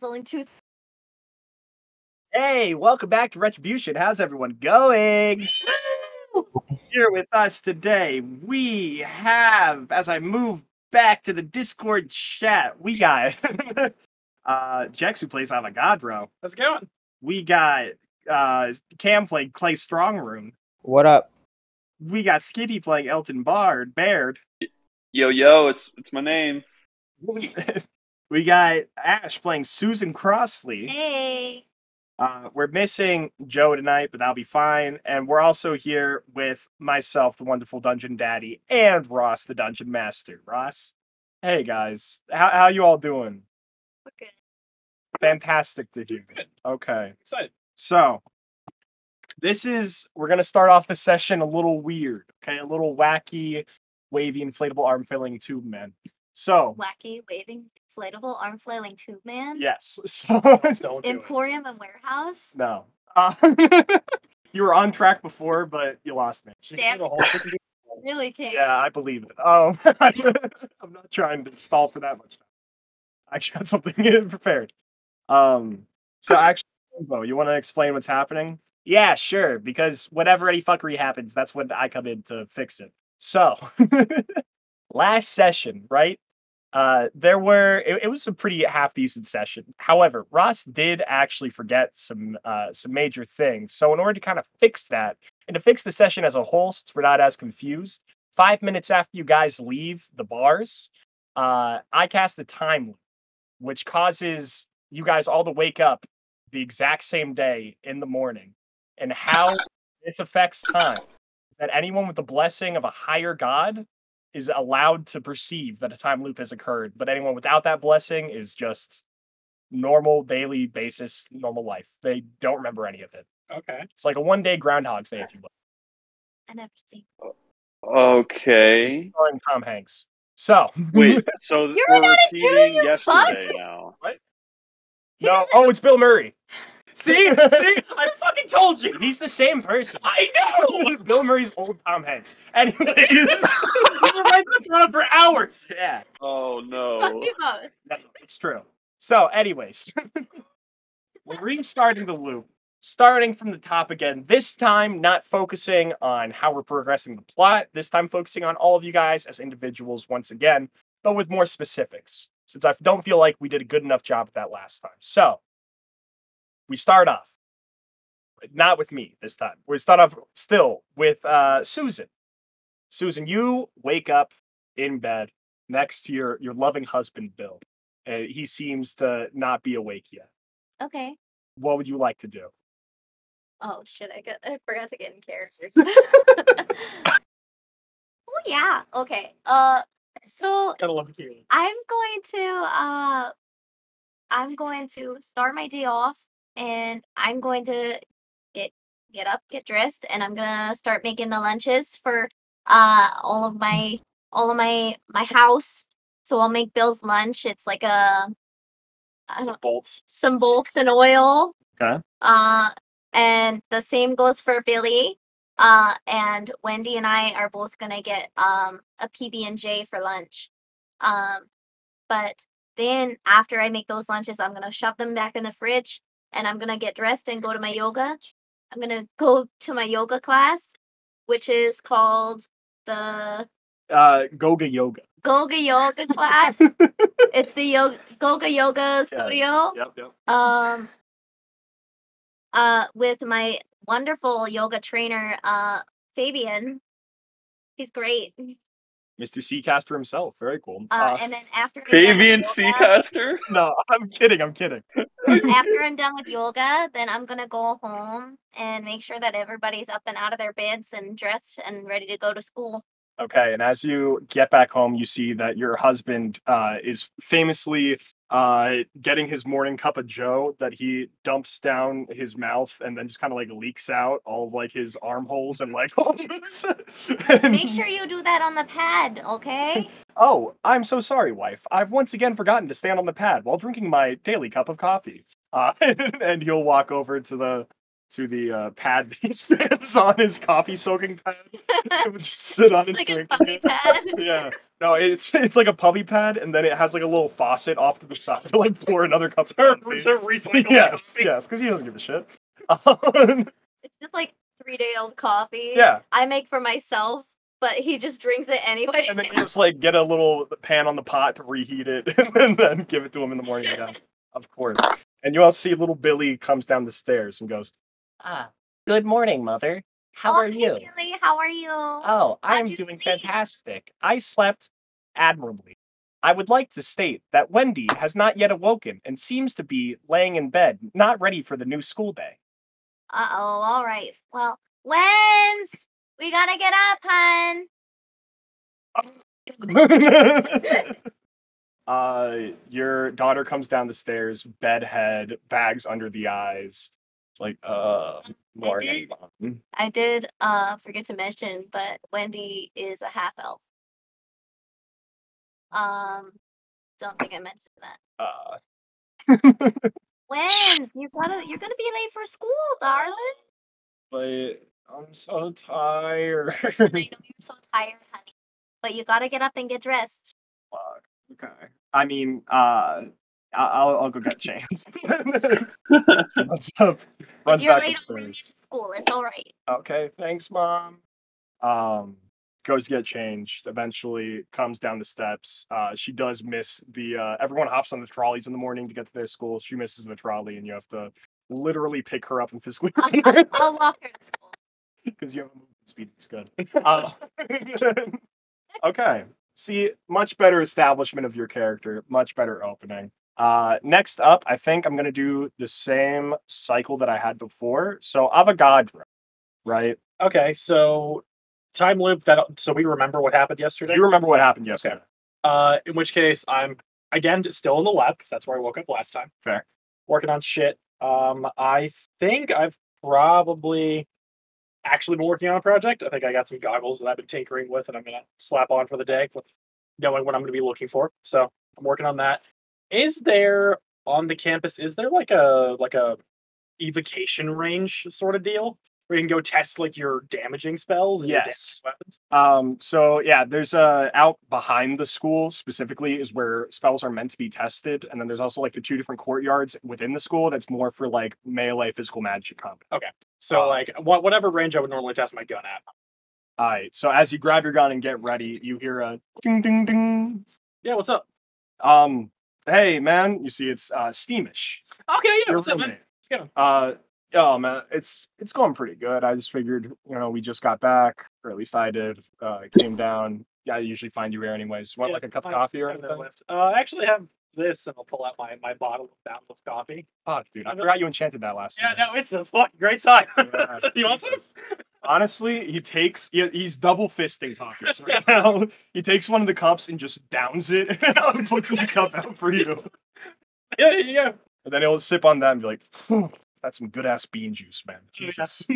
was only two. Hey, welcome back to Retribution. How's everyone going? Here with us today, we have, as I move back to the Discord chat, we got uh Jex who plays Avogadro. How's it going? We got uh Cam playing Clay Strongroom. What up? We got Skitty playing Elton Bard, Baird. Yo, yo, it's it's my name. we got Ash playing Susan Crossley. Hey. Uh, we're missing Joe tonight, but that'll be fine. And we're also here with myself, the wonderful Dungeon Daddy, and Ross, the Dungeon Master. Ross, hey guys, how how you all doing? We're good. Fantastic to hear. Okay, Excited. so this is we're gonna start off the session a little weird, okay, a little wacky, wavy, inflatable arm flailing tube man. So Wacky, waving, inflatable, arm flailing tube man. yes, so Don't do it. Emporium and warehouse. no, uh, you were on track before, but you lost me. She can do the whole- she can do- Really can't. Yeah, I believe it. Um, I'm not trying to stall for that much. I actually got something prepared. Um, so actually, Bo, you want to explain what's happening? Yeah, sure. Because whenever any fuckery happens, that's when I come in to fix it. So, last session, right? Uh, there were it, it was a pretty half decent session. However, Ross did actually forget some uh, some major things. So, in order to kind of fix that and to fix the session as a whole, since we're not as confused, five minutes after you guys leave the bars, uh, I cast a time loop, which causes you guys all to wake up the exact same day in the morning. And how this affects time is that anyone with the blessing of a higher god is allowed to perceive that a time loop has occurred, but anyone without that blessing is just normal daily basis, normal life. They don't remember any of it. Okay. It's like a one day Groundhog's Day, if you will. I never seen. Okay. starring Tom Hanks. So Wait. So th- You're we're not a Jew, repeating you yesterday now. He no, doesn't- oh, it's Bill Murray. See, see, I fucking told you. He's the same person. I know. Bill Murray's old Tom Hanks. Anyways, right for hours. Yeah, Oh no. Talking about it. that's, it's true. So, anyways, we're restarting the loop, starting from the top again. This time, not focusing on how we're progressing the plot. This time, focusing on all of you guys as individuals once again, but with more specifics, since I don't feel like we did a good enough job at that last time. So, we start off not with me this time. We start off still with uh, Susan. Susan, you wake up in bed next to your your loving husband Bill. Uh, he seems to not be awake yet. Okay. What would you like to do? Oh shit! I got I forgot to get in characters. oh yeah. Okay. Uh. So Gotta love you. I'm going to uh I'm going to start my day off and I'm going to get get up, get dressed, and I'm gonna start making the lunches for uh all of my all of my my house. So I'll make Bill's lunch. It's like a I don't bolts. some bolts and oil. Okay. Uh, and the same goes for Billy. Uh, and Wendy and I are both gonna get um a PB and J for lunch. Um, but then after I make those lunches, I'm gonna shove them back in the fridge, and I'm gonna get dressed and go to my yoga. I'm gonna go to my yoga class, which is called the Uh, Goga Yoga. Goga Yoga class. it's the yoga, Goga Yoga studio Yep, yep. um uh with my wonderful yoga trainer uh Fabian. He's great. Mr. Seacaster himself. Very cool. Uh, and then after I'm done with Fabian yoga- Seacaster. no, I'm kidding. I'm kidding. after I'm done with yoga, then I'm gonna go home and make sure that everybody's up and out of their beds and dressed and ready to go to school. Okay, and as you get back home, you see that your husband uh, is famously uh, getting his morning cup of Joe that he dumps down his mouth and then just kind of like leaks out all of like his armholes and leg holes. And- Make sure you do that on the pad, okay? Oh, I'm so sorry, wife. I've once again forgotten to stand on the pad while drinking my daily cup of coffee. Uh, and he'll walk over to the to the uh, pad that he stands on his coffee soaking pad. He would just sit on it's and like a drink. puppy pad. Yeah. No, it's it's like a puppy pad, and then it has like a little faucet off to the side to like pour another cup of coffee. yes, yes, because he doesn't give a shit. Um, It's just like three day old coffee. yeah, I make for myself, but he just drinks it anyway. and then you just like get a little pan on the pot to reheat it, and then, then give it to him in the morning again. Of course. And you also see little Billy comes down the stairs and goes, "Ah, good morning, mother. How Oh, are hey, you? Billy, how are you? Oh, How'd I'm you doing sleep? fantastic. I slept admirably. I would like to state that Wendy has not yet awoken and seems to be laying in bed, not ready for the new school day. Uh oh, all right. Well, Wens, we gotta get up, hun. uh, your daughter comes down the stairs, bedhead, bags under the eyys. It's like, uh, morning, mom. I did uh forget to mention, but Wendy is a half elf. Um, don't think I mentioned that. Uh, Wens, you gotta you're gonna be late for school, darling. but I'm so tired. I know you're so tired, honey, but you gotta get up and get dressed. Fuck. Okay. I mean, uh, I- I'll I'll go get changed. What's up? If Runs you're back late, I'm bringing you to upstairs. school. It's all right. Okay. Thanks, mom. Um, goes to get changed. Eventually, comes down the steps. Uh, she does miss the. Uh, everyone hops on the trolleys in the morning to get to their school. She misses the trolley, and you have to literally pick her up and physically I'll, because I'll walk her to school. you have a movement speed that's good. Uh, okay. See, much better establishment of your character, much better opening. Uh, next up, I think I'm going to do the same cycle that I had before. So, Avogadro, right? Okay, so time loop that so we remember what happened yesterday. You remember what happened yesterday? Uh, in which case, I'm again just still in the lab because that's where I woke up last time. Fair. Working on shit. Um, I think I've probably actually been working on a project. I think I got some goggles that I've been tinkering with, and I'm gonna slap on for the day with knowing what I'm gonna be looking for. So I'm working on that. Is there on the campus? Is there like a like a evocation range sort of deal where you can go test like your damaging spells? And your damaging Yes. weapons? Um, so yeah, there's uh, out behind the school specifically is where spells are meant to be tested, and then there's also like the two different courtyards within the school that's more for like melee physical magic combat. So Uh, like wha- whatever range I would normally test my gun at. All right, so as you grab your gun and get ready, you hear a ding ding ding Yeah, what's up? um hey man you see it's uh steamish Okay, yeah, Your what's up, man? roommate. Let's go. uh oh man it's it's going pretty good i just figured you know we just got back or at least i did uh came down yeah i usually find you here anyways want Yeah, like a cup of fine. coffee or Time to anything lift. Uh, I actually have this, and I'll pull out my, my bottle of boundless coffee. fuck dude i I'm- forgot you enchanted that last Yeah, night. no, it's a fucking great sign. Yeah, you want some? Jesus. honestly he takes he, he's double fisting coffees right now he takes one of the cups and just downs it and puts the cup out for you Yeah, yeah, yeah. And then he'll sip on that and be like, "Phew, that's some good ass bean juice, man. Yeah. Jesus.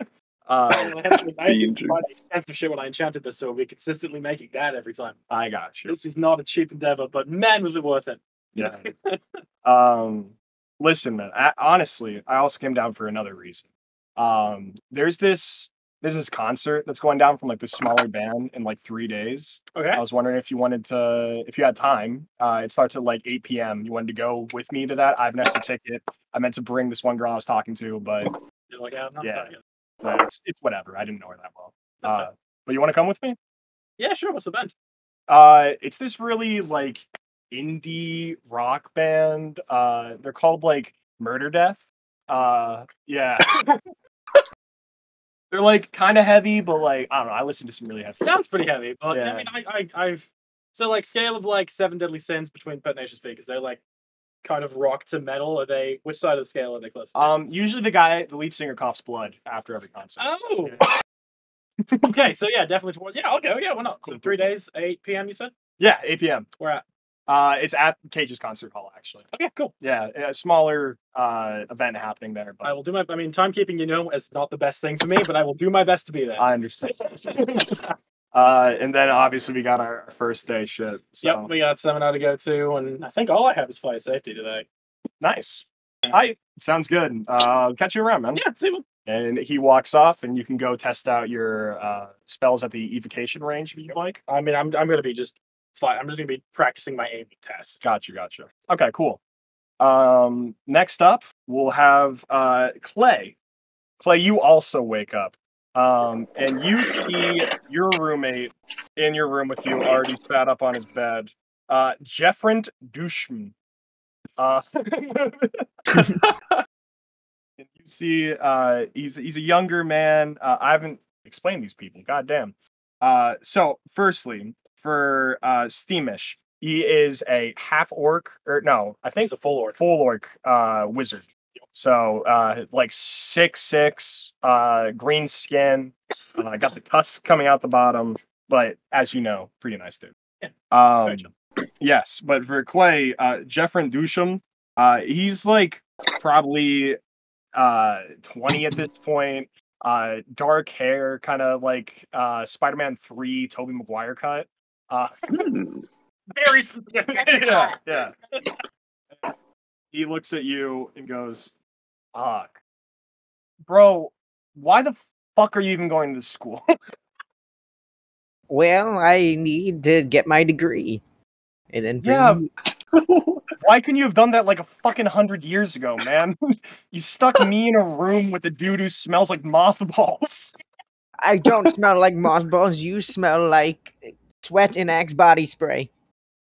uh, I had to- I had to Bean juice. buy expensive shit when I enchanted this, so we consistently making that every time. I got you. This was not a cheap endeavor, but man, was it worth it. Yeah. um, listen, man. I, honestly, I also came down for another reason. Um, there's this there's this concert that's going down from like this smaller band in like three days. I Okay. was wondering if you wanted to, if you had time. Uh, it starts at like 8 p.m. You wanted to go with me to that? I have an extra ticket. I meant to bring this one girl I was talking to, but You're like, "Ah, no, I'm Yeah. Uh, sorry." but it's, it's whatever. I didn't know her that well. That's Uh, but you want to come with me? Yeah, sure. What's the band? Uh, it's this really like indie rock band. Uh, they're called like Murder Death. Uh, yeah. they're like kind of heavy, but like I don't know. I listen to some really heavy. Sounds pretty heavy, but Yeah. I mean, I, I, I've so like scale of like seven deadly sins between Pertinacious Figures. They're like kind of rock to metal. Are they? Which side of the scale are they close to? Um, usually the guy, the lead singer, coughs blood after every concert. Oh. Yeah. okay, so yeah, definitely toward. Yeah, okay, oh, yeah, why not? Cool, So three cool, cool. days, eight p.m. You said. Yeah, 8 p.m. We're at. Uh, it's at Cage's concert hall actually. Okay, cool. Yeah, a smaller uh event happening there, but I will do my. I mean, timekeeping, you know, is not the best thing for me, but I will do my best to be there. I understand. uh, and then obviously we got our first day shit. So Yep, we got seminar to go to, and I think all I have is fire safety today. nice. Hi, sounds good. Uh, catch you around, man. Yeah, see what And he walks off, and you can go test out your uh, spells at the evocation range if you'd like. I mean, I'm I'm gonna be just fly. I'm just gonna be practicing my aiming test. Gotcha, gotcha. Okay, cool. Um, next up, we'll have uh, Clay. Clay, you also wake up, um, and you see your roommate in your room with you already sat up on his bed. Uh, Jeffrent Dushman. Uh, and you see, uh, he's he's a younger man. Uh, I haven't explained these people. Goddamn. Uh, so, firstly, for uh, Steamish, he is a half orc, or no, I think He's a full orc. full orc uh, wizard. So uh, like six six, uh, green skin, uh, got the tusks coming out the bottom. But as you know, pretty nice dude. Yeah. Um, Very yes, but for Clay, uh, Jeffrey Dusham, uh, he's like probably uh, twenty at this point. Uh, dark hair, kind of like uh, Spider-Man Three, Toby Maguire cut. Uh, Hmm. Very specific. That's a yeah, lot. yeah. He looks at you and goes, "Fuck, bro, why the fuck are you even going to this school?" Well, I need to get my degree. And then bring Yeah. you- why couldn't you have done that like a fucking hundred years ago, man? you stuck me in a room with a dude who smells like mothballs. I don't smell like mothballs. You smell like sweat and axe body spray.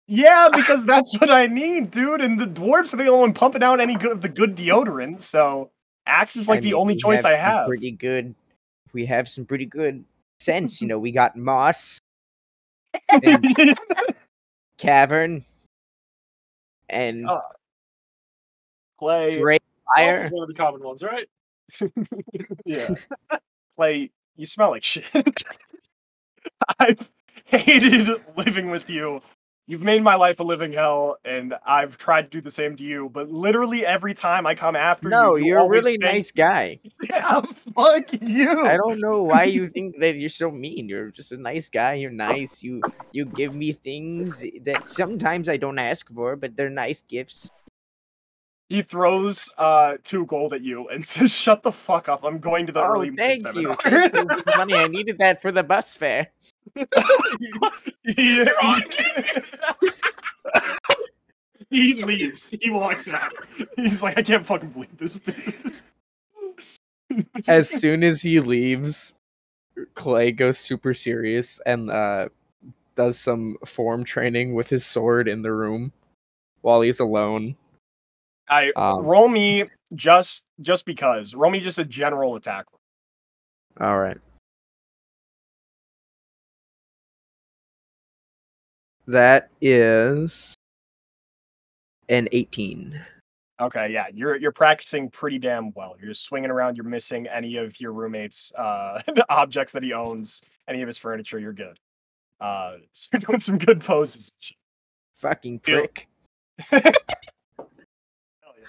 Yeah, because that's what I need, dude. And the dwarves are the only one pumping out any good of the good deodorant, so Axe is like I the mean, only we choice I some have. Pretty good. We have some pretty good scents. You know, we got moss, and cavern, and Oh, Play Dray Elf fire. is one of the common ones, right? Yeah. Clay, you smell like shit. I've hated living with you. You've made my life a living hell, and I've tried to do the same to you, but literally every time I come after No, you, you you're a always really think, nice guy. Yeah, fuck you. I don't know why you think that you're so mean. You're just a nice guy. You're nice. You you give me things that sometimes I don't ask for, but they're nice gifts. He throws uh, two gold at you and says, "Shut the fuck up! I'm going to the Oh, early morning thank seminar." you. Thank you for the money. I needed that for the bus fare. he, he leaves. He walks out. He's like, I can't fucking believe this dude. As soon as he leaves, Clay goes super serious and uh, does some form training with his sword in the room while he's alone. I Um, roll me just just because. Roll me just a general attack. all right. That is an 18. Okay, yeah, you're you're practicing pretty damn well. You're just swinging around. You're missing any of your roommate's uh, objects that he owns, any of his furniture. You're good. Uh, so you're doing some good poses. and shit. Fucking Ew. prick. Hell yeah.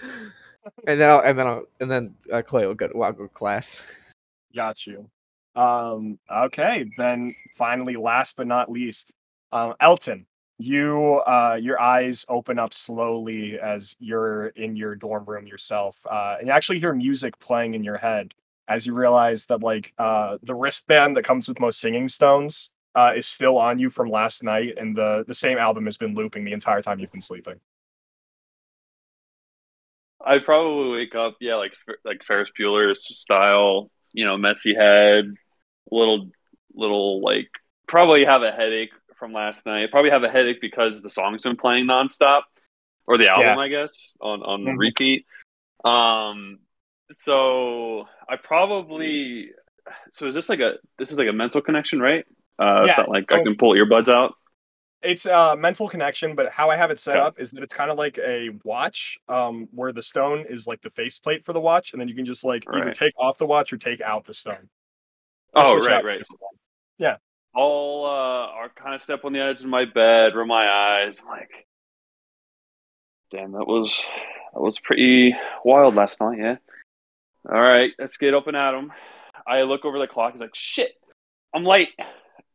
And then I'll, and then I'll, and then uh, Clay will go to, will go to class. Got you. Um, okay, then finally, last but not least, um, Elton, you uh, your eyes open up slowly as you're in your dorm room yourself, uh, and you actually hear music playing in your head as you realize that like uh, the wristband that comes with most singing stones uh, is still on you from last night, and the the same album has been looping the entire time you've been sleeping. I probably wake up, yeah, like like Ferris Bueller's style, you know, messy head, little little like probably have a headache from last night. Probably have a headache because the song's been playing nonstop, or the album, I guess, on on Mhm. repeat. Um, so I probably so is this like a this is like a mental connection, right? Uh, Yeah, it's not like I so- can pull earbuds out. it's a mental connection, but how I have it set Okay. up is that it's kind of like a watch, um, where the stone is like the faceplate for the watch, and then you can just like either Right. take off the watch or take out the stone. Or Oh, switch right, out. right. Yeah. I'll uh, I'll kind of step on the edge of my bed, rub my eyes. I'm like, damn, that was that was pretty wild last night. Yeah. All right, let's get up and at him. I look over the clock. He's like, shit, I'm late.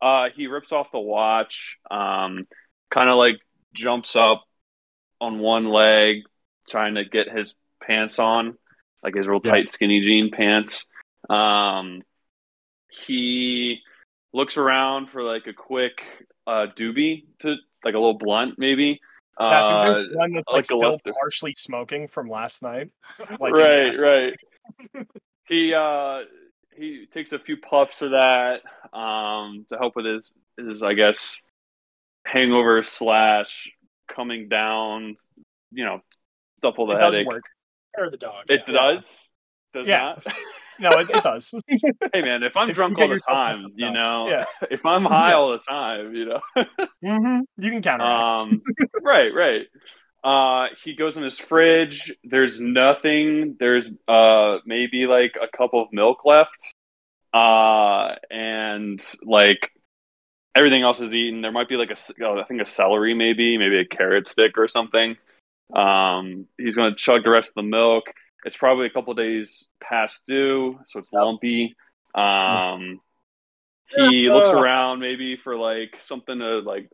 Uh, he rips off the watch. Um, kind of like jumps up on one leg, trying to get his pants on, like his real Yeah. tight skinny jean pants. Um, he looks around for like a quick uh, doobie to like a little blunt maybe. Matthew, Uh, there's one that's like like a still left- partially smoking from last night. Like in right, that- right. he uh, he takes a few puffs of that um, to help with his his I guess hangover slash coming down. You know, stuff all the It does headache. work. Or the dog. It yeah. does. Does Yeah. not. No, it, it does. hey man, if I'm If you drunk get all the yourself time, messed up you enough. know, Yeah. if I'm high Yeah. all the time, you know, hmm You can counteract. Mm-hmm. um, right, right. Uh, he goes in his fridge. There's nothing. There's uh, maybe like a cup of milk left, uh, and like everything else is eaten. There might be like a, c- oh, I think a celery, maybe, maybe a carrot stick or something. Um, he's gonna chug the rest of the milk. It's probably a couple days past due, so it's lumpy. Um, he looks around maybe for like something to like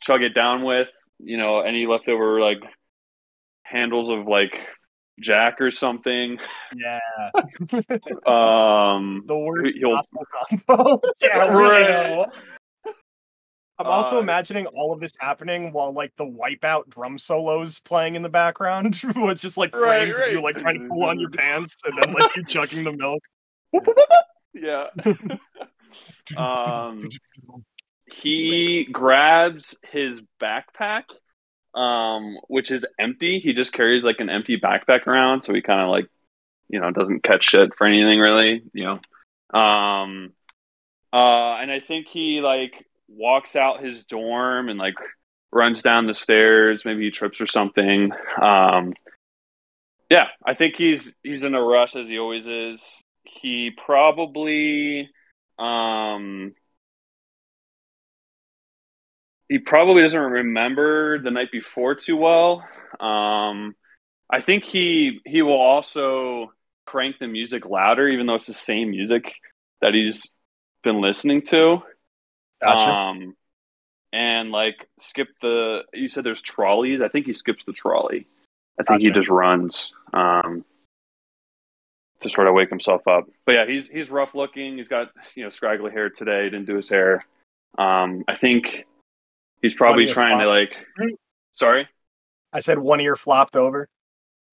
chug it down with. You know, any leftover like handles of like Jack or something. yeah. Um, The worst He- he'll- possible combo. yeah, really. Right. though. I'm also Uh, imagining all of this happening while like the wipeout drum solos playing in the background, which just like Right, frames of you right. like trying to pull on your pants and then like you chugging the milk. yeah. Um, he grabs his backpack, um, which is empty. He just carries like an empty backpack around, so he kind of like, you know, doesn't catch shit for anything really, you know. Um, uh, and I think he like walks out his dorm and like runs down the stairs. Maybe he trips or something. Um, yeah, I think he's he's in a rush as he always is. He probably um he probably doesn't remember the night before too well. Um, I think he he will also crank the music louder, even though it's the same music that he's been listening to. Um, and like skip the. You said there's trolleys. I think he skips the trolley. I think he Gotcha. just runs um, to sort of wake himself up. But yeah, he's he's rough looking. He's got you know scraggly hair today. Didn't do his hair. Um, I think he's probably Funny if trying to not- like. Sorry. I said one ear flopped over.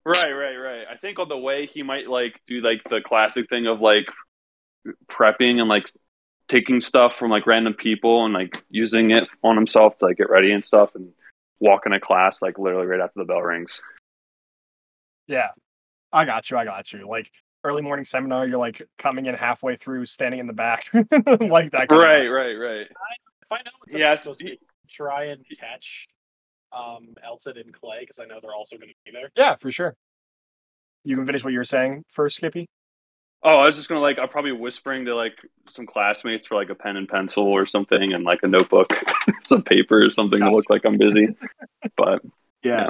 Right, right, right. I think on the way he might like do like the classic thing of like prepping and like taking stuff from like random people and like using it on himself to like get ready and stuff and walk into class like literally right after the bell rings. Yeah. I got you. I got you. Like early morning seminar, you're like coming in halfway through, standing in the back, like that. Kind Right, Of right, right. If I know what's Yes, supposed to y- be, try and catch um, Elton and Clay because I know they're also going to be there. yeah, for sure. You can finish what you were saying first, Skippy. Oh, I was just gonna like I'm probably whispering to like some classmates for like a pen and pencil or something and like a notebook, some paper or something to look like I'm busy. But Yeah. Yeah.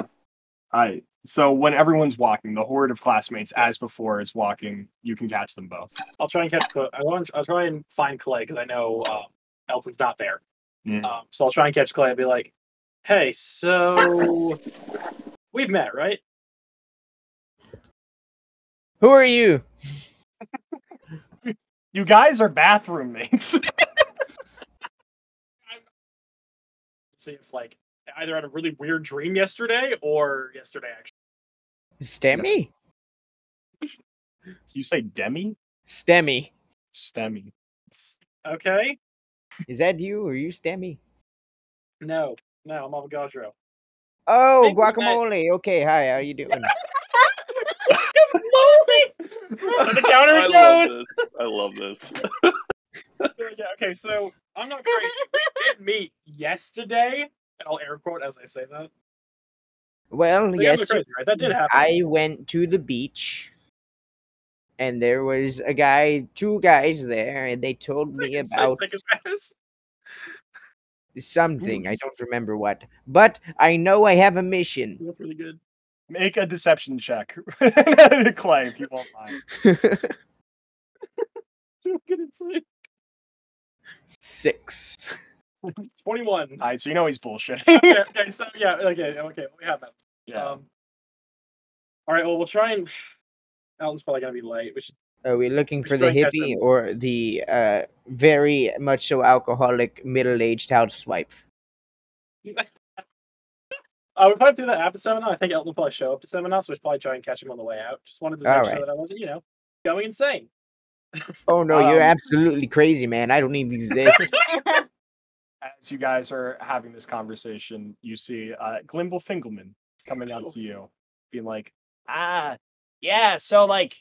I so when everyone's walking, the horde of classmates, as before, is walking. You can catch them both. I'll try and catch. Cla- I want. I'll try and find Clay because I know um, Elton's not there. Mm. Um, so I'll try and catch Clay and be like, "Hey, so we've met, right? Who are you? You guys are bathroom mates. See if like I either had a really weird dream yesterday or yesterday actually. Stemmy? you say demi, Stemmy. stemmy. Okay. Is that you or you Stemmy? No, no, I'm Avogadro. Oh, Thank you, guys. guacamole. Okay, hi, how you doing? On the counter I it love goes. this. I love this. yeah, okay, so I'm not crazy. We did meet yesterday, and I'll air quote as I say that. Well, Like, I'm not yes, crazy, right? That did happen. I went to the beach and there was a guy, two guys there, and they told me It's so about thick as ass. something. I don't remember what, but I know I have a mission. That's really good. Make a deception check, Clay, if you won't mind. Don't get inside. Six. 21. All right, so you know he's bullshit. okay, okay, so yeah, okay, okay, we have that. Yeah. Um, All right. Well, we'll try and. Elton's probably gonna be late. We should. Are we looking We're for the still in catch hippie up. or the uh, very much so alcoholic middle aged housewife? Uh, we probably do that after seminar. I think Elton will probably show up to seminar, so we should probably try and catch him on the way out. Just wanted to make All sure right. that I wasn't, you know, going insane. Oh no, you're Um, absolutely crazy, man. I don't even exist. As you guys are having this conversation, you see uh, Glimble Fingelman coming up to you, being like, "Ah, yeah. So like,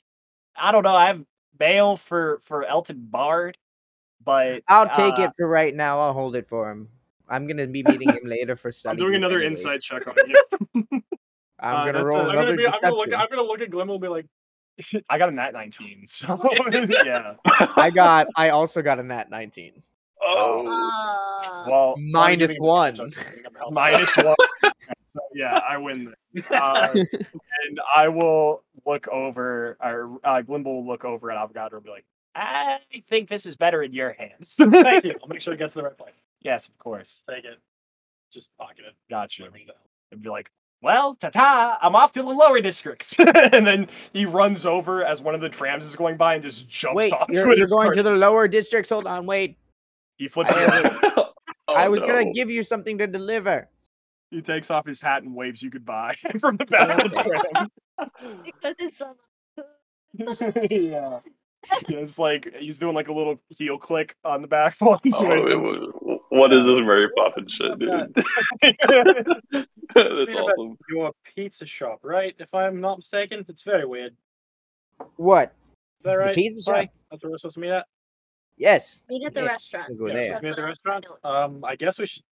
I don't know. I have bail for for Elton Bard, but I'll take uh, it for right now. I'll hold it for him. I'm gonna be meeting him later for I'm study. doing group another anyway. insight check on you. I'm Uh, gonna that's roll a- another I'm gonna, be, I'm, gonna look, deception. I'm gonna look at Glimmer and be like, I got a nat 19, so yeah. I got. I also got a nat 19. oh, Oh. Well, Uh, Minus giving him one. I'm giving him help. minus one. So yeah, I win. This. Uh, and I will look over, or uh, Glimble will look over at Avogadro and be like, "I think this is better in your hands." Thank you. I'll make sure it gets to the right place. yes, of course. Take it. Just pocket it. Gotcha. Whatever you know. And be like, "Well, ta-ta! I'm off to the lower district." and then he runs over as one of the trams is going by and just jumps Wait, onto you're, it. you're and going starts- to the lower districts. Hold on, wait. He flips. I it off. Oh, I was Oh, no. gonna give you something to deliver. He takes off his hat and waves you goodbye from Oh, the back of the tram. Because it's so yeah. It's like he's doing like a little heel click on the back while he's Oh, waving. it was- what is this Mary Poppins shit, dude? That's Speaking of awesome. You're a pizza shop, right? If I'm not mistaken, it's very weird. What? Is that The right? pizza Bye. shop? That's where we're supposed to meet at. Yes. meet at the Yeah, restaurant. we'll go Yeah, there. meet at the That's what I restaurant. noticed. Um, I guess we should.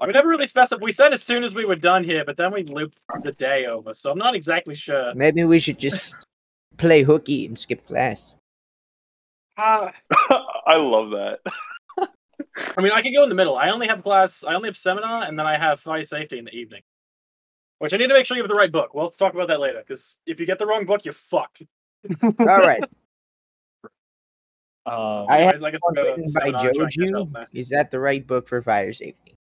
I mean, never really specified. We said as soon as we were done here, but then we looped the day over, so I'm not exactly sure. Maybe we should just play hooky and skip class. Ah, I love that. I mean, I could go in the middle. I only have class. I only have seminar, and then I have fire safety in the evening. Which I need to make sure you have the right book. We'll talk about that later, because if you get the wrong book, you're fucked. All right. Um, I have Otherwise, I guess one we'll go to written by seminar and try and catch up Joju. there. Is that the right book for fire safety?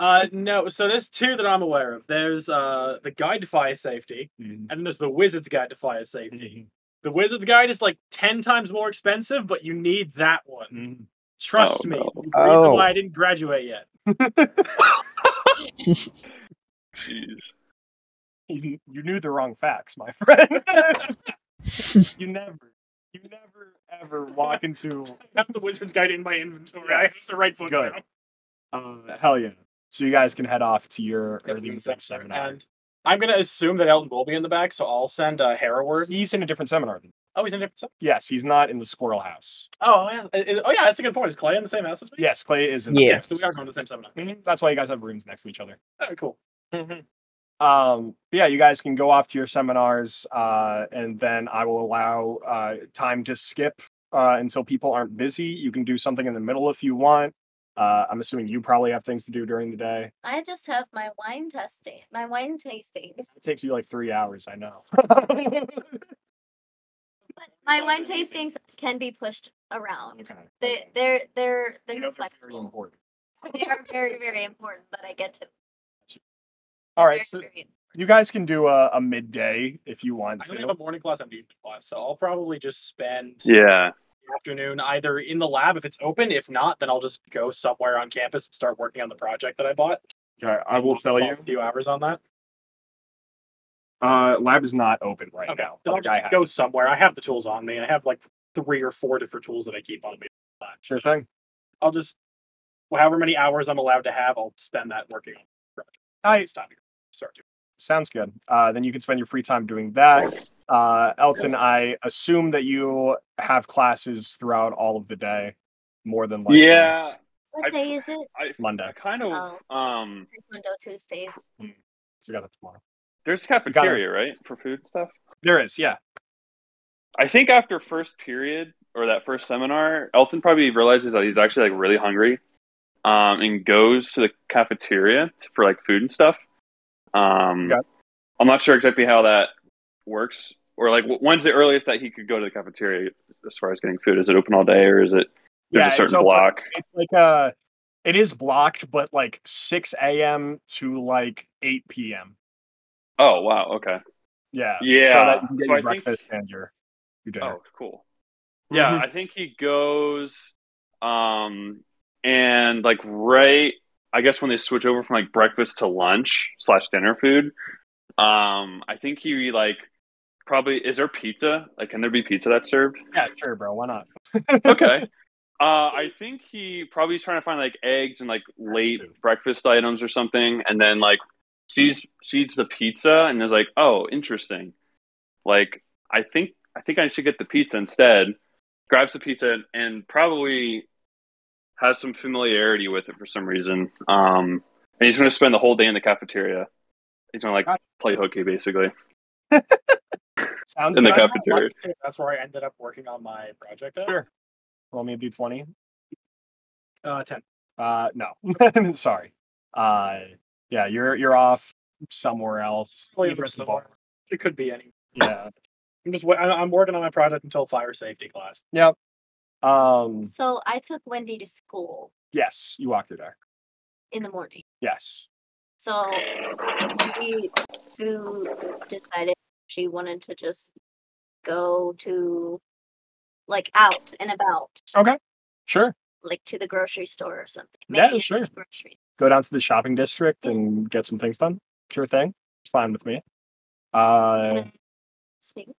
Uh, no. So there's two that I'm aware of. There's uh the Guide to Fire Safety, mm, and then there's the Wizard's Guide to Fire Safety. mm, The Wizard's Guide is like ten times more expensive, but you need that one. mm. Trust Oh, me. no. The reason Oh. why I didn't graduate yet. Jeez. you you knew the wrong facts, my friend. you never, you never ever walk into. I have the Wizard's Guide in my inventory. I have Yes. the right book Good. now. Uh, hell yeah! So you guys can head off to your Gonna early be in the morning seminar, seminar. And I'm gonna assume that Elton will be in the back, so I'll send uh, Hera word. He's in a different seminar. Than Oh, he's in a different. se- Yes, he's not in the Squirrel House. Oh, yeah. i- i- oh yeah, that's a good point. Is Clay in the same house as me? Yes, Clay is in. Yeah. Okay, so we are going to the same seminar. Mhm, That's why you guys have rooms next to each other. Oh, cool. um but yeah you guys can go off to your seminars uh and then i will allow uh time to skip uh until people aren't busy you can do something in the middle if you want uh i'm assuming you probably have things to do during the day I just have my wine testing, my wine tastings. it takes you like three hours i know But my wine tastings can be pushed around. okay They, they're they're they're You know they're very flexible. important. They are very very important that I get to. all They're right very, so very important. you guys can do a, a midday if you want I to only have a morning class and an evening class, so I'll probably just spend Yeah. the afternoon either in the lab if it's open. If not, then I'll just go somewhere on campus and start working on the project that I bought. Okay, i will tell Fall you A few hours on that. uh lab is not open right Okay. now Then I'll like I just have. go somewhere. I have the tools on me. I have like three or four different tools that I keep on me. sure thing I'll just however many hours I'm allowed to have, I'll spend that working on the project. I- It's time to start doing. Sounds good. Uh, then you can spend your free time doing that. Uh, Elton, I assume that you have classes throughout all of the day, more than likely Yeah. I- What day is it? Monday. I kind of um Taekwondo Tuesdays. Hmm. So you got that tomorrow. there's cafeteria, right? For food and stuff. There is, yeah. I think after first period or that first seminar, Elton probably realizes that he's actually like really hungry, um, and goes to the cafeteria for like food and stuff. Um, Okay. I'm not sure exactly how that works, or like wh- when's the earliest that he could go to the cafeteria as far as getting food? Is it open all day, or is it there's yeah, a it's certain open- block? It's like uh it is blocked, but like six a.m. to like eight p.m. Oh wow, okay. Yeah. So Yeah, that you can get so your I think- breakfast and your, your dinner. Oh, cool. Yeah, I think he goes um and like right I guess when they switch over from like breakfast to lunch slash dinner food, um, I think he like probably is there pizza? Like can there be pizza that's served? Yeah, sure, bro. Why not? Oh. Okay. Uh, I think he probably is trying to find like eggs and like late breakfast items or something, and then like sees sees the pizza and is like, "Oh, interesting." Like, I think I think I should get the pizza instead. Grabs the pizza and probably has some familiarity with it for some reason. Um, and he's going to spend the whole day in the cafeteria. He's going to like play hooky basically. Sounds In the good. Can I have cafeteria. one too? That's where I ended up working on my project. At. Sure. Roll me a d20. Uh, ten. Uh, no, sorry. Uh, yeah, you're you're off somewhere else. Well, Either you're at the somewhere. bar. It could be any. Yeah. I'm just. wa- I- I'm working on my project until fire safety class. Yep. Um. So I took Wendy to school Yes, you walked her there. in the morning. Yes. So we Sue decided she wanted to just go to like out and about, Sure. like to the grocery store or something. Yeah, Maybe sure. the Grocery. Go down to the shopping district and get some things done. Sure thing. It's fine with me. Uh, and sing.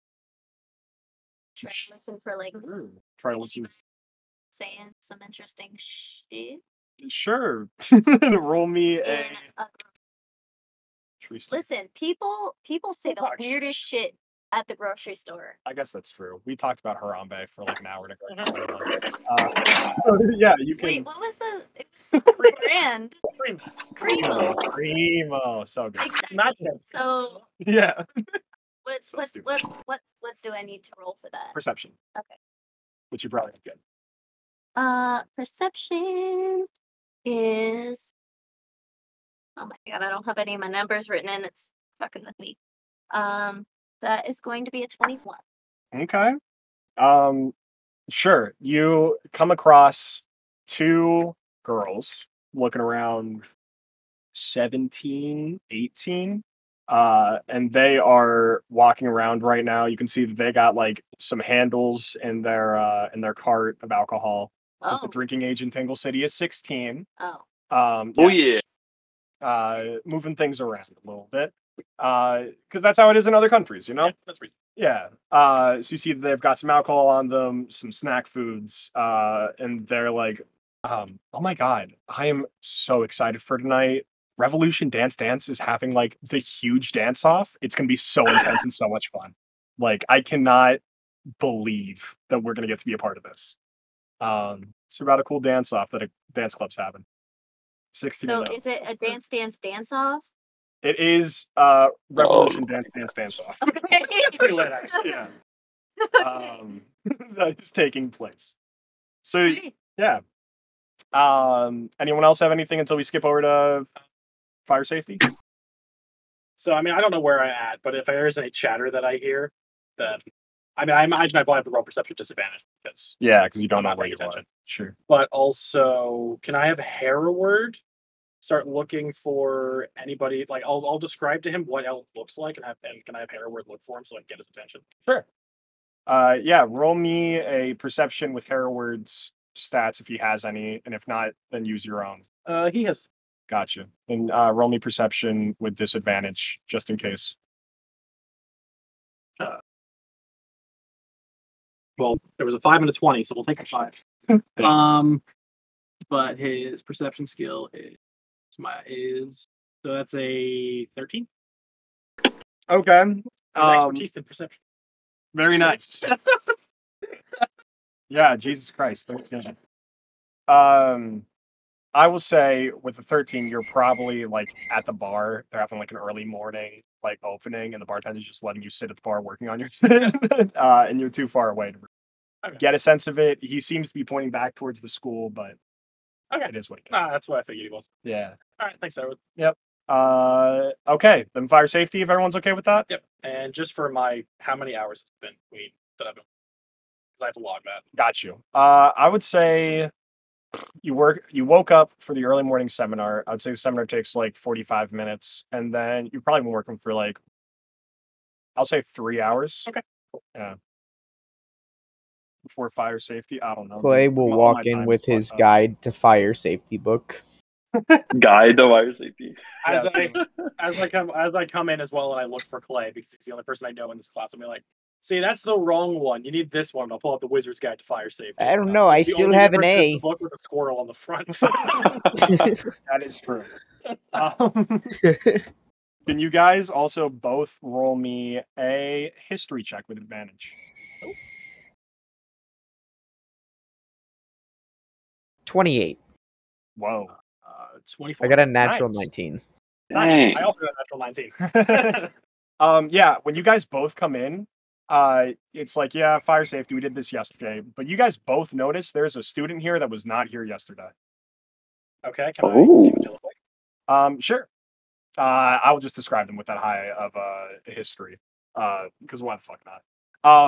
Try Sh- and listen for like try to listen. saying some interesting shit. Sure. Roll me a. in a grocery store. uh, Listen, people people Oh, say the Fuck. weirdest shit at the grocery store. I guess that's true. We talked about Harambe for like an hour. To uh, yeah, you can. Wait, what was the it was some brand? Cream. Cremo. Primo, so good. It's not Exactly. So Yeah. what So what stupid. what what what do I need to roll for that? Perception. Okay. Which you probably did good. Uh perception is Oh my god, I don't have any of my numbers written in. It's fucking with me. Um that is going to be a 21. Okay. Um, sure. You come across two girls looking around 17, 18. Uh, and they are walking around right now. You can see that they got like some handles in their uh in their cart of alcohol. 'cause Oh, The drinking age in Tingle City is 16. oh. Um, Oh yes. Uh, moving things around a little bit. Because that's how it is in other countries, you know? Yeah, that's reasonable. Yeah. Uh, so you see they've got some alcohol on them, some snack foods, uh, and they're like, um, oh my God, I am so excited for tonight. Revolution Dance Dance is having like the huge dance off. It's going to be so intense and so much fun. Like, I cannot believe that we're going to get to be a part of this. Um, it's about a cool dance off that a dance club's having. 60 So minutes. is it a dance dance dance off? It is uh, Oh Revolution Dance Dance Dance off. Okay. Pretty late, actually. yeah. Okay. um, that is taking place. So Great. yeah. Um, anyone else have anything until we skip over to fire safety? So I mean, I don't know where I'm at, but if there is any chatter that I hear, then I mean, I imagine I probably have to roll perception disadvantage because. Yeah, because you don't know where you are. Sure. But also, can I have Harroward start looking for anybody? Like, I'll I'll describe to him what Elf looks like, and have and can I have Harroward look for him so I can get his attention? Sure. Uh, yeah, roll me a perception with Harroward's stats if he has any, and if not, then use your own. Uh, he has Gotcha. And uh, roll me perception with disadvantage just in case. well, there was a five and a twenty, so we'll take a five. um, but his perception skill is my is so that's a thirteen. Okay. His expertise in perception. Very nice. yeah, Jesus Christ, thirteen. Um, I will say with the thirteen, you're probably like at the bar. They're having like an early morning like opening, and the bartender's just letting you sit at the bar working on your thing, uh, and you're too far away to Okay. get a sense of it. He seems to be pointing back towards the school, but Okay. it is what it is. Nah, Ah, that's what I figured he was. Yeah. All right, thanks, Edward. Uh, okay. Then fire safety. If everyone's okay with that, Yep. And just for my how many hours it's been between that I've been because I have to log that. Got you. Uh, I would say you work. You woke up for the early morning seminar. I would say the seminar takes like forty-five minutes, and then you've probably been working for like I'll say three hours. Okay, Yeah. Before fire safety, I don't know. Clay man. will My- all my walk in time with is fucked his up. guide to fire safety book. Guide the wire safety. As I Yeah. as I come as I come in as well, and I look for Clay because he's the only person I know in this class. I'm like, see, that's the wrong one. You need this one. I'll pull out the Wizard's Guide to Fire Safety. I don't know. I It's the still only have an version of the A. Book with a squirrel on the front. That is true. Um, can you guys also both roll me a history check with advantage? 28. Whoa. Uh, Twenty-four. I got a natural Nice. 19. Dang. I also got a natural nineteen. um, yeah, when you guys both come in, uh, it's like, yeah, fire safety. We did this yesterday, but you guys both notice there's a student here that was not here yesterday. Okay, can I see Ooh. what they look like? Um, sure. Uh, I will just describe them with that high of uh, history, because why the fuck not?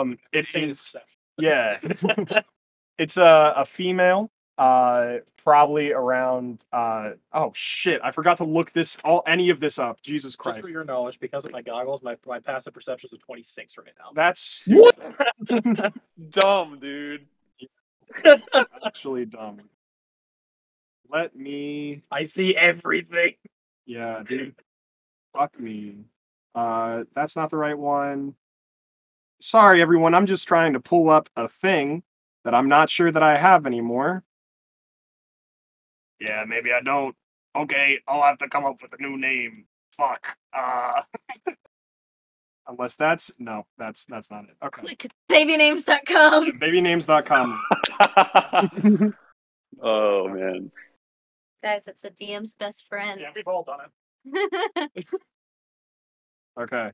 Um, it Same is stuff. yeah it's a, a female uh probably around uh oh shit i forgot to look this all any of this up jesus Just christ for your knowledge, because of my goggles, my, my passive perceptions are 26 right now. that's What? Dumb, dude. actually dumb let me I see everything. yeah dude fuck me uh that's not the right one sorry everyone i'm just trying to pull up a thing that i'm not sure that i have anymore yeah maybe i don't okay i'll have to come up with a new name fuck uh unless that's no that's that's not it okay Click babynames.com. babynames.com oh man. Guys, it's a DM's best friend. Yeah, we've all done it. Okay.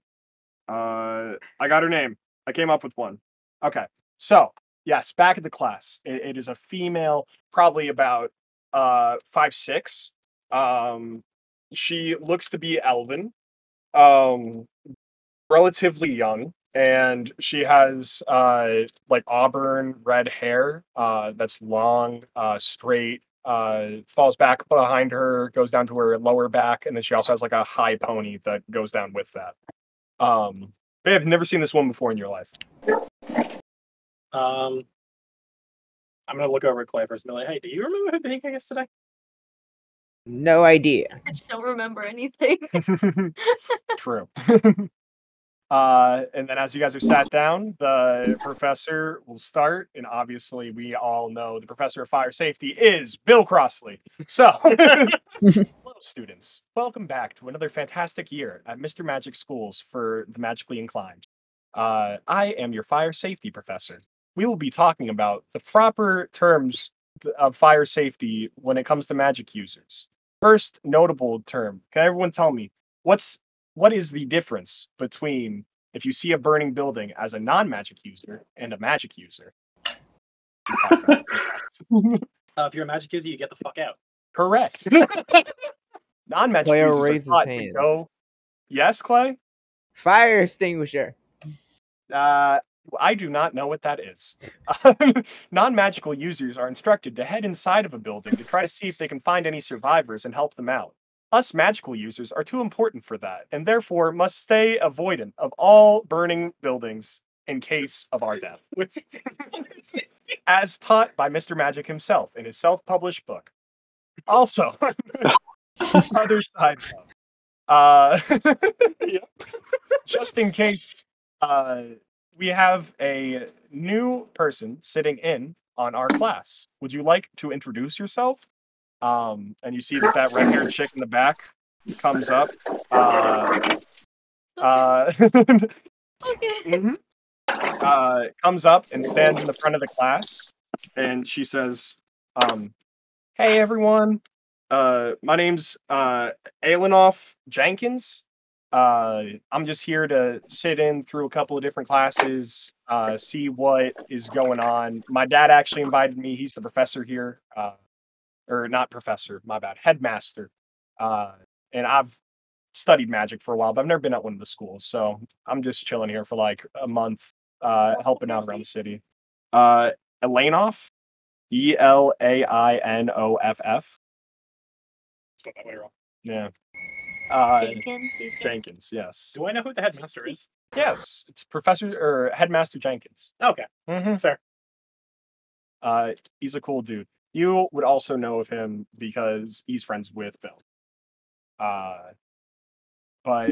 Uh, I got her name. I came up with one. Okay. So yes, back at the class, it, it is a female, probably about uh five six. Um, she looks to be Elvin, um, relatively young, and she has uh like auburn red hair uh that's long, uh straight, uh falls back behind her, goes down to her lower back, and then she also has like a high pony that goes down with that. Um, babe, I've never seen this one before in your life. Um, I'm going to look over at Clay first and be like, hey, do you remember who the Hank is today? No idea. I just don't remember anything. True. uh, and then as you guys are sat down, the professor will start. And obviously, we all know the professor of fire safety is Bill Crossley. So, hello, students. Welcome back to another fantastic year at Mr. Magic Schools for the Magically Inclined. Uh, I am your fire safety professor. We will be talking about the proper terms th- of fire safety when it comes to magic users. First notable term. Can everyone tell me what's what is the difference between if you see a burning building as a non-magic user and a magic user? We talked about this in class. Uh, if you're a magic user, you get the fuck out. Correct. Non-magic Player users raised his are taught to hand. go. Yes, Clay. Fire extinguisher. Uh, I do not know what that is. non magical users are instructed to head inside of a building to try to see if they can find any survivors and help them out. Us magical users are too important for that, and therefore must stay avoidant of all burning buildings in case of our death, as taught by Mr. Magic himself in his self published book. Also, other side note, uh, just in case uh, we have a new person sitting in on our class. Would you like to introduce yourself? Um, and you see that that red haired chick in the back comes up. Uh, uh, okay. mhm. uh, comes up and stands in the front of the class, and she says, um, "Hey everyone, uh, my name's uh, Alanoff Jenkins. Uh, I'm just here to sit in through a couple of different classes, uh, see what is going on. My dad actually invited me. He's the professor here, uh, or not professor, my bad, headmaster. Uh, and I've studied magic for a while, but I've never been at one of the schools. So I'm just chilling here for like a month, uh, helping out around the city. Uh, Elanoff, E L A I N O F F. Spelled that way wrong. Yeah. Uh, Jenkins, you said? Jenkins, yes. Do I know who the headmaster is? Yes, it's Professor or Headmaster Jenkins. Okay. Mm-hmm. Fair. Uh, he's a cool dude. You would also know of him because he's friends with Bill. Uh, but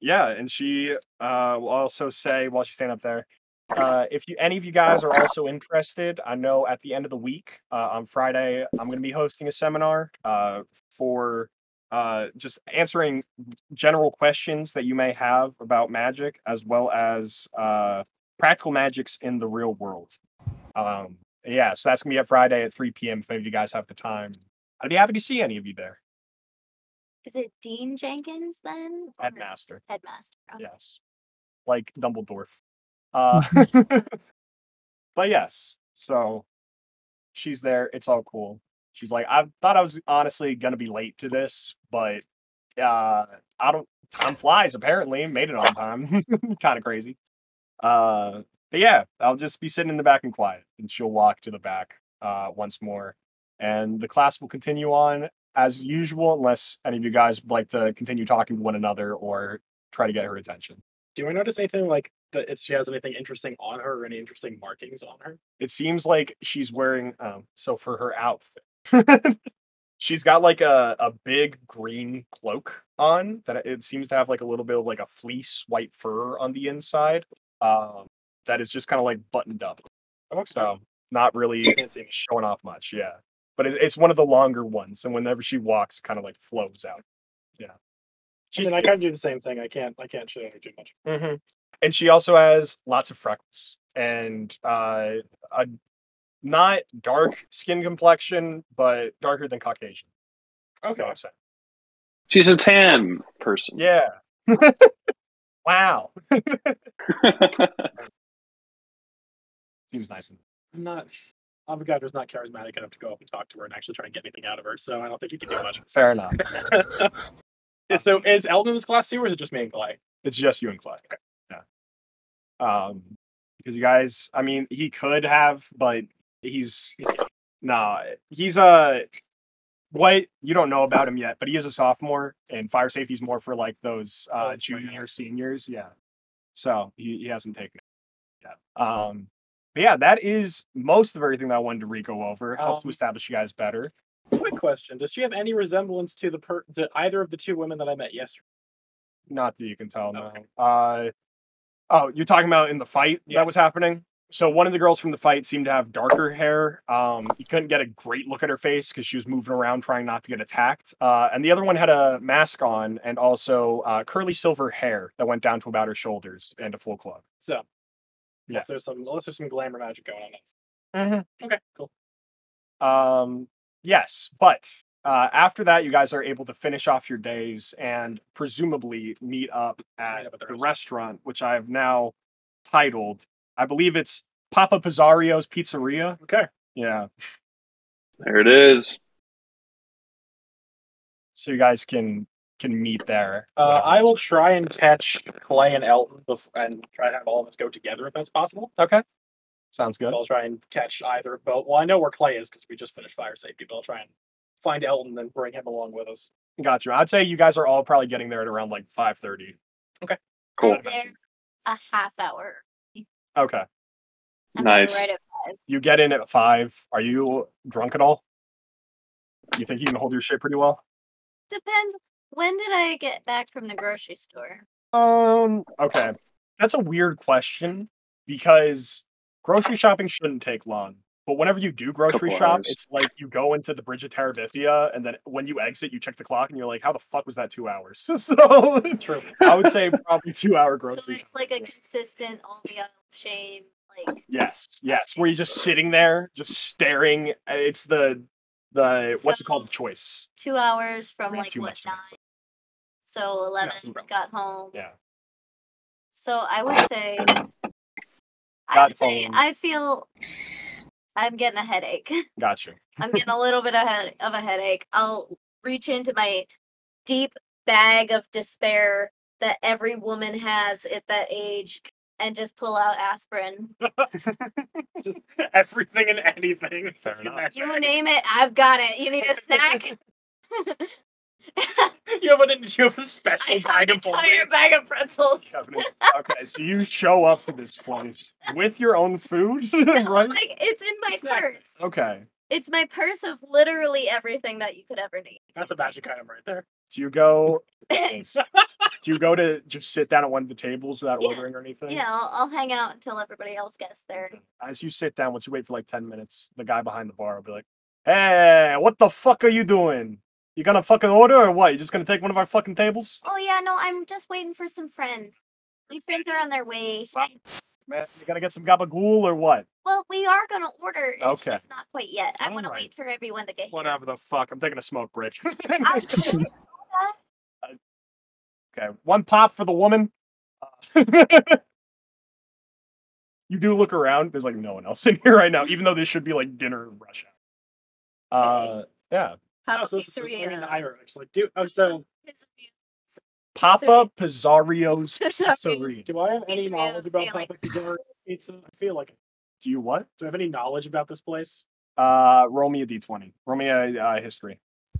yeah, and she uh, will also say while she's standing up there, uh, if you any of you guys are also interested, I know at the end of the week uh, on Friday I'm going to be hosting a seminar uh, for uh, just answering general questions that you may have about magic as well as uh, practical magics in the real world. Um, yeah, so that's gonna be at Friday at 3 p.m. If any of you guys have the time, I'd be happy to see any of you there. Is it Dean Jenkins then? or Headmaster, Headmaster. okay. yes, like Dumbledore. Uh, but yes, so she's there. It's all cool. She's like, I thought I was honestly gonna be late to this, but uh, I don't. Time flies. Apparently, made it on time. kind of crazy. Uh, but yeah, I'll just be sitting in the back and quiet, and she'll walk to the back uh, once more, and the class will continue on as usual, unless any of you guys would like to continue talking to one another or try to get her attention. Do I notice anything like that? If she has anything interesting on her or any interesting markings on her? It seems like she's wearing. Um, so for her outfit, she's got like a a big green cloak on that it seems to have like a little bit of like a fleece white fur on the inside. Um, that is just kind of like buttoned up. I'm So not really Can't see me. showing off much. Yeah, but it, it's one of the longer ones, and whenever she walks, kind of like flows out. Yeah, I mean, I kind of do the same thing. I can't. I can't show you too much. hmm and she also has lots of freckles and uh, a not dark skin complexion, but darker than Caucasian. You know what Okay. I'm saying? She's a tan person. Yeah. wow. Seems nice. and- I'm not. Avogadro's not charismatic enough to go up and talk to her and actually try and get anything out of her, so I don't think he can do much. Fair enough. And so, is Elden in this class too, or is it just me and Clay? It's just you and Clay. Yeah. Um, because you guys, I mean, he could have, but he's nah. He's a what you don't know about him yet, but he is a sophomore, and fire safety is more for like those Oh, uh, yeah. junior seniors. Yeah. So he, he hasn't taken it yet. Um, but yeah, that is most of everything that I wanted to re go over. Helped to Um, establish you guys better. Quick question: Does she have any resemblance to the per- to either of the two women that I met yesterday? Not that you can tell, no. Okay. Uh, oh, you're talking about in the fight that was Yes. happening? So one of the girls from the fight seemed to have darker hair. Um, you couldn't get a great look at her face because she was moving around trying not to get attacked. Uh, and the other one had a mask on and also uh, curly silver hair that went down to about her shoulders and a full club. So, Yeah. unless there's some unless there's some glamour magic going on. Mm-hmm. Okay, cool. Um, yes, but uh, after that, you guys are able to finish off your days and presumably meet up at, Meet up at the, the restaurant. restaurant. which I have now titled, I believe it's Papa Pizzario's Pizzeria. Okay, Yeah. there it is. So you guys can can meet there. uh, whatever I that's will try and catch Clay and Elton bef- and try to have all of us go together if that's possible. worth. Okay. Sounds good. So I'll try and catch either. But well, I know where Clay is because we just finished fire safety. But I'll try and find Elton and bring him along with us. Got you. I'd say you guys are all probably getting there at around like 5.30. Cool. I'm there a half hour. Okay. I'm there Nice. Right at, You get in at 5. Are you drunk at all? You think you can hold your shit pretty well? depends. When did I get back from the grocery store? Um. Okay, that's a weird question because grocery shopping shouldn't take long. But whenever you do grocery Couple shop, hours. it's like you go into the Bridge of Terabithia, and then when you exit, you check the clock, and you're like, "How the fuck was that two hours?" So True. I would say probably two hour So grocery. it's like a consistent all the of shame. Like Yes, yes. Where you're just sitting there, just staring. Uh, It's the the what's it called? So- Choice. two hours from Not like too what much nine. time. So eleven it's about- got home. Yeah. So I would say, I Got would say home. I feel I'm getting a headache. Gotcha. I'm getting a little bit of, head- of a headache. I'll reach into my deep bag of despair that every woman has at that age and just pull out aspirin. just everything and anything. Fair that's in enough. that You bag. name it, I've got it. You need a snack? You have a did you have a special I have bag an of entire holding? bag of pretzels. Covenant. Okay, so you show up to this place with your own food, right? Like it's in my It's not- purse. Okay. It's my purse of literally everything that you could ever need. That's a magic item right there. Do you go? do you go to just sit down at one of the tables without Yeah. ordering or anything? Yeah, I'll, I'll hang out until everybody else gets there. As you sit down, once you wait for like ten minutes, the guy behind the bar will be like, "Hey, what the fuck are you doing? You gonna fucking order or what? You just gonna take one of our fucking tables?" Oh yeah, no, I'm just waiting for some friends. My friends are on their way. Fuck, man, you gonna get some gabagool or what? Well, we are gonna order. It's Okay. just not quite yet. Oh I want to Alright. wait for everyone to get here. Whatever the fuck. I'm taking a smoke break. I- Okay, one pop for the woman. Uh, you do look around. There's like no one else in here right now, even though this should be like dinner rush hour. Uh, yeah. Oh, Probably so this is, I three mean, of Irish. Like, do oh, so his views. Papa Pizzario's Sorry. Pizzeria. do I have any Pizzeria knowledge would about feel like- Papa Pizzarro pizza? I feel like Do you what? do I have any knowledge about this place? Uh, roll me a d20. Roll me a uh, history.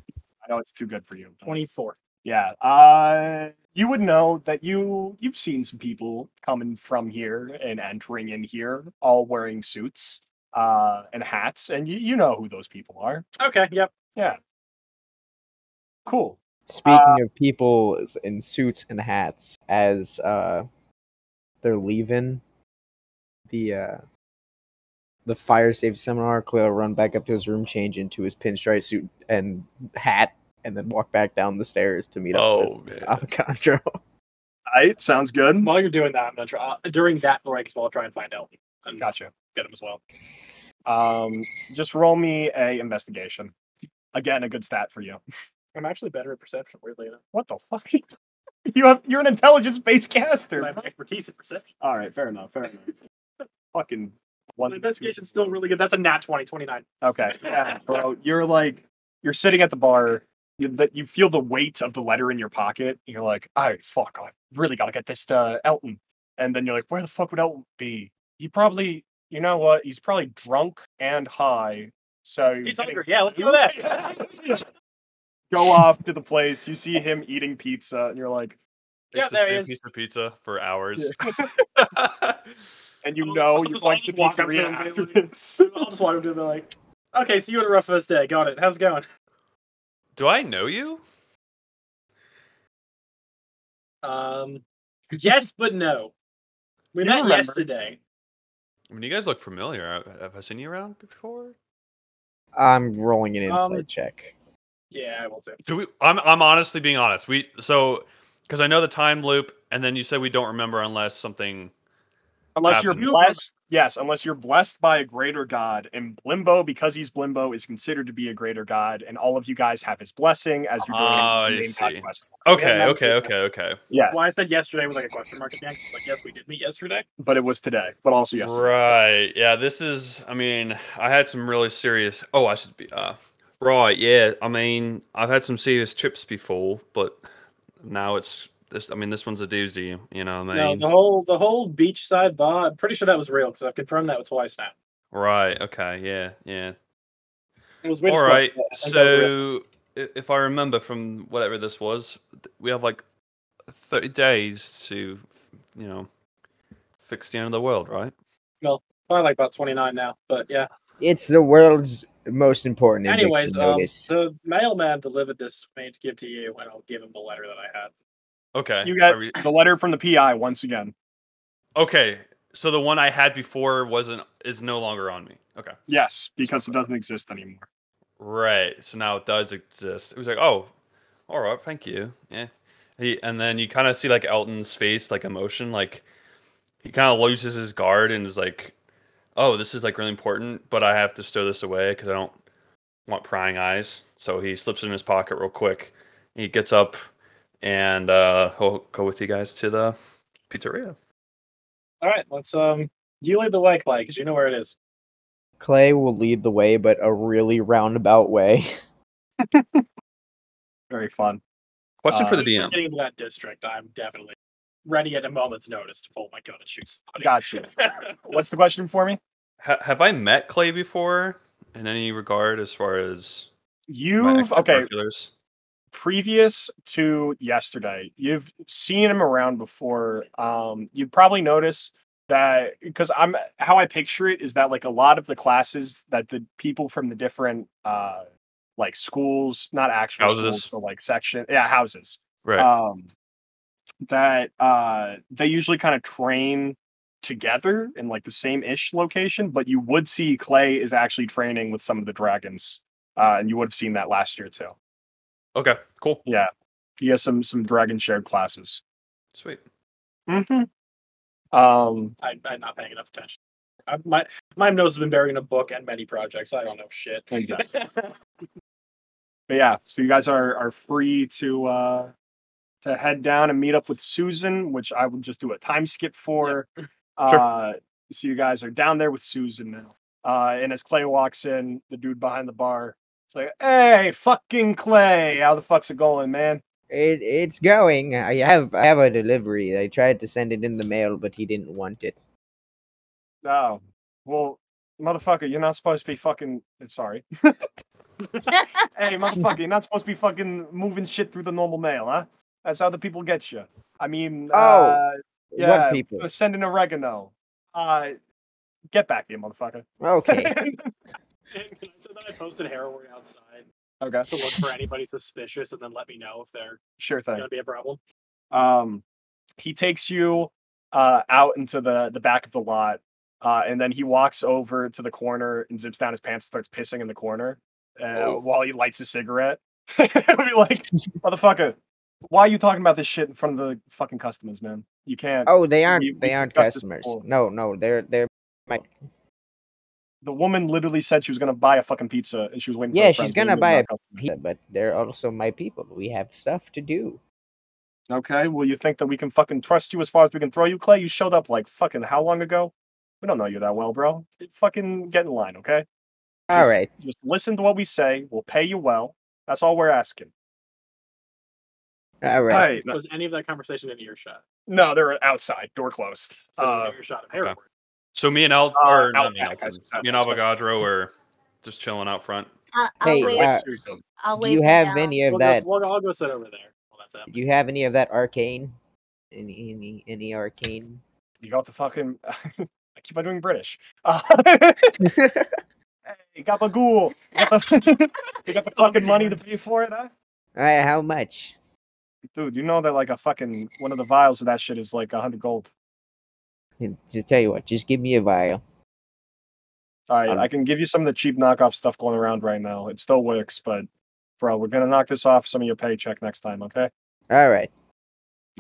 I know it's too good for you. but- Twenty four. Yeah. Uh, you would know that you you've seen some people coming from here and entering in here, all wearing suits uh, and hats, and you you know who those people are. Okay, yep. Cool. Uh, Speaking of people s- in suits and hats, as uh, they're leaving the uh, the fire safety seminar, Clay will run back up to his room, change into his pinstripe suit and hat, and then walk back down the stairs to meet up Oh, with man. Avocado. All right. Sounds good. While you're doing that, I'm gonna try uh, during that break as well. I'll try and find out and Gotcha. get him as well. Um, just roll me a investigation. Again, a good stat for you. I'm actually better at perception, weirdly enough. What the fuck? you have you're an intelligence based caster. I have expertise in perception. All right, fair enough. Fair enough. Fucking My one. investigation's still really good. That's a nat 20, 29. Okay, yeah, bro. You're like you're sitting at the bar. You that you feel the weight of the letter in your pocket. And you're like, all right, fuck. I really gotta get this to Elton. And then you're like, where the fuck would Elton be? He probably, you know what? He's probably drunk and high. So He's getting hungry. Yeah, let's go food- there. go off to the place. You see him eating pizza, and you're like, Yeah, it's there the he same is. piece of pizza for hours. and you I'll- know I'll you're just- going I'll to just walk up to pizzeria him and after be like- this. I'll just walk up to him and be like, okay, so you had a rough first day. Got it. How's it going? Do I know you? Um, yes, but no. We You met remember. yesterday. I mean, you guys look familiar. Have- Have I seen you around before? I'm rolling an Um, insight check. Yeah, I will too. Do we? I'm I'm honestly being honest. We so because I know the time loop, and then you said we don't remember unless something. Unless you're happened. blessed, yes, unless you're blessed by a greater god. And Blimbo, because he's Blimbo, is considered to be a greater god, and all of you guys have his blessing as you're doing Ah, the I main god see. quest. Okay, that- okay, okay, okay. Yeah, Why I said yesterday with like a question mark at the end. 'cause It's like, yes, we did meet yesterday. but it was today, but also yesterday. Right. Yeah. This is. I mean, I had some really serious. Oh, I should be. Uh, right. Yeah. I mean, I've had some serious trips before, but now it's this. I mean, this one's a doozy. You know what I No, mean? the whole the whole beachside bar. I'm pretty sure that was real because I've confirmed that twice now. Right. Okay. Yeah. Yeah. It was weird. as All fuck, right. but I think that was real. So, i- if I remember from whatever this was, th- we have like thirty days to, you know, fix the end of the world, right? probably like about 29 now, but yeah. It's the world's most important eviction Anyways, um, notice. the mailman delivered this to me to give to you, and I'll give him the letter that I had. Okay. You I got re- the letter from the PI once again. okay. So the one I had before wasn't is no longer on me. Okay. Yes, because it doesn't exist anymore. Right. So now it does exist. It was like, oh, all right, thank you. Yeah. He, and then you kind of see like Elton's face, like emotion, like he kind of loses his guard and is like, oh, this is like really important, but I have to stow this away because I don't want prying eyes. So he slips it in his pocket real quick. He gets up and uh, he'll go with you guys to the pizzeria. All right, let's um, you lead the way, Clay, because you know where it is. Clay will lead the way, but a really roundabout way. Very fun. Question for Uh, the DM. Getting into that district, I'm definitely ready at a moment's notice to pull my gun and shoot somebody. Gotcha. What's the question for me? Ha- have I met Clay before in any regard as far as my You've okay. extracurriculars? previous to yesterday, you've seen him around before. Um, you'd probably notice that because I'm how I picture it is that like a lot of the classes that the people from the different uh like schools, not actual Houses. schools, but like section, yeah, houses Right. um, that uh, they usually kind of train together in like the same ish location, but you would see Clay is actually training with some of the dragons, uh, and you would have seen that last year too. okay. Cool. Yeah, he has some some dragon shared classes. Sweet. Mm-hmm. Um, I, I'm not paying enough attention. I, my my nose has been buried in a book and many projects. I don't know shit. Exactly. but yeah, so you guys are are free to uh to head down and meet up with Susan, which I will just do a time skip for. Uh so you guys are down there with Susan now. Uh and as Clay walks in, the dude behind the bar, it's like, hey, fucking Clay, how the fuck's it going, man? It it's going. I have I have a delivery. I tried to send it in the mail, but he didn't want it. Oh, well, motherfucker, you're not supposed to be fucking eh, sorry. hey, motherfucker, you're not supposed to be fucking moving shit through the normal mail, huh? That's how the people get you. I mean, Oh. uh, What people? uh, Send an oregano. Uh, get back here, motherfucker. Okay. so then I posted heroin outside okay, to look for anybody suspicious, and then let me know if they're sure thing. gonna be a problem. Um, he takes you uh, out into the the back of the lot, uh, and then he walks over to the corner and zips down his pants, and starts pissing in the corner uh, Oh. while he lights a cigarette. I'll be like, motherfucker, why are you talking about this shit in front of the fucking customers, man? You can't. Oh, they aren't we they aren't discussed this customers. before. No, no, they're they're The woman literally said she was gonna buy a fucking pizza, and she was waiting. Yeah, for her she's friend, gonna even buy not a customer. pe- but they're also my people. We have stuff to do. Okay, well, you think that we can fucking trust you as far as we can throw you, Clay? You showed up like fucking how long ago? We don't know you that well, bro. Fucking get in line, okay? All Just- right. Just listen to what we say. We'll pay you well. That's all we're asking. All right. Hey, no, Was any of that conversation in earshot? no, they're outside, door closed. So Uh, in earshot of heroin. So me and Al, Uh, or not me, and Outback, I Elton, suppose me and that's what's- Avogadro are just chilling out front. Uh, I'll Hey, wave. uh, Susan. I'll Do wave. you you have down. any of Well, that's- that? well, I'll go sit over there. Well, that's Do happening. you have any of that arcane? Any any any arcane? You got the fucking. I keep on doing British. Uh, hey, Gabagool. You got the, you got the fucking money to pay for it, huh? Uh, how much? Dude, you know that like a fucking one of the vials of that shit is like a hundred gold. To tell you what, just give me a vial. All right, Um, I can give you some of the cheap knockoff stuff going around right now. It still works, but bro, we're gonna knock this off some of your paycheck next time, okay? All right.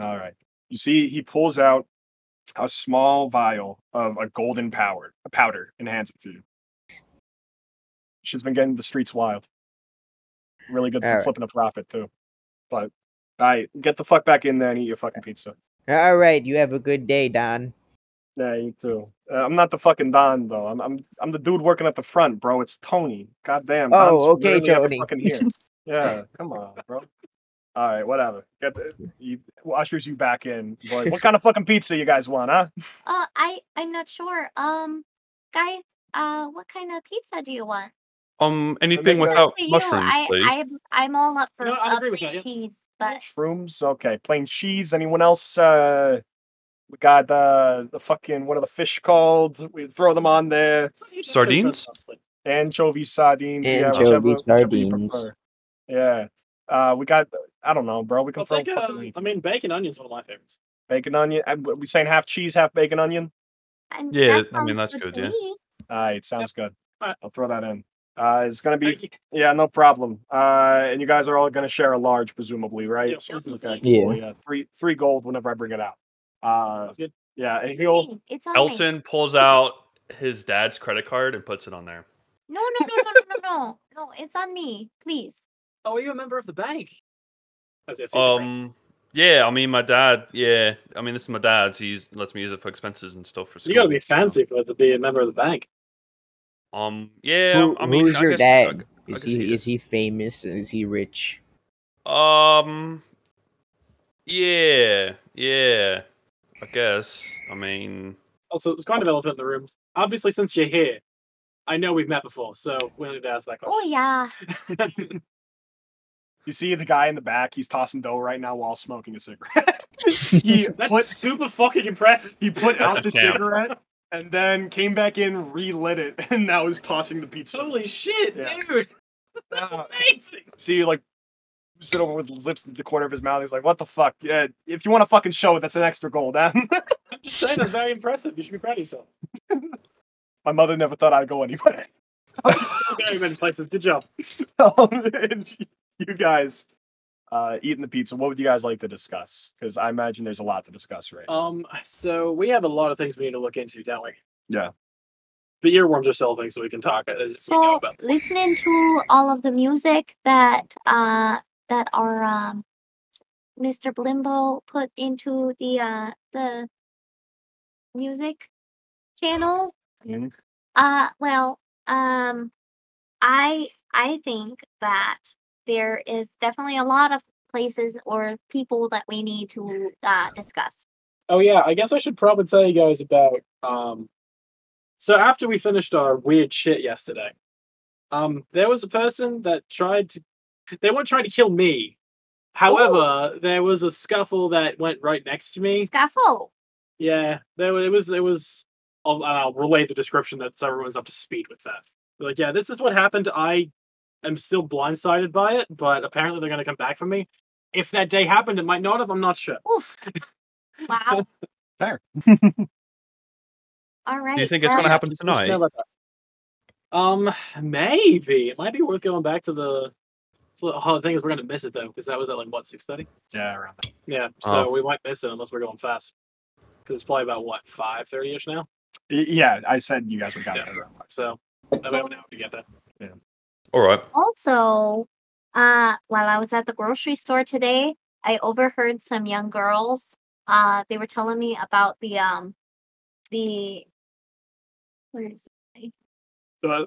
All right. You see, he pulls out a small vial of a golden powder, a powder, and hands it to you. She's been getting the streets wild. Really good for All right. flipping a profit too. But all right, get the fuck back in there and eat your fucking pizza. All right. You have a good day, Don. Yeah, you too. Uh, I'm not the fucking Don though. I'm I'm I'm the dude working at the front, bro. It's Tony. Goddamn. Oh, Don's okay, literally ever Tony. Fucking here. Yeah, come on, bro. All right, whatever. Get the, he ushers you back in. Boy, what kind of fucking pizza you guys want, huh? Uh, I I'm not sure. Um, guys, uh, what kind of pizza do you want? Um, anything that- It's without up to you. mushrooms, I, please. I'm I'm all up for No, I uh, agree with free that, yeah. cheese, but Shrooms. Okay, plain cheese. Anyone else? Uh, we got uh, the fucking what are the fish called? We throw them on there. Sardines? uh, anchovy sardines. yeah, Anchovy whichever, whichever you sardines. prefer. Yeah. Uh, we got. I don't know, bro. We can I'll throw take. Uh, fucking I mean, bacon onion's one of my favorites. bacon onion. I- We saying half cheese, half bacon onion. and Yeah, that I mean, sounds that's good, to yeah. me. All right, sounds good. Alright. I'll throw that in. Uh, it's gonna be Thank you. yeah, no problem. Uh, and you guys are all gonna share a large, presumably, right? Yeah, sure. Okay, Yeah. cool, yeah. Three three gold whenever I bring it out. Uh, Sounds good. yeah, and he'll Hey, it's on me. Elton pulls out his dad's credit card and puts it on there. No, no, no, no, no, no, no, no. It's on me, please. Oh, are you a member of the bank? As I see the brand. Um, yeah, I mean, my dad. Yeah, I mean, this is my dad's. He us- lets me use it for expenses and stuff for school. you gotta be so- fancy for to be a member of the bank. Um, yeah. Who- I mean, who's I your guess, I dad? gu- I Is guess he he is he famous? Is he rich? Um. Yeah. Yeah. I guess. I mean. Also, it's kind of elephant in the room. Obviously, since you're here, I know we've met before, so we don't need to ask that Oh question. yeah. You see the guy in the back, he's tossing dough right now while smoking a cigarette. he That's put super fucking impressive. he put That's out the a champ. cigarette and then came back in, relit it, and now is tossing the pizza. Holy shit, Yeah. dude. That's Now- amazing. See, like, sit over with his lips in the corner of his mouth. He's like, "What the fuck? Yeah, if you want to fucking show it, that's an extra goal, Dan." I'm just saying, that's very impressive. You should be proud of yourself. My mother never thought I'd go anywhere. Very many places. Good job. Um, and you guys uh, eating the pizza. What would you guys like to discuss? Because I imagine there's a lot to discuss Oh, right now. Um, so we have a lot of things we need to look into, don't we? Yeah. The earworms are still things that we can talk uh, so we know So about. listening to all of the music that uh that our um Mr. Blimbo put into the uh the music channel. Mhm. Uh well, um I I think that there is definitely a lot of places or people that we need to uh discuss. Oh yeah, I guess I should probably tell you guys about um so after we finished our weird shit yesterday, um there was a person that tried to they weren't trying to kill me. However, there was a scuffle that went right next to me. Scuffle. Yeah, there wa- it was it was I'll, and I'll relay the description that so everyone's up to speed with that. They're like, yeah, this is what happened. I am still blindsided by it, but apparently they're going to come back for me. If that day happened, it might not have. I'm not sure. Oof. Wow. Fair. All right. Do you think it's going to well, happen Just know tonight? about that. Um, maybe it might be worth going back to the. Oh, the thing is, we're going to miss it though, because that was at like what six thirty. Yeah, around that. Yeah, so Oh. we might miss it unless we're going fast. Because it's probably about what five thirty ish now. Y- Yeah, I said you guys would got Yeah. that around. that. So I might know to get that. All right. also uh while i was at the grocery store today i overheard some young girls uh they were telling me about the um the where is it? The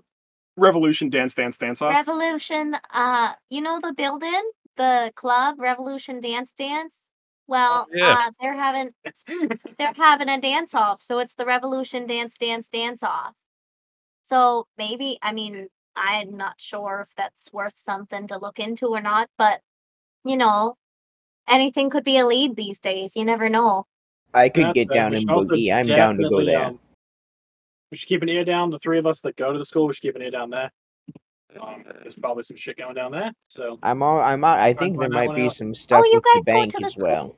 revolution dance, dance, dance off. revolution uh you know the building the club revolution dance dance well yeah. uh they're having they're having a dance off so it's the revolution dance dance dance off so maybe i mean i'm not sure if that's worth something to look into or not but you know anything could be a lead these days you never know I could That's get fair. down We and should also boogie. I'm down to go definitely, there. um, we should keep an ear down. The three of us that go to the school, we should keep an ear down there. Um, there's probably some shit going down there. So I'm all. I'm out. I to think there find that might one be out. some stuff you guys with the go to bank the as school? well,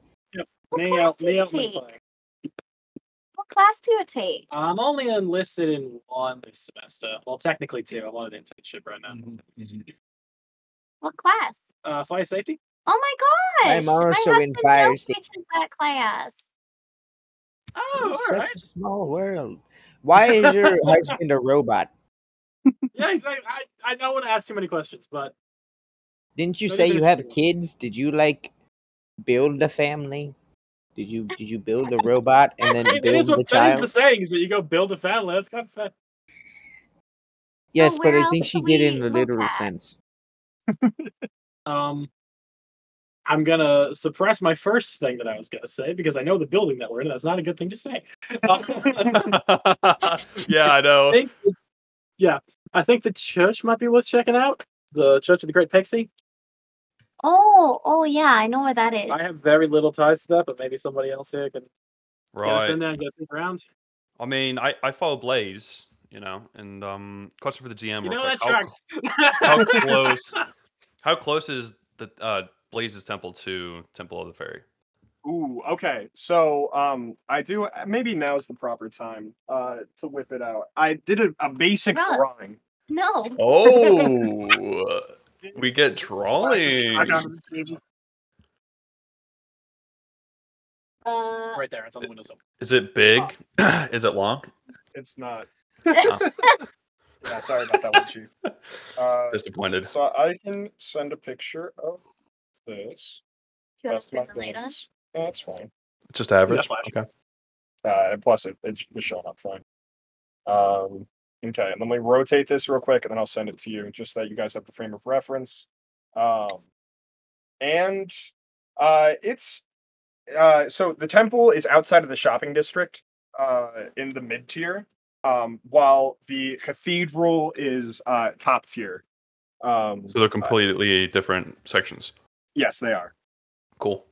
what me class out, do me you out, me take playing. what class do you take I'm only enlisted in one this semester. Well, technically two. I'm on an internship right Mm. now. Mm-hmm. what class Uh, fire safety. oh my gosh I'm also my in husband fire Bill sa- teaches that class Oh, It's all such right. a small world. Why is your husband a robot? yeah, exactly. I, I don't want to ask too many questions, but Didn't you That is say an you have interesting kids? Did you like build a family? Did you did you build a robot and then it, it build is a what that is the child? saying is that you go build a family. That's kind of fun. Yes, but where I think else she do did it we in a look literal at? sense. Um, I'm gonna suppress my first thing that I was gonna say because I know the building that we're in. That's not a good thing to say. I yeah, I know. think, yeah, I think the church might be worth checking out. The Church of the Great Pixie. Oh, oh yeah, I know where that is. I have very little ties to that, but maybe somebody else here can get us Right. in there and get us around. I mean, I, I follow Blaze, you know, and um, question for the GM. You real know quick. that How- tracks. how close how close is the uh blaze's temple to temple of the fairy Ooh, okay. So um I do maybe now's the proper time uh to whip it out. I did a, a basic Russ. drawing. no. oh we get drawing I got it. Uh, right there. It's on the window. is it big is it long It's not. No. yeah, sorry about that one, Chief. Uh, disappointed so I can send a picture of this. do you want to That's my turn the light on? things. No, that's fine. just average flash. okay Uh, and plus, it, it was showing up fine. Um, okay, and let me rotate this real quick, and then I'll send it to you, just so that you guys have the frame of reference. Um, and uh, it's uh, so the temple is outside of the shopping district, uh, in the mid tier, um, while the cathedral is uh, top tier. Um, So they're completely different sections. yes, they are. Cool.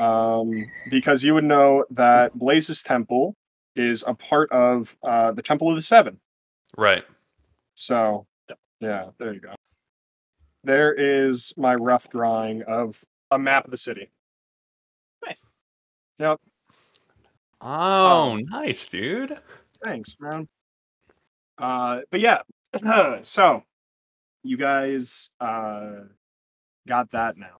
um, because you would know that Blaze's temple is a part of uh, the Temple of the Seven. Right. So, yeah, there you go. There is my rough drawing of a map of the city. Nice. Oh, nice, dude. Thanks, man. Uh, but yeah, so you guys uh, got that now.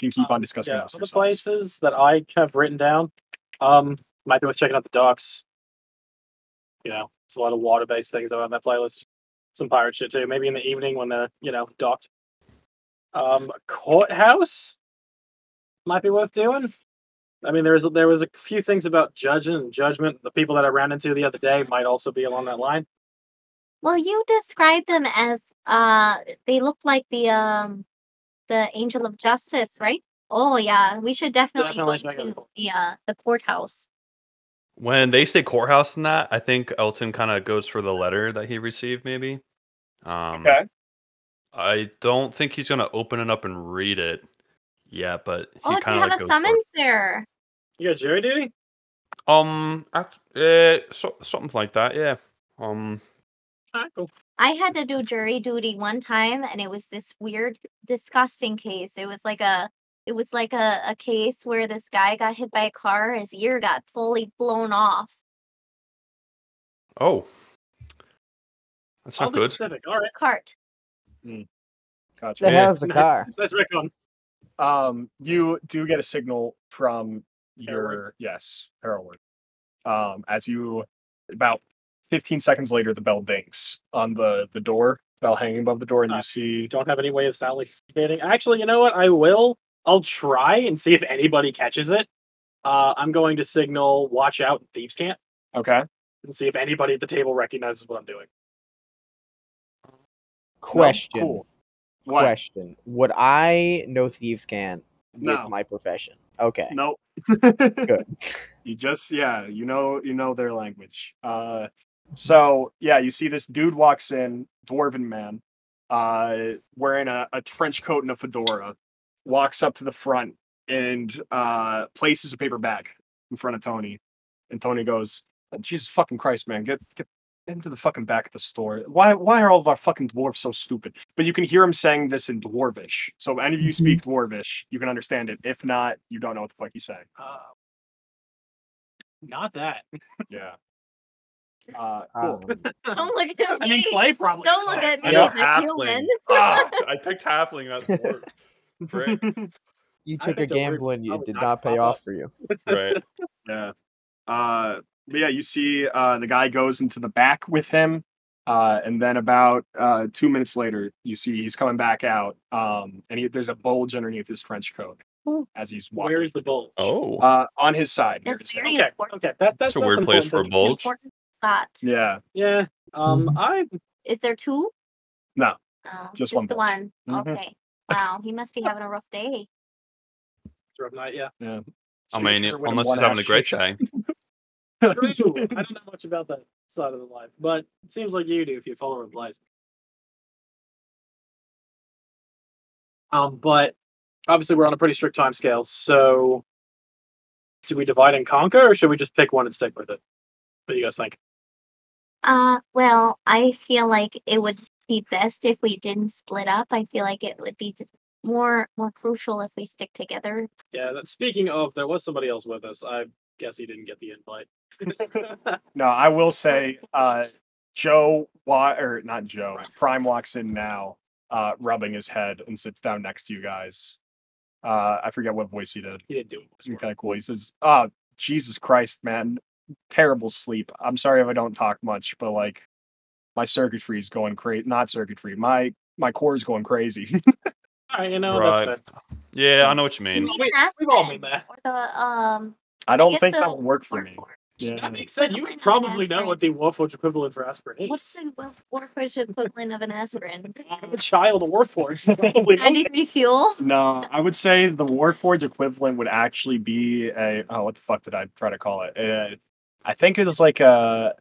Can keep on Um, discussing yeah, this. other places that I have written down. Um, might be worth checking out the docks. You know, it's a lot of water-based things that are on that playlist. Some pirate shit too. Maybe in the evening when they're you know docked. Um, courthouse might be worth doing. I mean, there is there was a few things about judging and judgment. The people that I ran into the other day might also be along that line. Well, you described them as uh they look like the um the angel of justice, right? Oh yeah, we should definitely, Definitely go check it to out. the uh, the courthouse. When they say courthouse and that, I think Elton kind of goes for the letter that he received, maybe. Um, Okay. I don't think he's gonna open it up and read it. Yeah, but he oh, they kind have of like a goes for it. summons there. You got jury duty? Um, act- uh, so, something like that. Yeah. Um, All right, cool. I had to do jury duty one time, and it was this weird, disgusting case. It was like a it was like a, a case where this guy got hit by a car, his ear got fully blown off. oh, that's I'll not be good. specific. All right, Cart. Gotcha. The hell's the Nice. car? let's wreck on. Um, you do get a signal from your Herald. yes, Herald. Um, as you about 15 seconds later, the bell dings on the the door, bell hanging above the door, and Ah. you see don't have any way of salivating. Actually, you know what? I will. I'll try and see if anybody catches it. Uh, I'm going to signal watch out thieves can't okay, and see if anybody at the table recognizes what I'm doing. Question. cool. What? Question. Would I know thieves can No. with my profession? Okay. No, Good. you just yeah, you know you know their language. Uh, so yeah, you see this dude walks in, dwarven man, uh, wearing a, a trench coat and a fedora, walks up to the front and uh places a paper bag in front of Tony, and Tony goes, "Jesus fucking Christ, man, get get." Into the fucking back of the store. Why? Why are all of our fucking dwarves so stupid? But you can hear him saying this in dwarvish. So if any of you speak dwarvish, you can understand it. If not, you don't know what the fuck he's saying. Uh, not that. Yeah. Uh, cool. Um, Don't look at Hmm. I mean, me. Clay probably. Don't knows look that. at I me. know I'm halfling. human. Ah, I picked halfling. That's more. Frick. you I took a think the word gamble and you- it probably did not not pay pop up. off for you. Right. yeah. Uh, but yeah, you see uh, the guy goes into the back with him. Uh, and then about uh, two minutes later, you see he's coming back out. Um, and he, there's a bulge underneath his trench coat as he's walking. Where is the bulge? Oh. uh, on his side. near That's his hip. very Okay, important. okay. That, that's That's a that's weird place for a Mm-hmm. important. bulge. Important spot. Yeah. Yeah. Um. I Is there two? No. Oh, Just one the bulge. one. Mhm. Okay. Wow, he must be having a rough day. throw night. Yeah. I So mean, you're it- winning unless one he's having a ass great cheek. day. True. I don't know much about that side of the life, but it seems like you do if you follow him lies. Um, but obviously we're on a pretty strict time scale, so do we divide and conquer or should we just pick one and stick with it? What do you guys think? Uh, well, I feel like it would be best if we didn't split up. I feel like it would be d- more more crucial if we stick together. Yeah, that, speaking of, there was somebody else with us. I guess he didn't get the invite. No, I will say, uh, Joe, wa- or not Joe, Prime walks in now, uh, rubbing his head and sits down next to you guys. Uh, I forget what voice he did. he didn't do it. Okay, cool. He says, "Ah, Jesus Christ, man, terrible sleep. I'm sorry if I don't talk much, but like, my circuitry's going crazy. Not circuitry. My my core is going crazy. All right, you know, right. that's Yeah, I know what you You mean. need wait, an we've all accident been there. Or the um I don't guess think that the would work for me. workforce. fair. That Yeah, being said, you Probably not probably know aspirin. what the Warforged equivalent for aspirin is. What's the wo- workforce equivalent of an aspirin? I'm a child of Warforged. Probably not. Ninety-three fuel. no, I would say the Warforged equivalent would actually be a oh, what the fuck did I try to call it? Uh, I think it was like a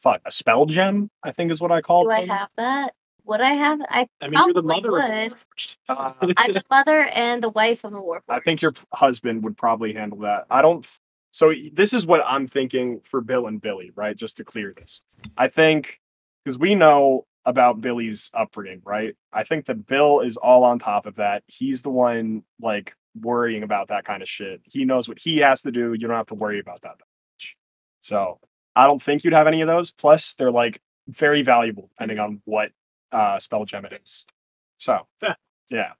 fuck a spell gem. I think is what I called. Do I them. have that? Would I have? I I mean, you're the Probably mother would. of the Uh-huh. Uh, I'm the mother and the wife of a warforged. I think your p- husband would probably handle that. I don't. f- So y- this is what I'm thinking for Bill and Billy, right? Just to clear this, I think because we know about Billy's upbringing, right? I think that Bill is all on top of that. He's the one like worrying about that kind of shit. He knows what he has to do. You don't have to worry about that. that much. So I don't think you'd have any of those. Plus, they're like very valuable depending on what uh, spell gem it is. So Fair. yeah,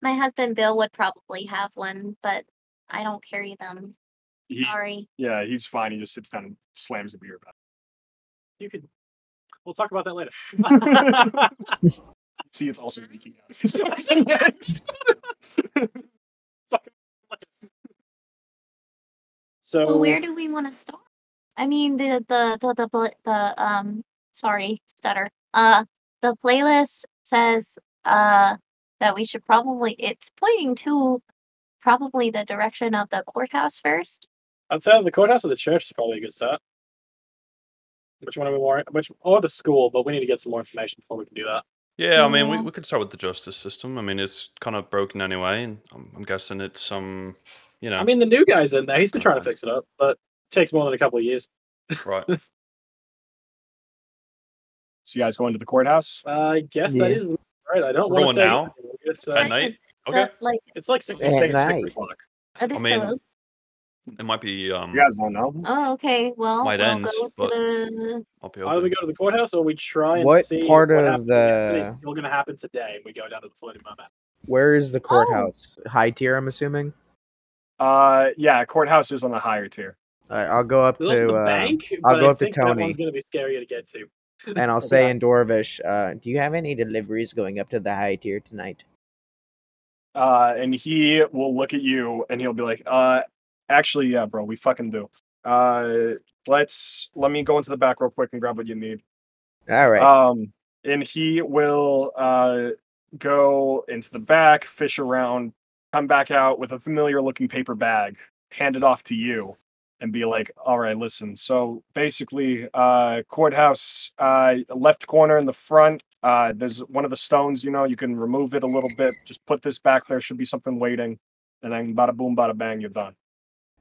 My husband Bill would probably have one, but I don't carry them. he, Sorry. Yeah, he's fine. He just sits down and slams the beer back. You could. We'll talk about that later. See, it's also leaking out. of his hands. so, So where do we want to start? I mean the the the the, pla- the um sorry stutter. Uh, the playlist says uh that we should probably it's pointing to probably the direction of the courthouse first. outside of the courthouse or the church is probably a good start. Which one are we more? Which or the school? But we need to get some more information before we can do that. Yeah, I mean, we, Yeah. we could start with the justice system. I mean, it's kind of broken anyway, and I'm, I'm guessing it's some, you know, I mean, the new guy's in there. He's been That's trying to nice. fix it up, but it takes more than a couple of years. right. so you guys go into the courthouse. I guess that Yeah. is right. I don't We're want going to stay now? It's, uh, At Like, night, is okay. The, like it's like six. It's Yeah, six, six nice. o'clock. are they I still mean, open? It might be. Um, You guys don't know. Oh, okay. Well, Might we'll end, go to but- the- I'll be Either we open. go to the courthouse or we try and What see part of happened the- yesterday's still going to happen today. We go down to the floating moment. Where is the courthouse? High tier, I'm assuming. Uh, yeah, courthouse is on the higher tier. All right, I'll go up There's also to the uh, bank, I'll but go I up to think that Tony. one's going to be scarier to get to. and Oh, I'll say in Dorvish, uh, "Do you have any deliveries going up to the high tier tonight?" Uh, and he will look at you and he'll be like, uh, actually, yeah, bro, we fucking do. Uh, let's let me go into the back real quick and grab what you need. All right. Um, and he will uh, go into the back, fish around, come back out with a familiar looking paper bag, hand it off to you, and be like, all right, listen. So basically, uh, courthouse, uh, left corner in the front. Uh, there's one of the stones, you know, you can remove it a little bit. Just put this back there. Should be something waiting. And then bada boom, bada bang, you're done.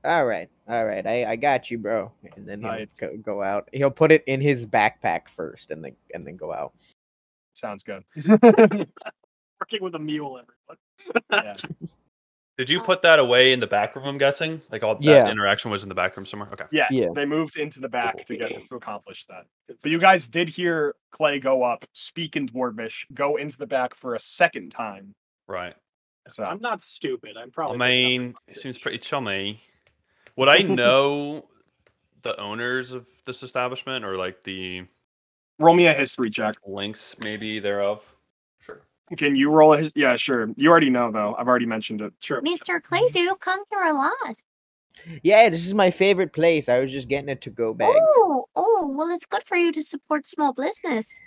All right, all right. I, I got you, bro. And then he'll Nice. go, go out. He'll put it in his backpack first, and then and then go out. Sounds good. Working with a mule, everyone. Did you put that away in the back room? I'm guessing. Like all that Yeah. interaction was in the back room somewhere. Okay. Yes, Yeah. they moved into the back to get to accomplish that. So you guys did hear Clay go up, speak in Dwarvish, go into the back for a second time. Right. So I'm not stupid. I'm I probably. picking mean, up on it seems shit. pretty chummy. Would I know the owners of this establishment or like the roll me a history check. links maybe thereof? Sure. Can you roll a his- yeah, sure. You already know though. I've already mentioned it. Sure. Mr. Claydew come here a lot. Yeah, this is my favorite place. I was just getting a to go bag. Oh, oh, well, it's good for you to support small business.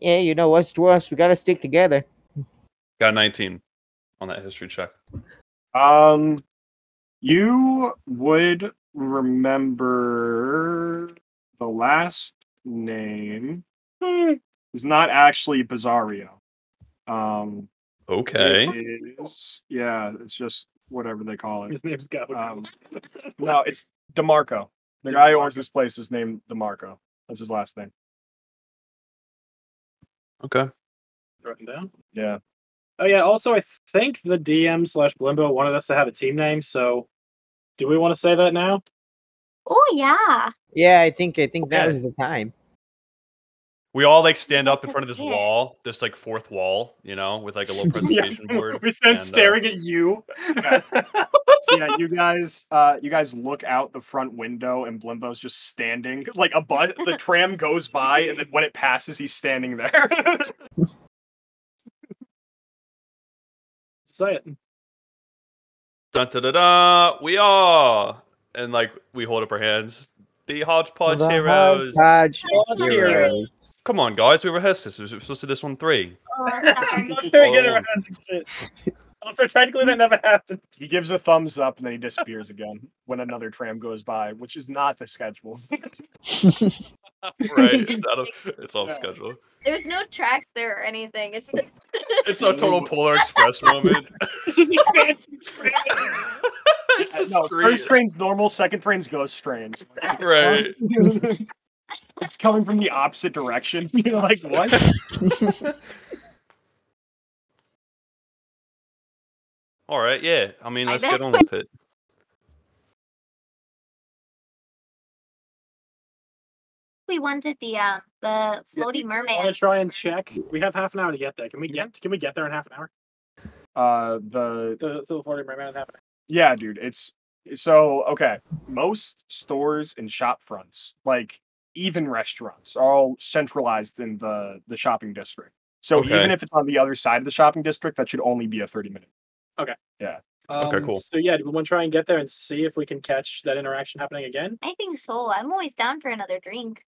Yeah, you know us to us. We gotta stick together. Got a 19 on that history check. Um you would remember the last name is not actually Bizarrio. Um Okay. it is, yeah, it's just whatever they call it. His name's Go. Um, No, it's DeMarco. The guy who owns this place is named DeMarco. That's his last name. Okay. Written down. Yeah. Oh yeah. Also, I think the DM slash Blimbo wanted us to have a team name. So, do we want to say that now? Oh, yeah. Yeah, I think I think that Okay. was the time. We all like stand up in front of this Yeah. wall, this like fourth wall, you know, with like a little presentation board. we stand and, uh, staring at you. So yeah, you guys, uh, you guys look out the front window, and Blimbo's just standing. Like a bus, the tram goes by, and then when it passes, he's standing there. say it. dun, dun, dun, dun, we are, and like we hold up our hands, the hodgepodge The heroes. Hodgepodge Hodgepodge heroes. Come on, guys, we rehearsed this. We were supposed to do this on three. Oh, I'm sorry. not very good at Oh. wrestling shit. Also, technically, that never happened. He gives a thumbs up and then he disappears again when another tram goes by, which is not the schedule. right? It's, out of, it's off Yeah. schedule. There's no tracks there or anything. It's just It's a total Polar Express moment. It's just a fancy tram. it's a Uh, no, street. first train's normal, second train's ghost train. Right. it's coming from the opposite direction. You're like, what? All right, yeah. I mean, I let's get guess on when- with it. we wanted the um the floaty I want to merman. try and check. We have half an hour to get there. Can we get? Can we get there in half an hour? Uh, the The, to the Florida Merman in half an Yeah, dude. It's so okay. Most stores and shop fronts, like even restaurants, are all centralized in the the shopping district. So even Okay. if it's on the other side of the shopping district, that should only be a thirty minute. hour. Okay, Um, cool. So yeah, do we want to try and get there and see if we can catch that interaction happening again? I think so. I'm always down for another drink.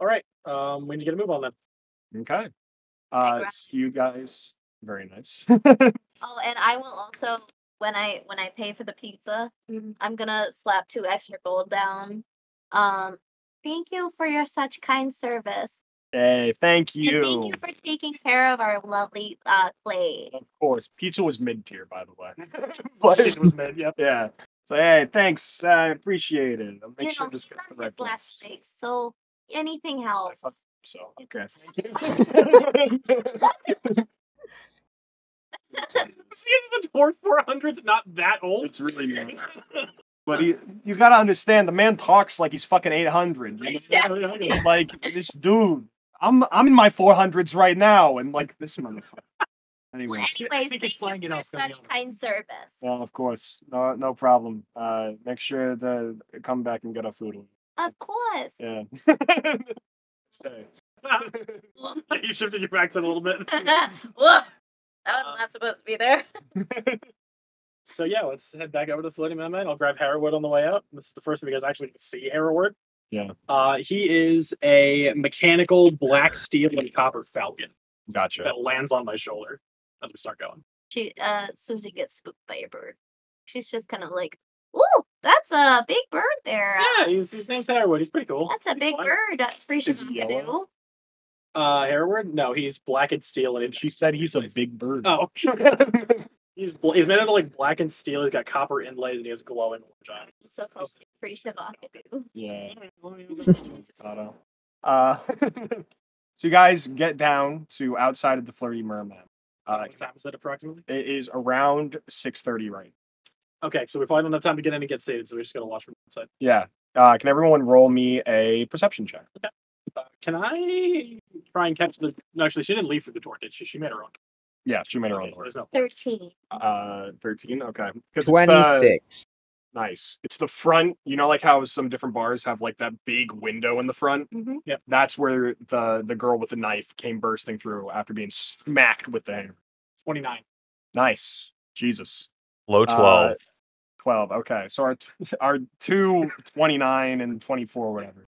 All right. Um, we need to get a move on then. Okay. Uh, grabbed so you guys, very nice. Oh, and I will also when I when I pay for the pizza, I'm gonna slap two extra gold down. Um, thank you for your such kind service. hey, thank And you. thank you for taking care of our lovely uh clay. Of course, pizza was mid tier, by the way. What it was made. Yep. yeah. So hey, thanks. I appreciate it. I'll make you sure know, this he's gets the on right his last place. break, so anything helps. fuck- So okay. Is the dwarf 400s not that old? It's really not. But he, you gotta understand, the man talks like he's fucking eight hundred. Exactly. Like this dude, I'm I'm in my four hundreds right now, and like this motherfucker. Well, Anyways, anyways, he's thank playing you it for up, to be such honest. kind service. well, of course, no no problem. Uh, make sure to come back and get our food. Of course. Yeah. Stay. you shifted your accent a little bit. Whoa, that Uh, was not supposed to be there. So yeah, let's head back over to the Floating Merman. I'll grab Harrowwood on the way out. This is the first time you guys actually see Harrowwood. Yeah. Uh, he is a mechanical black steel and copper falcon Gotcha. that lands on my shoulder as we start going. She, uh, Susie gets spooked by a bird. She's just kind of like, "Ooh, that's a big bird there. Uh, Yeah, he's, his name's Harrowwood. He's pretty cool. That's a He's big fun. bird. uh, That's pretty Is he yellow? do. Uh, Harrowwood? No, he's black and steel and he's She said he's a big bird. oh. he's bl- he's made out of like black and steel. He's got copper inlays and he has glowing orange eyes. So called pretty Shivaku. Yeah. Auto. Uh, so you guys get down to outside of the Flirty Merman. Uh, what time is it approximately? it is around six thirty, right? Okay, so we probably don't have time to get in and get seated, so we're just gonna watch from outside. Yeah. Uh, can everyone roll me a perception check? Uh, can I try and catch the? No, actually, she didn't leave through the door, did she? She made her own. Yeah, she made her Door. own Okay, so door. there's no. Thirteen. Uh, thirteen. Okay. 'Cause it's the- Twenty-six. nice. It's the front. You know, like how some different bars have like that big window in the front. Mhm. Yep. That's where the the girl with the knife came bursting through after being smacked with the hammer. Twenty-nine. Nice. Jesus. Low Uh, 12. 12 okay so our t- our two 29 and 24 whatever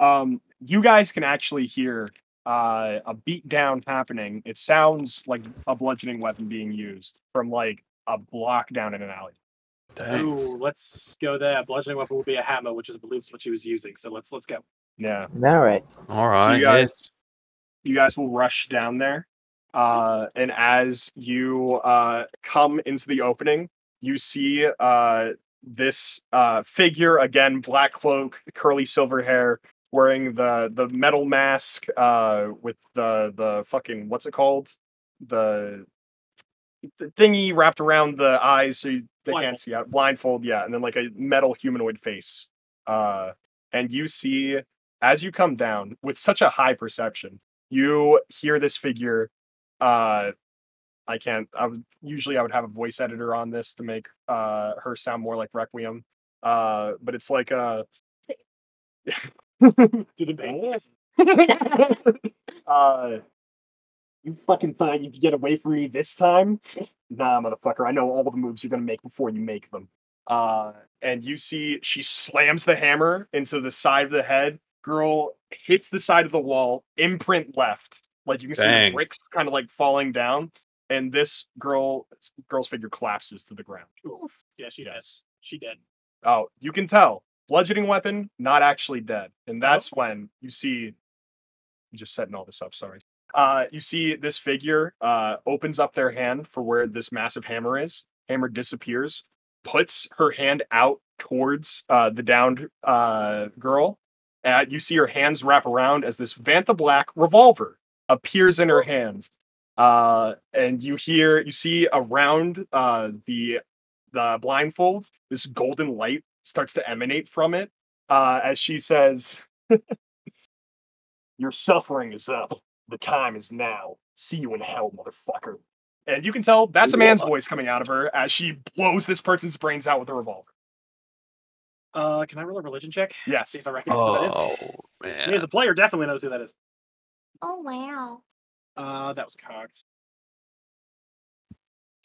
um you guys can actually hear uh a beat down happening it sounds like a bludgeoning weapon being used from like a block down in an alley Dang. Ooh, let's go there. Bludgeoning weapon will be a hammer, which is, I believe, is what she was using. So let's let's go. yeah All right. All right. so you yeah. guys you guys will rush down there uh and as you uh come into the opening you see uh this uh figure again black cloak curly silver hair wearing the the metal mask uh with the the fucking what's it called the, the thingy wrapped around the eyes so you, they can't Blindfold. see out blindfold yeah and then like a metal humanoid face uh and you see as you come down with such a high perception, you hear this figure. Uh, I can't. I would usually I would have a voice editor on this to make uh her sound more like Requiem. Uh, but it's like uh, Do the bang. uh, you fucking thought you could get away from me this time? Nah, motherfucker. I know all the moves you're gonna make before you make them. Uh, and you see she slams the hammer into the side of the head. Girl hits the side of the wall, imprint left. Like you can see Dang. the bricks kind of like falling down. and this girl girl's figure collapses to the ground. Yeah, she does. Yes. She did. Oh, you can tell. Bludgeoning weapon, not actually dead. And that's when you see I'm just setting all this up, sorry. Uh you see this figure uh opens up their hand for where this massive hammer is. Hammer disappears, puts her hand out towards uh the downed uh girl. And you see her hands wrap around as this Vantha Black revolver appears in her hand. Uh and you hear you see around uh the the blindfold, this golden light starts to emanate from it uh, as she says, Your suffering is up. The time is now. See you in hell, motherfucker. And you can tell that's a man's voice coming out of her as she blows this person's brains out with a revolver. Uh, can I roll a religion check? See Yes. if I recognize Oh. who that is. Me Oh, man. as a player definitely knows who that is. Oh wow. Uh, that was cocked.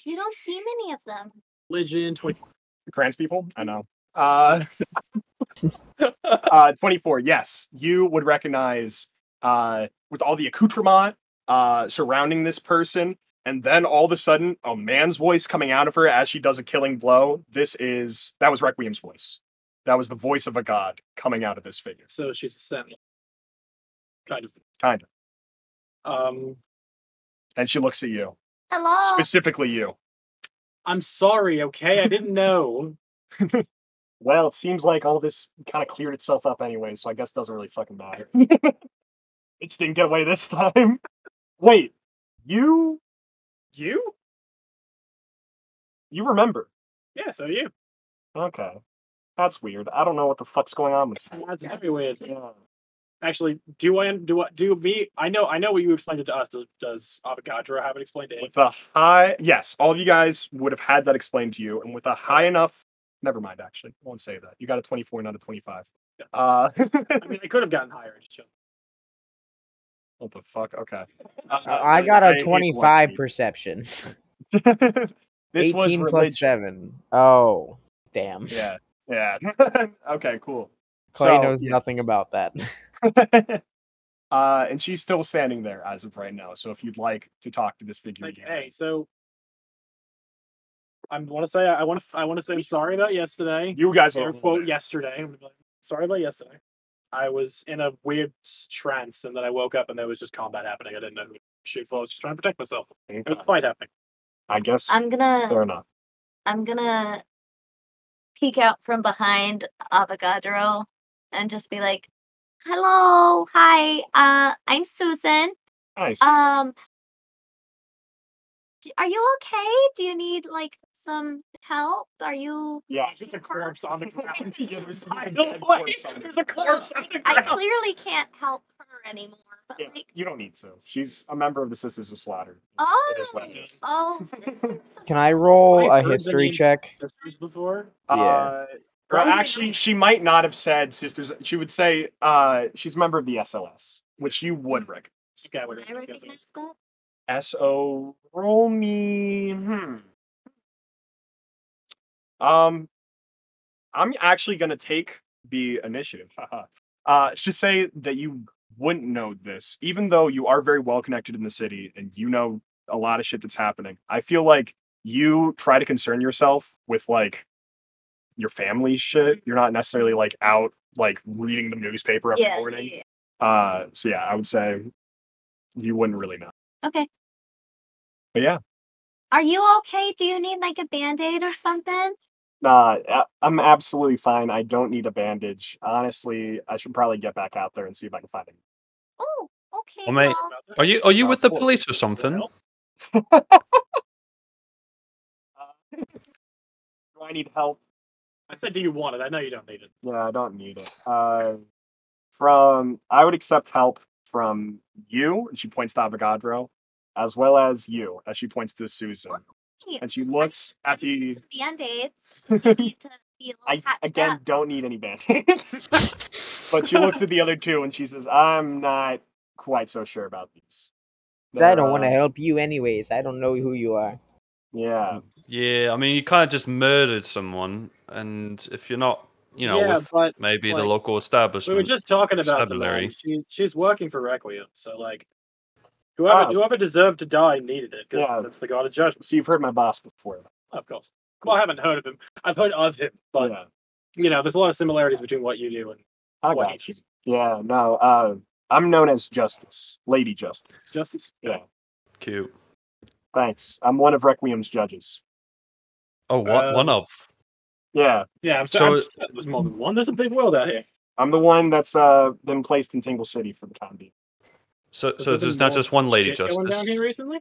You don't see many of them. Religion twenty. Trans people? I know. Uh, uh, 24. Yes. You would recognize, uh, with all the accoutrement uh, surrounding this person, and then all of a sudden, a man's voice coming out of her as she does a killing blow. This is, that was Requiem's voice. That was the voice of a god coming out of this figure. So she's a sentinel. Kind of. Kind of. Um, And she looks at you, Hello. specifically you. I'm sorry. Okay, I didn't know. Well, it seems like all this kind of cleared itself up anyway, so I guess it doesn't really fucking matter. it just didn't get away this time. Wait, you You? you remember. Yeah. So do you. Okay. That's weird. I don't know what the fuck's going on with That's very weird. yeah. Actually, do I? Do I? Do me? I know. I know what you explained it to us. Does, does Avogadro have it explained to him? With a high yes, all of you guys would have had that explained to you, and with a high enough never mind actually. I won't say that. You got a twenty four, not a twenty five. Uh I mean, I could have gotten higher. I Just chose- what the fuck? Okay. Uh, I got hate a lucky. 25 perception. this 18 was plus religion. 7. Oh, damn. Yeah. Yeah. okay, cool. Clay So, knows yeah. nothing about that. uh, and she's still standing there as of right now. So if you'd like to talk to this figure Like, again, hey, so I want to say I want to I want to say I'm sorry about yesterday. you guys are Air quote yesterday. I'm gonna be like, sorry about yesterday. I was in a weird s- trance and then I woke up and there was just combat happening. I didn't know who to shoot for. I was just trying to protect myself. It Uh-huh. was a fight happening. I guess Uh, I'm gonna fair enough. I'm gonna peek out from behind Avogadro and just be like, "Hello, hi. Uh, I'm Susan. Nice. Um, d- are you okay? Do you need like some help? Are you?" yeah. It's just a corpse on the ground. Yeah, there's I a know, dead like, corpse on the There's a Well, corpse on the I ground. clearly can't help her anymore. But Yeah, like, you don't need to. She's a member of the Sisters of Slaughter. It's- oh, It is what it is. oh, sisters of Can I Sin- roll I've a heard the history names. check? Sisters before. Yeah. Uh, or Probably actually, not. she might not have said Sisters. She would say uh, she's a member of the SOS, which you would recognize. Okay, I Can would I recognize that? SO roll me. Hmm. Um, I'm actually gonna take the initiative. haha. uh, to say that you wouldn't know this, even though you are very well connected in the city and you know a lot of shit that's happening. I feel like you try to concern yourself with like your family shit. You're not necessarily like out like reading the newspaper every Yeah, morning. yeah, Uh, so yeah, I would say you wouldn't really know. yeah. Okay. But yeah. Are you okay? Do you need like a band aid or something? Nah, a- I'm absolutely fine. I don't need a bandage. Honestly, I should probably get back out there and see if I can find it. Oh, okay. Well, mate, well, Are you are you Uh, with the four. police or something? Well, Do I need help? I said, do you want it? I know you don't need it. Yeah, I don't need it. Uh, from I would accept help from you, and she points to Avogadro, as well as you, as she points to Susan, hey, and she looks at I need the. some band-aids. I need to be a I little patched again up. don't need any band-aids. but she looks at the other two and she says, "I'm not quite so sure about these." I They're, don't want uh, to help you, anyways. I don't know who you are. Yeah, Yeah, I mean, you kind of just murdered someone, and if you're not, you know, yeah, with but maybe the like, local We were establishment. just talking about the Vocabulary. man. She, she's working for Requiem, so like Whoever, Oz. whoever deserved to die needed it because Ah. Yeah. that's the god of judgment. So you've heard my boss before. Of course. Well, I haven't heard of him. I've heard of him, but yeah, you know, there's a lot of similarities between what you do and I what he got you. does. Yeah, no, uh, I'm known as Justice, Lady Justice. Justice. Yeah, Cute. thanks. I'm one of Requiem's judges. Oh, one, Uh, one of. Yeah, Yeah. I'm So- sorry. there's more than one. There's a big world out here. I'm the one that's uh been placed in Tingle City for the time being. So, Has so there been there's not more just one lady shit Going justice. down here recently.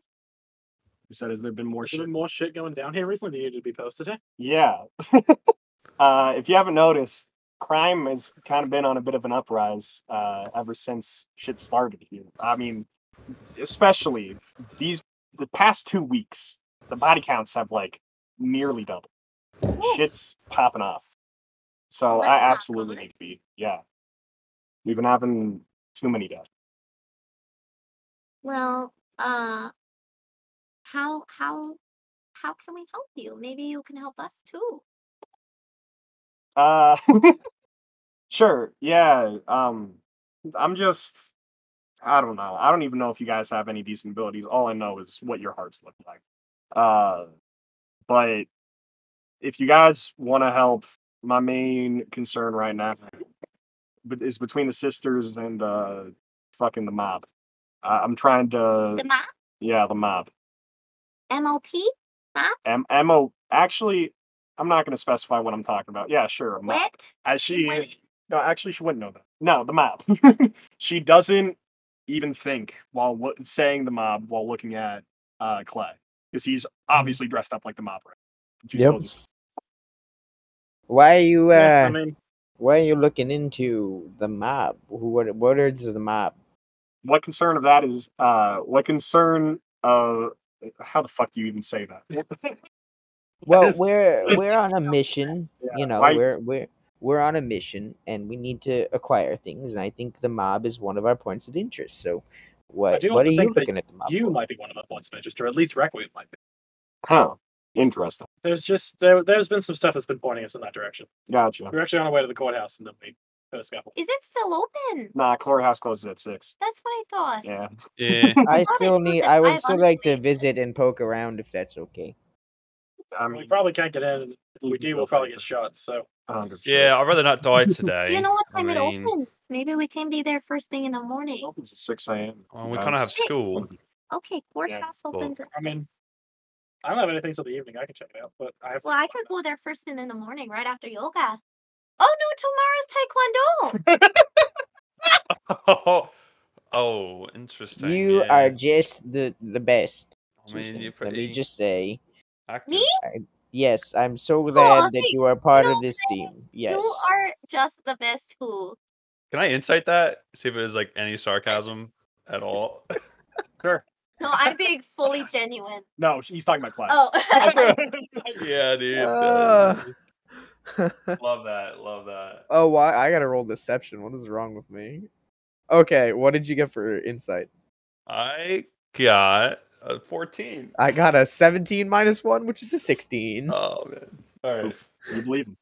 You said, has there been more There's shit? been more shit going down here recently that needed to be posted. eh? Here. Yeah. uh, if you haven't noticed, crime has kind of been on a bit of an uprise uh, ever since shit started here. I mean, especially these the past two weeks, the body counts have like nearly doubled. Shit's popping off. So Well, that's I not absolutely good. need to be. Yeah, we've been having too many deaths. Well, uh, how how how can we help you? Maybe you can help us too. Uh, sure. Yeah. Um, I'm just, I don't know. I don't even know if you guys have any decent abilities. All I know is what your hearts look like. Uh, but if you guys want to help, my main concern right now but is between the sisters and uh, fucking the mob. I- I'm trying to, The map, yeah, the mob. MLP, M- MO, actually, I'm not going to specify what I'm talking about. Yeah, sure. a mob. wet, As she, winning. no, actually, she wouldn't know that. No, the mob. she doesn't even think while lo- saying the mob while looking at uh, Clay because he's obviously dressed up like the mob. Right? She's Yep. still just- Why are you uh Yeah, I mean, why are you looking into the mob? Who what what is the mob? What concern of that is? Uh, what concern of how the fuck do you even say that? Well, is- we're what is- we're on a mission. you know, why- we're we're we're on a mission and we need to acquire things and I think the mob is one of our points of interest. So what do what also are you think that looking at the mob? you for? might be one of my points of interest, or at least Requiem might be. huh? Interesting. There's just there, there's been some stuff that's been pointing us in that direction. Gotcha. We We're actually on our way to the courthouse, and then we had a scuffle. Is it still open? Nah, courthouse closes at six. That's what I thought. Yeah. Yeah. I Mob still need inclusive, I would I've still like to visit and poke around if that's okay. I We mean, probably can't get in. and If we Mhm. do, we'll probably get shot. So 100%. yeah, I'd rather not die today. Do you know what time I it mean, opens? Maybe we can be there first thing in the morning. Opens at six a.m. well, oh, we kind of have school. Okay, courthouse well, opens at I six. mean, I don't have anything till the evening. I can check it out, but I have. Well, I could go there first thing in the morning, right after yoga. Oh no, tomorrow's Taekwondo. oh, interesting. You yeah. are just the the best. I mean, Susan. you're Let pretty me just say, active. Me? yes, I'm so glad that thank- you are part no of this way. team. Yes. You are just the best. Who? Can I insight that? See if there's like any sarcasm at all. Sure. No, I'm being fully genuine. No, he's talking about Clay. Oh, yeah, dude. Uh. Love that. Love that. oh, why? I gotta roll deception. What is wrong with me? Okay, what did you get for insight? I got a 14. I got a 17 minus 1, which is a 16. Oh man. All right. You believe him,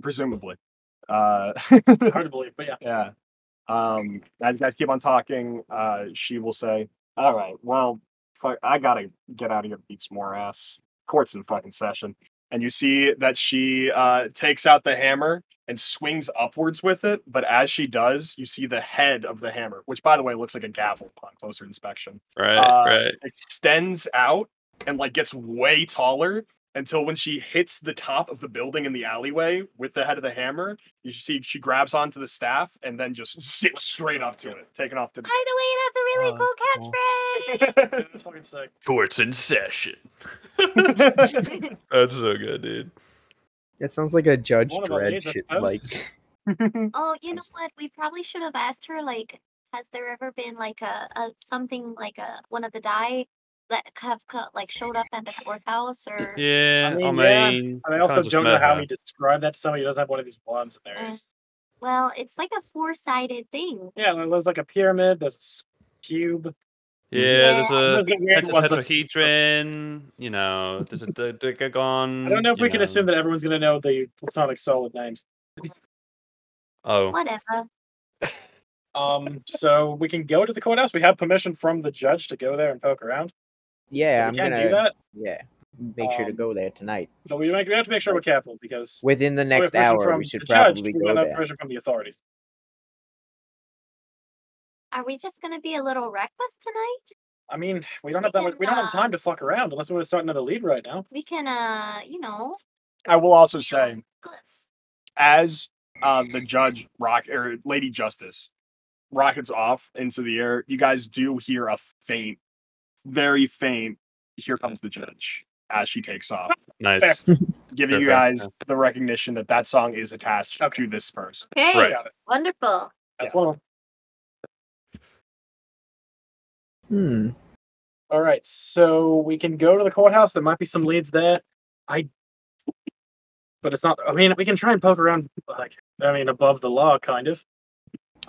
presumably. Uh, hard to believe, but yeah. yeah. Um, as you guys keep on talking, uh, she will say, "All right, well, fuck, I gotta get out of here, and beat some more ass. Court's in fucking session." And you see that she uh, takes out the hammer and swings upwards with it. But as she does, you see the head of the hammer, which, by the way, looks like a gavel upon closer inspection. Right. Uh, right. extends out and like gets way taller until when she hits the top of the building in the alleyway with the head of the hammer, you should see she grabs onto the staff and then just zips straight up to it, taking off to the. by the way, that's a really Oh, cool that's cool. catchphrase. That's fucking sick. Courts in session. That's so good, dude. It sounds like a Judge One of our Dredd leads, I shit. suppose. Like, oh, you know what? We probably should have asked her. Like, has there ever been like a, a something like a one of the die that have co- like showed up at the courthouse or? Yeah. I I mean, mean, yeah. we And I kinda also just don't know met how her. we describe that to somebody who doesn't have one of these worms in their Uh, ears. Well, it's like a four-sided thing. Yeah, there- there's like a pyramid. There's a s- cube. Yeah. There's There's a the weird ones that- tetrahedron. You know, there's a de- decagon. I don't know if you we can assume that everyone's gonna know the platonic solid names. Oh, Whatever. Um, so we can go to the courthouse. We have permission from the judge to go there and poke around. Yeah, so I'm we can gonna. do that, Yeah, make sure to Um, go there tonight. but we, make, we have to make sure we're Right. careful because Within the we have next permission hour, from we should the judge, probably we go don't have there. Permission from the authorities. Are we just gonna be a little reckless tonight? I mean, we don't We have that. much- We don't have can, uh, time to fuck around unless we want to start another lead right now. We can, uh, you know, I will also say, reckless. as uh, the judge rock or Lady Justice rockets off into the air, you guys do hear a faint, very faint. Here comes the judge as she takes off, Nice. giving you Okay. guys the recognition that that song is attached Okay. to this person. Okay, Right. Got it. wonderful. That's Yeah. one of them. Hmm. All right, so we can go to the courthouse. There might be some leads there. I, but it's not. I mean, we can try and poke around. Like, I mean, above the law, kind of.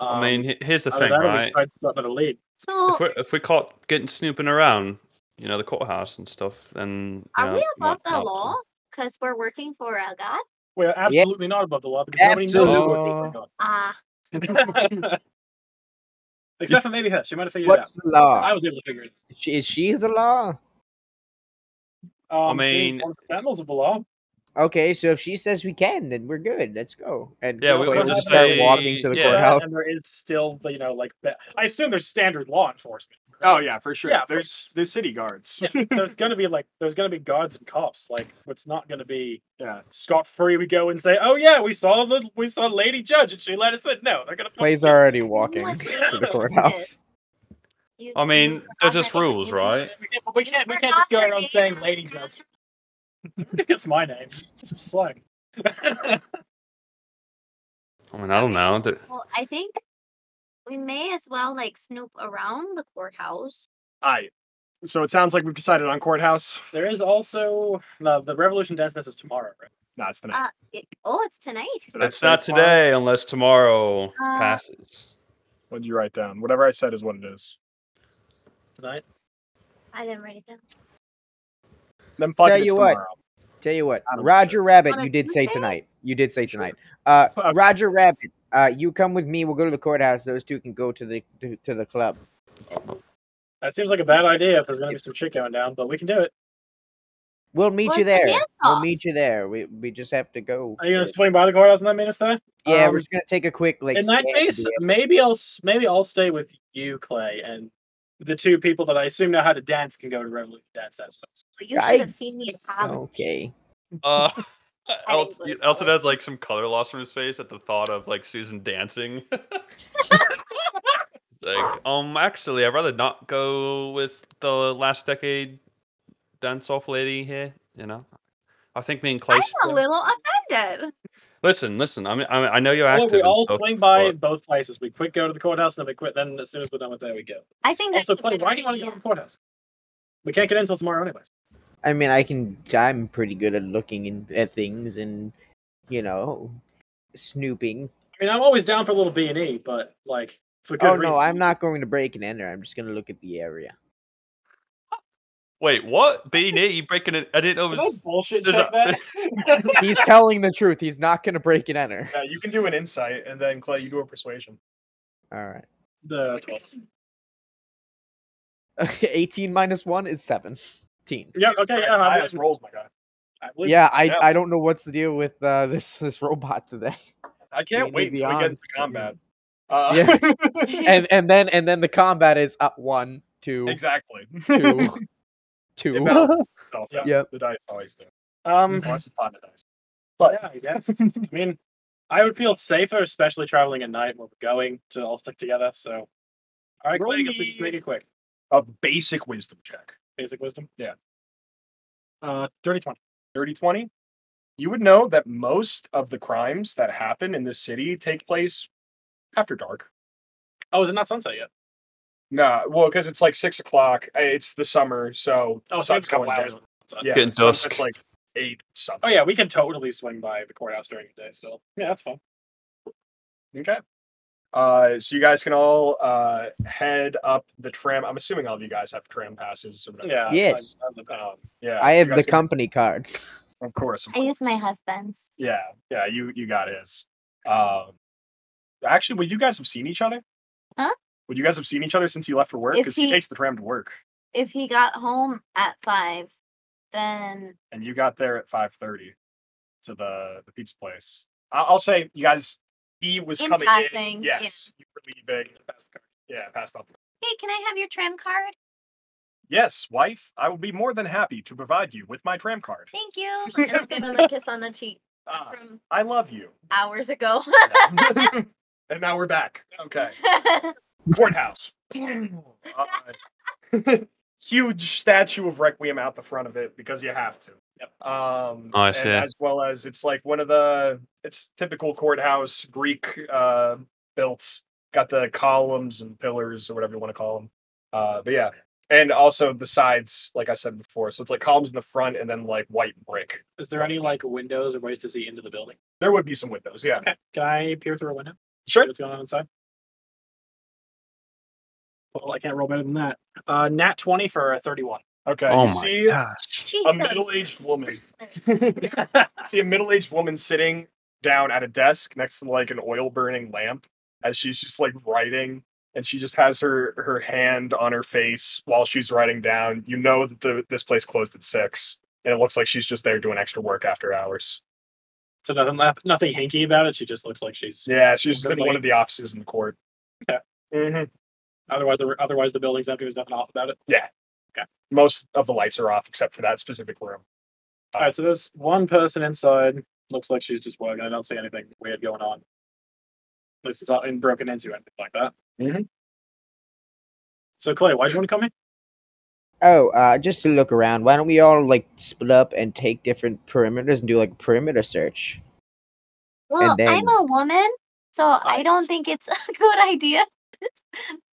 Um, I mean, he- here's the either thing, that or we right? try to start another lead. So, If we're, if we're caught getting snooping around, you know, the courthouse and stuff, then you are know, we above not- the not- law? Because we're working for a god. We're absolutely not above the law because nobody knows Ah, what's going on. Except for maybe her. She might have figured What's the it out. I law? was able to figure it. Is she, is she the law? out. Um, I she's mean- one of the sentinels of the law. Okay, so if she says we can, then we're good. Let's go. And Yeah, we- so we'll we'll just start say- walking to the yeah. courthouse. And there is still, the, you know, like the- I assume there's standard law enforcement. Oh yeah, for sure. Yeah, of there's there's city guards. Yeah, there's gonna be like there's gonna be guards and cops. Like it's not gonna be yeah. scot free. We go and say, oh yeah, we saw the we saw Lady Judge and she let us in. No, they're gonna. fucking- Clay's already walking What to the is courthouse. you, I mean, they're I'm just not gonna rules, do right? We can't, we can't, we We're can't just go not around saying ready. Lady Judge. That's my name. Some slang. I mean, I don't know. Th- Well, I think we may as well like snoop around the courthouse. All right. So it sounds like we've decided on courthouse. there is also no, the Revolution Dance Dance is tomorrow, right? No, it's tonight. Uh, it, oh, it's tonight. Did I It's say not tomorrow? today unless tomorrow Uh, passes. What did you write down? Whatever I said is what it is. Tonight. I didn't write it down. Then fuck Tell it, it's you what. tomorrow. Tell you what, I don't Roger Rabbit, On a you did say Tuesday? tonight. You did say tonight. Uh, Okay. Roger Rabbit, uh, you come with me. We'll go to the courthouse. Those two can go to the to, to the club. That seems like a bad idea if there's gonna be some shit going down, but we can do it. We'll meet Well, it's you a there. dance We'll off. meet you there. We we just have to go. Are you gonna to- swing by the courthouse and then meet us there? yeah, we're um, just gonna take a quick like. In that scan case, deal. maybe I'll s- maybe I'll stay with you, Clay, and the two people that I assume know how to dance can go to Revolution Dance Dance. Fest. But you I- should have seen me in college. Oh, okay. Uh, El- didn't really Elton follow. has like some color loss from his face at the thought of like Susan dancing. It's like, um, actually, I'd rather not go with the last decade dance off lady here. You know, I think me and Clay. I'm should a go. little offended. Listen, listen. I mean, I, mean, I know you're Well, active. we and all stuff, swing by but- both places. We quick go to the courthouse, and then we quit. Then as soon as we're done with that, we go. I think that's Also, a Clay, better why do you want to go idea. to the courthouse? We can't get in until tomorrow, anyways. I mean, I can. I'm pretty good at looking in, at things and you know, snooping. I mean, I'm always down for a little B and E, but like for good Oh reason. no, I'm not going to break and enter. I'm just gonna look at the area. Wait, what? Beanie, you breaking it? I didn't know it Can I was. bullshit there's check a- that? He's telling the truth. He's not gonna break and enter. Yeah, you can do an insight, and then Clay, you do a persuasion. All right. the 12. 18 minus 1 is 17. Yeah, Jesus okay, Christ, yeah, I, high ass rolls, my guy. I believe Yeah, I, Yeah. I don't know what's the deal with uh, this this robot today. I Being can't the wait until we get beyond into so- combat. Uh, And and then and then the combat is up one, two, exactly. two, It two. balances itself out. Yep. The dice always do. you. Um, Unless it's pot of dice. but yeah, I guess. I mean, I would feel safer, especially traveling at night where we're going to all stick together. So, all right, Roll Clay, I guess we just me- make it quick. A basic wisdom check. Basic wisdom. Yeah. Uh, dirty twenty. 30 20. You would know that most of the crimes that happen in this city take place after dark. Oh, is it not sunset yet? Nah, well, because it's like six o'clock. uh, It's the summer, so Oh, so sun's it's a couple going hours. down. Sunset. Yeah, Getting sunset's dusk. like eight something. Oh yeah, we can totally swing by the courthouse during the day still. Yeah, that's fine. Okay. Uh, so you guys can all uh, head up the tram. I'm assuming all of you guys have tram passes. Or whatever. Yeah. Yes. I, I live down. Um, yeah. I so have you the guys can- company card. Of course. of I use my course. husband's. Yeah. Yeah. You you got his. Um, actually, would you guys have seen each other? Huh? Would you guys have seen each other since he left for work? If Because he... he- takes the tram to work, If he got home at five, then and you got there at five thirty to the the pizza place. I- I'll say you guys. He was In coming passing, in. yeah. Yes, you were leaving. Passed the car. Yeah, passed off. The... hey, can I have your tram card? Yes, wife. I will be more than happy to provide you with my tram card. Thank you. And I'll give him a kiss on the cheek. That's Ah, from I love you. hours ago. and now we're back. Okay. courthouse. Uh, huge statue of Requiem out the front of it because you have to. Um, Oh, I and see. As well as it's like one of the it's typical courthouse Greek uh, built. Got the columns and pillars or whatever you want to call them. Uh, but yeah, and also the sides, like I said before. So it's like columns in the front and then like white brick. Is there any like windows or ways to see into the building? There would be some windows. Yeah, Okay. Can I peer through a window? sure. See what's going on inside? Well, I can't roll better than that. Uh, nat twenty for a thirty-one. Okay, Oh you my see a Jesus. middle-aged woman. Christmas. see a middle-aged woman sitting down at a desk next to like an oil-burning lamp as she's just like writing and she just has her her hand on her face while she's writing down you know that the, this place closed at six and it looks like she's just there doing extra work after hours So nothing, nothing hinky about it. She just looks like she's. yeah she's just in Really? one of the offices in the court Yeah. Mm-hmm. Mhm. Otherwise, the otherwise the building's empty. There's nothing off about it. most of the lights are off except for that specific room All right. So there's one person inside. Looks like she's just working. I don't see anything weird going on. At least it's not in broken into or anything like that. Mm-hmm. Mhm. So Clay, why'd you want to come in? Oh, uh, just to look around. Why don't we all like split up and take different perimeters and do like a perimeter search? Well, And I'm then- a woman, so I don't yes. think it's a good idea.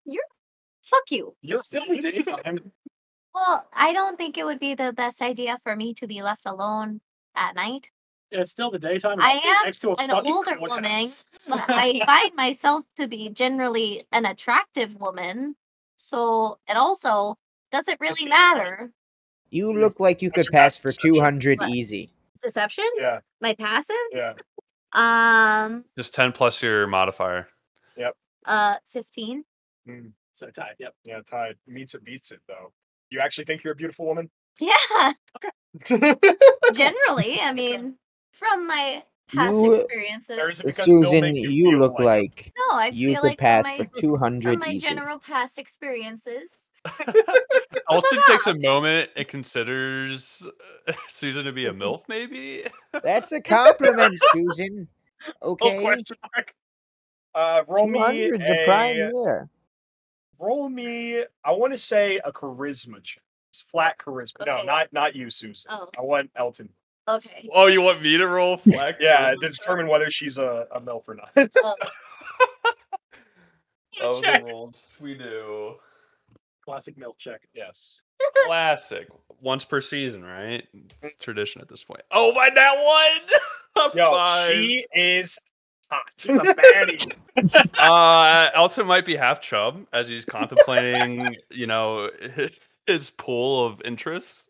You're fuck you. You're still in daytime. Well, I don't think it would be the best idea for me to be left alone at night. It's still the daytime. I I'm sitting am next to a an fucking older woman. courthouse. But I find myself to be generally an attractive woman, so it also doesn't really 50%. matter. You Mm. look like you What's could your pass best for perception? two hundred What? easy. Deception? yeah My passive? yeah Um Just ten plus your modifier. uh 15. So tired. Yep. yeah tied meets it beats it though you actually think you're a beautiful woman Yeah. Generally, I mean, from my past You- experiences. Or is it because Bill Susan, makes you you, feel look like- like No, I you feel could like from pass my, for two from hundred my easy. general past experiences. Elton takes a Perhaps. moment and considers uh, Susan to be a Mm-hmm. MILF, maybe? That's a compliment, Susan. Of Okay, Oh, question mark uh roll two me hundred's a prime year. roll me i want to say a charisma check It's flat charisma no Okay. not not you susan Oh. i want elton Okay. oh, you want me to roll flag? yeah to determine whether she's a, a milf or not Well, Oh, Check. the rolls we do. Classic milk check. yes Classic. Once per season, right? It's tradition at this point. Oh, my, that one! A yo five. she is hot She's a baddie. uh, Elton might be half chub as he's contemplating, you know, his, his pool of interests.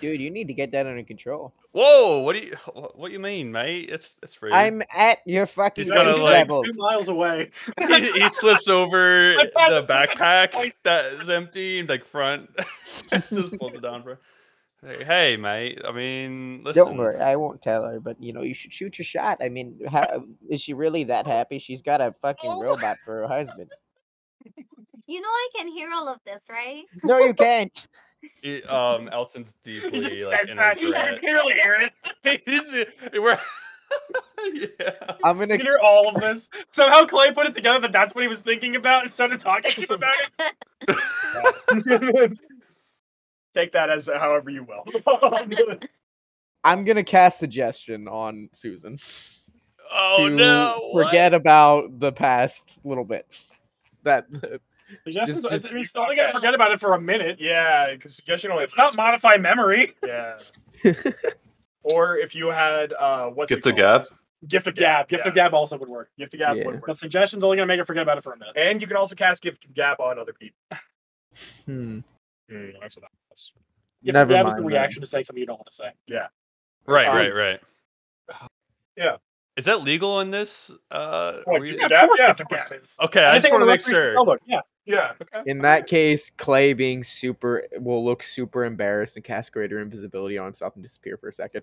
Dude, you need to get that under control. Whoa! What do you wha- what you mean, mate? It's it's free. I'm at your fucking He's base gotta, like, level. two miles away. he, he slips over I found the it. backpack that is empty, like front. just pulls it down for. Hey, hey, mate. I mean, listen. Don't worry, I won't tell her. But you know, you should shoot your shot. I mean, how, is she really that happy? She's got a fucking Oh. robot for her husband. you know I can hear all of this, right? No, you can't. He- um, Elton's deeply just like says in that. his You dread. can clearly hear it. He just- we're- yeah. I'm You gonna. can hear all of this. Somehow Clay put it together that that's what he was thinking about and started talking to him about it. take that as however you will I'm gonna cast suggestion on Susan. Oh to no! what? Forget about the past little bit. That Suggestions- Just- I mean, you only gotta forget about it for a minute. yeah because suggestion only It's not lasts- modify memory. yeah or if you had uh what's Gift it of gab. called? Gift of Yeah, gab. Gift of yeah. gab also would work. gift of gab Yeah. would work. But suggestions only gonna make her forget about it for a minute. and you can also cast gift of gab on other people hmm, Mm, that's what that was. Gift Never of gab is mind the then. Um, reaction to say something you don't want to say. Right, Um, right, right. Is that legal in this? Uh, Like, were you you- can Yeah, of course yeah, you can yeah. put this. Okay, I just Anything want to on the make recreational sure. download, Yeah. Yeah. In that case, Clay being super will look super embarrassed and cast greater invisibility on himself and disappear for a second.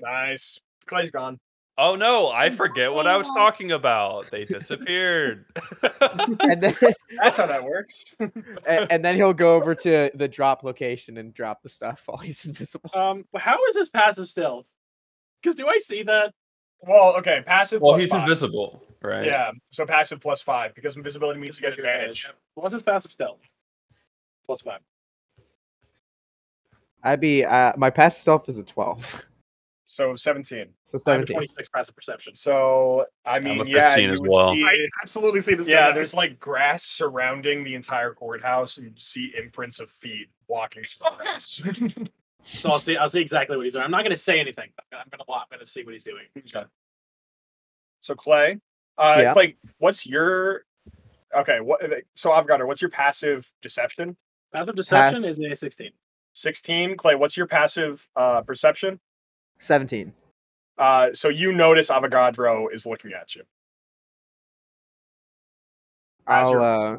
Nice. Clay's gone. Oh no, I forget what I was Oh. talking about. They disappeared. And then That's how that works. a- and then he'll go over to the drop location and drop the stuff while he's invisible. Um, how is his passive stealth? Because do I see that? well, okay. Passive well, plus he's five. invisible, right? Yeah. So passive plus five because invisibility means you get advantage. What's his passive stealth? Plus five. I'd be uh, my past self is a twelve, So 17. so I have a seventeen. 26 passive perception. So I mean, a yeah, 15 you as would well. see- I absolutely see this. yeah, guy. there's like grass surrounding the entire courthouse, and you see imprints of feet walking. through the grass. So I'll see. I'll see exactly what he's doing. I'm not going to say anything. I'm going to. I'm going to see what he's doing. Okay. So Clay, uh, Yeah. Clay, what's your okay? What uh, so Avogadro, what's your passive deception? Passive deception is a 16. Sixteen. Clay, what's your passive uh, perception? Seventeen. Uh, so you notice Avogadro is looking at you. As I'll you're- uh,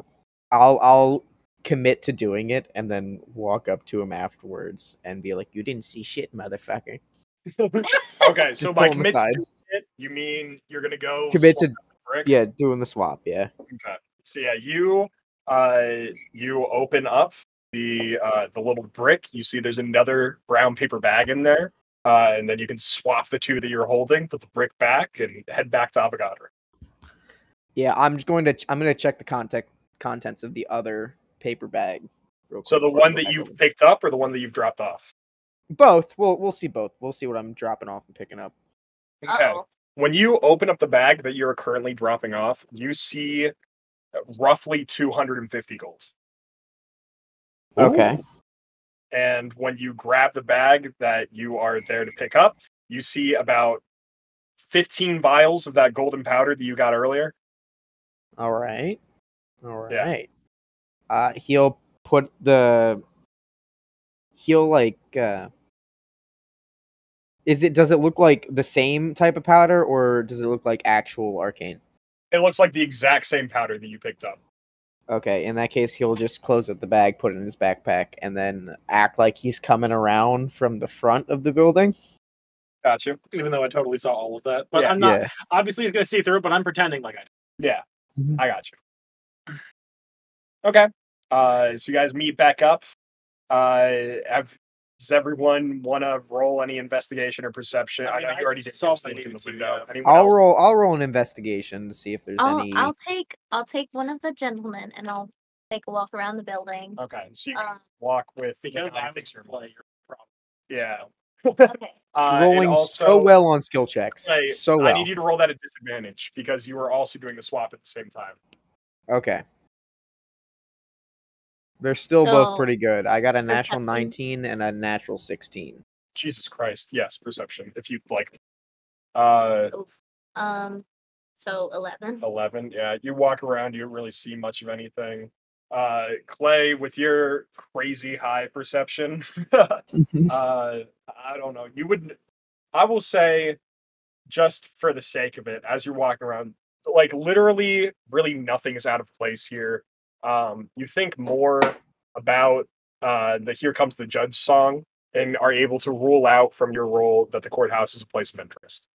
I'll I'll commit to doing it and then walk up to him afterwards and be like, "You didn't see shit, motherfucker." okay, so by Just pull him commit to aside. doing it, you mean you're gonna go Commit swap to- the brick? Yeah, doing the swap. Yeah. Okay. So yeah, you uh you open up the uh the little brick. You see there's another brown paper bag in there. Uh, and then you can swap the two that you're holding, put the brick back, and head back to Avogadro. Yeah, I'm just going to ch- I'm going to check the contact contents of the other paper bag. real So quick the before I one go that back you've over. picked up or the one that you've dropped off. both. We'll we'll see both. We'll see what I'm dropping off and picking up. Uh-oh. When you open up the bag that you're currently dropping off, you see roughly 250 gold. Okay. And when you grab the bag that you are there to pick up, you see about 15 vials of that golden powder that you got earlier. All right. All Yeah. right. Uh he'll put the he'll like uh is it does it look like the same type of powder or does it look like actual arcane? It looks like the exact same powder that you picked up. Okay, in that case he'll just close up the bag, put it in his backpack and then act like he's coming around from the front of the building. Got you. Even though I totally saw all of that, but Yeah. I'm not. Obviously, he's going to see through it, but I'm pretending like I. Yeah, Mhm. I got you. Okay. Uh, so you guys meet back up. Uh, have, does everyone want to roll any investigation or perception? I, I mean, know I you already did something something in the to, um, window. yeah. Anyone I'll else? roll I'll roll an investigation to see if there's I'll, any I'll take I'll take one of the gentlemen and I'll take a walk around the building. Okay, so you can Um, walk with Uh, Because Mikhail I'm Fixer your Move. player. Yeah. Um, okay. Uh, and rolling so also- well on skill checks. Clay, so well. I need you to roll that at disadvantage because you were also doing the swap at the same time. Okay. They're still both So, pretty good. I got a natural perception. 19 and a natural 16. Jesus Christ. Yes, perception. If you like uh Oof. Um. So eleven. eleven. Yeah. You walk around, you don't really see much of anything. Uh Clay, with your crazy high perception, uh I don't know. You would I will say just for the sake of it, as you're walking around, like literally really nothing is out of place here. Um you think more about uh the Here Comes the Judge song and are able to rule out from your role that the courthouse is a place of interest.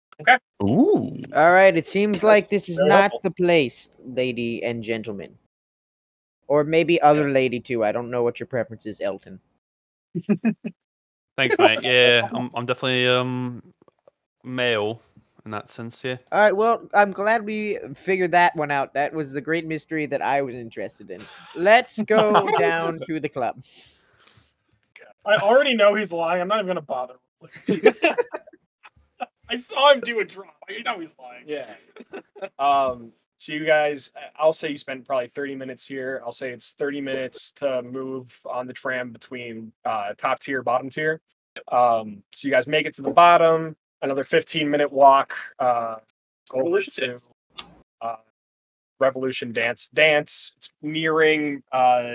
Ooh. All right, it seems like this is very not helpful. the place, lady and gentlemen. Or maybe other lady too. I don't know what your preference is, Elton. Thanks, mate. Yeah, I'm, I'm definitely um male in that sense. Yeah. All right, well, I'm glad we figured that one out. That was the great mystery that I was interested in. Let's go down to the club. I already know he's lying. I'm not even going to bother. I saw him do a drop. I know he's lying. Yeah. um. So you guys, I- I'll say you spend probably thirty minutes here. I'll say it's thirty minutes to move on the tram between uh, top tier, bottom tier. Um. So you guys make it to the bottom. Another fifteen minute walk. Uh, over Revolution to, Dance. uh, Revolution Dance. Dance. It's nearing uh,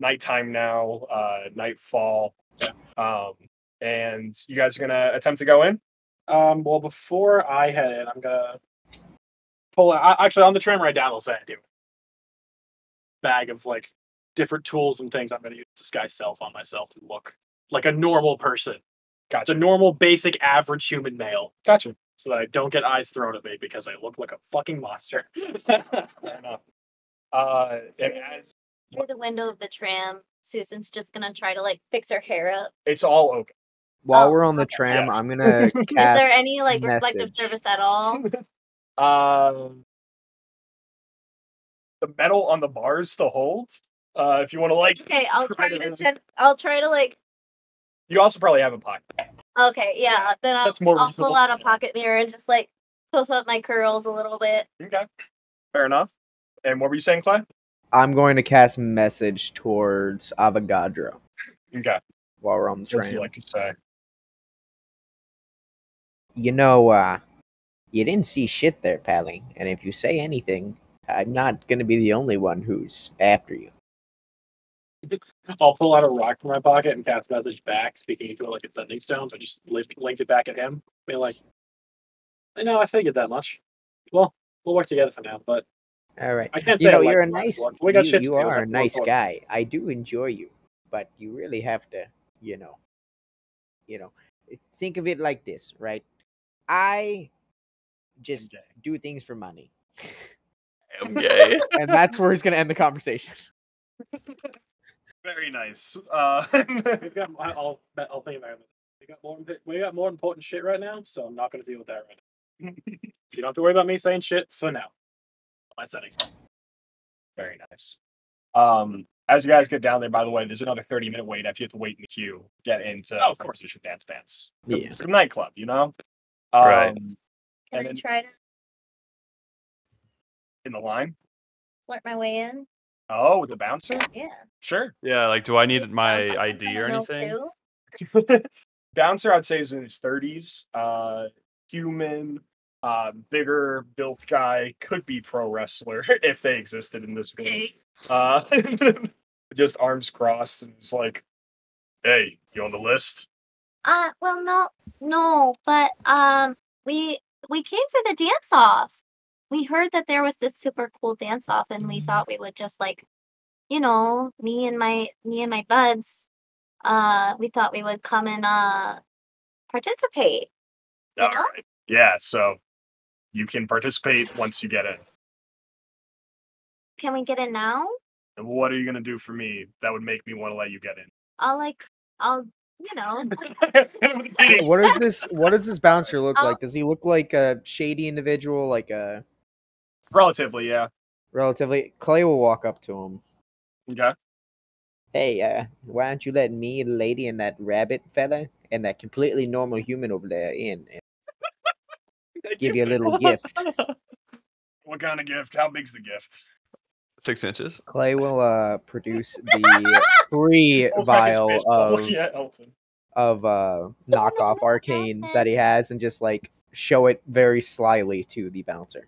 nighttime now. Uh, nightfall. Um. And you guys are gonna attempt to go in. Um, well, before I head in, I'm gonna pull out. I, actually, on the tram ride down, I'll say I do. Bag of like different tools and things. I'm gonna use disguise self on myself to look like a normal person, Gotcha. the normal, basic, average human male, Gotcha. so that I don't get eyes thrown at me because I look like a fucking monster. Fair enough. Uh, and as- Through the window of the tram, Susan's just gonna try to like fix her hair up. it's all open. While Oh, we're on the tram, Yes. I'm gonna cast. Is there any like reflective message. service at all? Uh, the metal on the bars still holds. Uh, if you want to like, Okay, I'll try try to- to. Gen- I'll try to like. you also probably have a pocket. Okay, yeah. Then I'll, that's more I'll reasonable. pull out a pocket mirror and just like puff up my curls a little bit. Okay. Fair enough. And what were you saying, Clay? I'm going to cast message towards Avogadro Okay. while we're on the What would tram. you like to say? you know, uh, you didn't see shit there, Pally. And if you say anything, I'm not going to be the only one who's after you. I'll pull out a rock from my pocket and cast message back, speaking into it like a sending stone. So I just li- linked it back at him, being like, "I know I figured that much. Well, we'll work together for now, but All right. I can't say You know, I like you're a the last nice. one. We got you, shit to you do. are Let's a move nice forward." guy. I do enjoy you, but you really have to, you know, you know, think of it like this, right? I just MJ. do things for money, I'm gay. and that's where he's gonna end the conversation. Very nice. Uh, We've got. I- I'll. I'll think about it. We got more. imp- We got more important shit right now, so I'm not going to deal with that right now. so you don't have to worry about me saying shit for now. My settings. very nice. Um, as you guys get down there, by the way, there's another 30 minute wait. If you have to wait in the queue, to get into. Oh, of course. you should dance dance. Yeah. It's a nightclub, you know. Um, Right. Can And I then- try to In the line. flirt my way in? Oh, with the bouncer. Yeah. Sure. yeah, like, do I need Um, my I ID kinda or know anything? too. bouncer, I'd say, is in his 30s. Uh, human, uh, bigger built guy, could be pro wrestler if they existed in this world. Okay. Uh, just arms crossed, and it's like, "Hey, you on the list?" Uh, well, no, no, but um, we we came for the dance off. We heard that there was this super cool dance off, and we thought we would just like, you know, me and my me and my buds. Uh, we thought we would come and uh participate. you All know? right. Yeah. So you can participate once you get in. Can we get in now? And what are you gonna do for me that would make me want to let you get in? I'll like, I'll you know, What is this? What does this bouncer look Oh. like? Does he look like a shady individual, like a Relatively, yeah. relatively? Clay will walk up to him. Okay. Hey, uh, why aren't you letting me, the lady, and that rabbit fella, and that completely normal human over there in? And give you a little gift. What kind of gift? How big's the gift? Six inches. Clay will uh produce the free Pulls back his vial fist, of looking at Elton. of uh knockoff arcane that he has, and just like show it very slyly to the bouncer.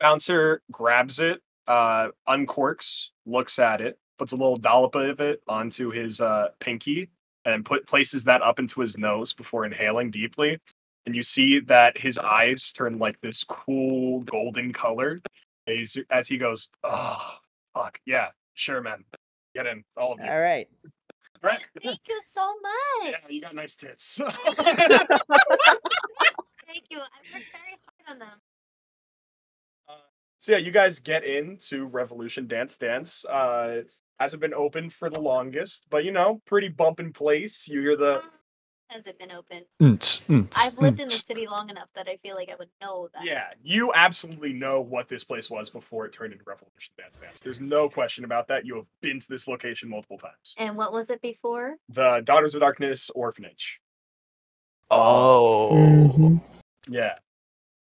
Bouncer grabs it, uh, uncorks, looks at it, puts a little dollop of it onto his uh, pinky, and put places that up into his nose before inhaling deeply. And you see that his eyes turn like this cool golden color as, as he goes, "Oh, fuck yeah, sure, man, get in, all of you." All right. Right? thank you so much. Yeah, you got nice tits. Thank you. I worked very hard on them. So yeah, you guys get into Revolution Dance Dance. Uh hasn't been open for the longest, but you know, pretty bump in place. You hear the Has it been open? I've I've lived in the city long enough that I feel like I would know that. Yeah, you absolutely know what this place was before it turned into Revolution Dance Dance. There's no question about that. You have been to this location multiple times. And what was it before? The Daughters of Darkness Orphanage. Oh. Yeah.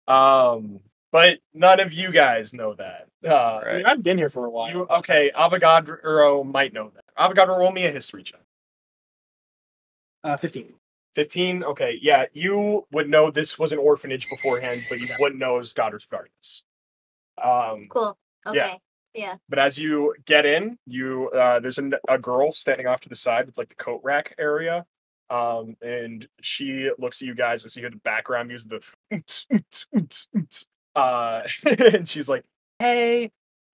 Um, but none of you guys know that. Uh I mean, Right. I've been here for a while. you okay, Avogadro might know that. Avogadro roll me a history check. Uh, Fifteen. 15 okay yeah you would know this was an orphanage beforehand but you wouldn't know it was daughters of darkness um Cool. Okay. Yeah. but as you get in you uh there's an, a girl standing off to the side with like the coat rack area Um, and she looks at you guys as you hear the background music, the oonts, oonts, oonts, oonts. uh, and she's like, "Hey,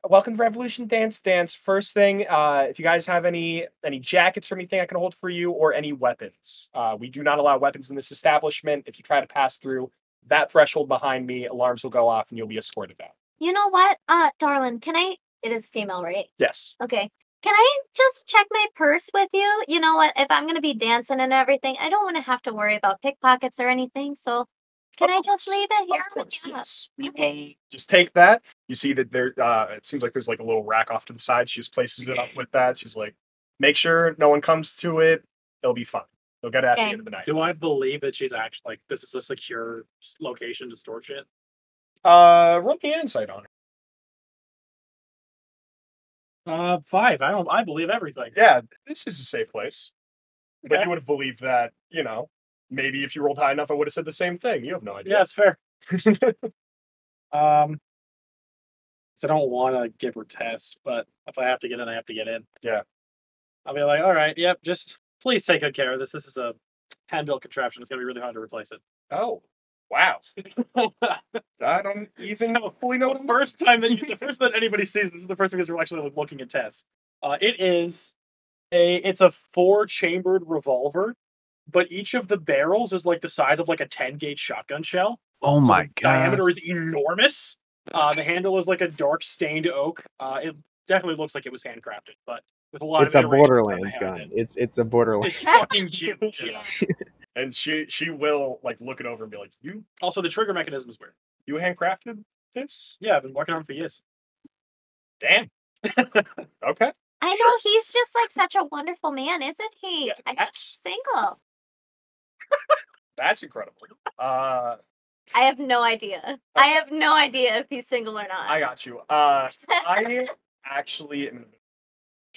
welcome to Revolution Dance Dance. First thing, uh, if you guys have any any jackets or anything I can hold for you, or any weapons, uh, we do not allow weapons in this establishment. If you try to pass through that threshold behind me, alarms will go off and you'll be escorted out." You know what, uh, darling? Can I? It is female, right? Yes. Okay. Can I just check my purse with you? You know what? If I'm going to be dancing and everything, I don't want to have to worry about pickpockets or anything. So can Of I just course. leave it here Of with course, you? yes. We Okay. will just take that. You see that there. Uh, it seems like there's like a little rack off to the side. She just places it up with that. She's like, make sure no one comes to it. It'll be fine. They'll get it at the Okay. end of the night. Do I believe that she's actually like this is a secure s- location to store shit? Uh, roll me an insight on it. Uh, five. I don't. I believe everything. Yeah, this is a safe place. But Okay. you would have believed that. You know, maybe if you rolled high enough, I would have said the same thing. You have no idea. Yeah, it's fair. Um, 'cause I don't want to give her tests, but if I have to get in, I have to get in. Yeah. I'll be like, all right, yep, just please take good care of this. This is a hand-built contraption. It's gonna be really hard to replace it. oh, wow. the I don't even fully know what I'm- first time that you, the first that anybody sees this is the first time because we're actually looking at tests. Uh, it is a it's a four-chambered revolver, but each of the barrels is like the size of like a ten-gauge shotgun shell. Oh So my the god. Diameter is enormous. Uh, the handle is like a dark stained oak. Uh, it definitely looks like it was handcrafted, but with a lot It's of a iterations done Borderlands to have gun. it. It's it's a Borderlands. It's fucking huge. yeah. And she she will like look it over and be like, you Also, the trigger mechanism is weird. you handcrafted this? Yeah, I've been working on it for years. Damn. okay. I know he's just like such a wonderful man, isn't he? I think That's he's single. that's incredible. Uh, I have no idea. I have no idea if he's single or not. I got you. Uh, I actually am.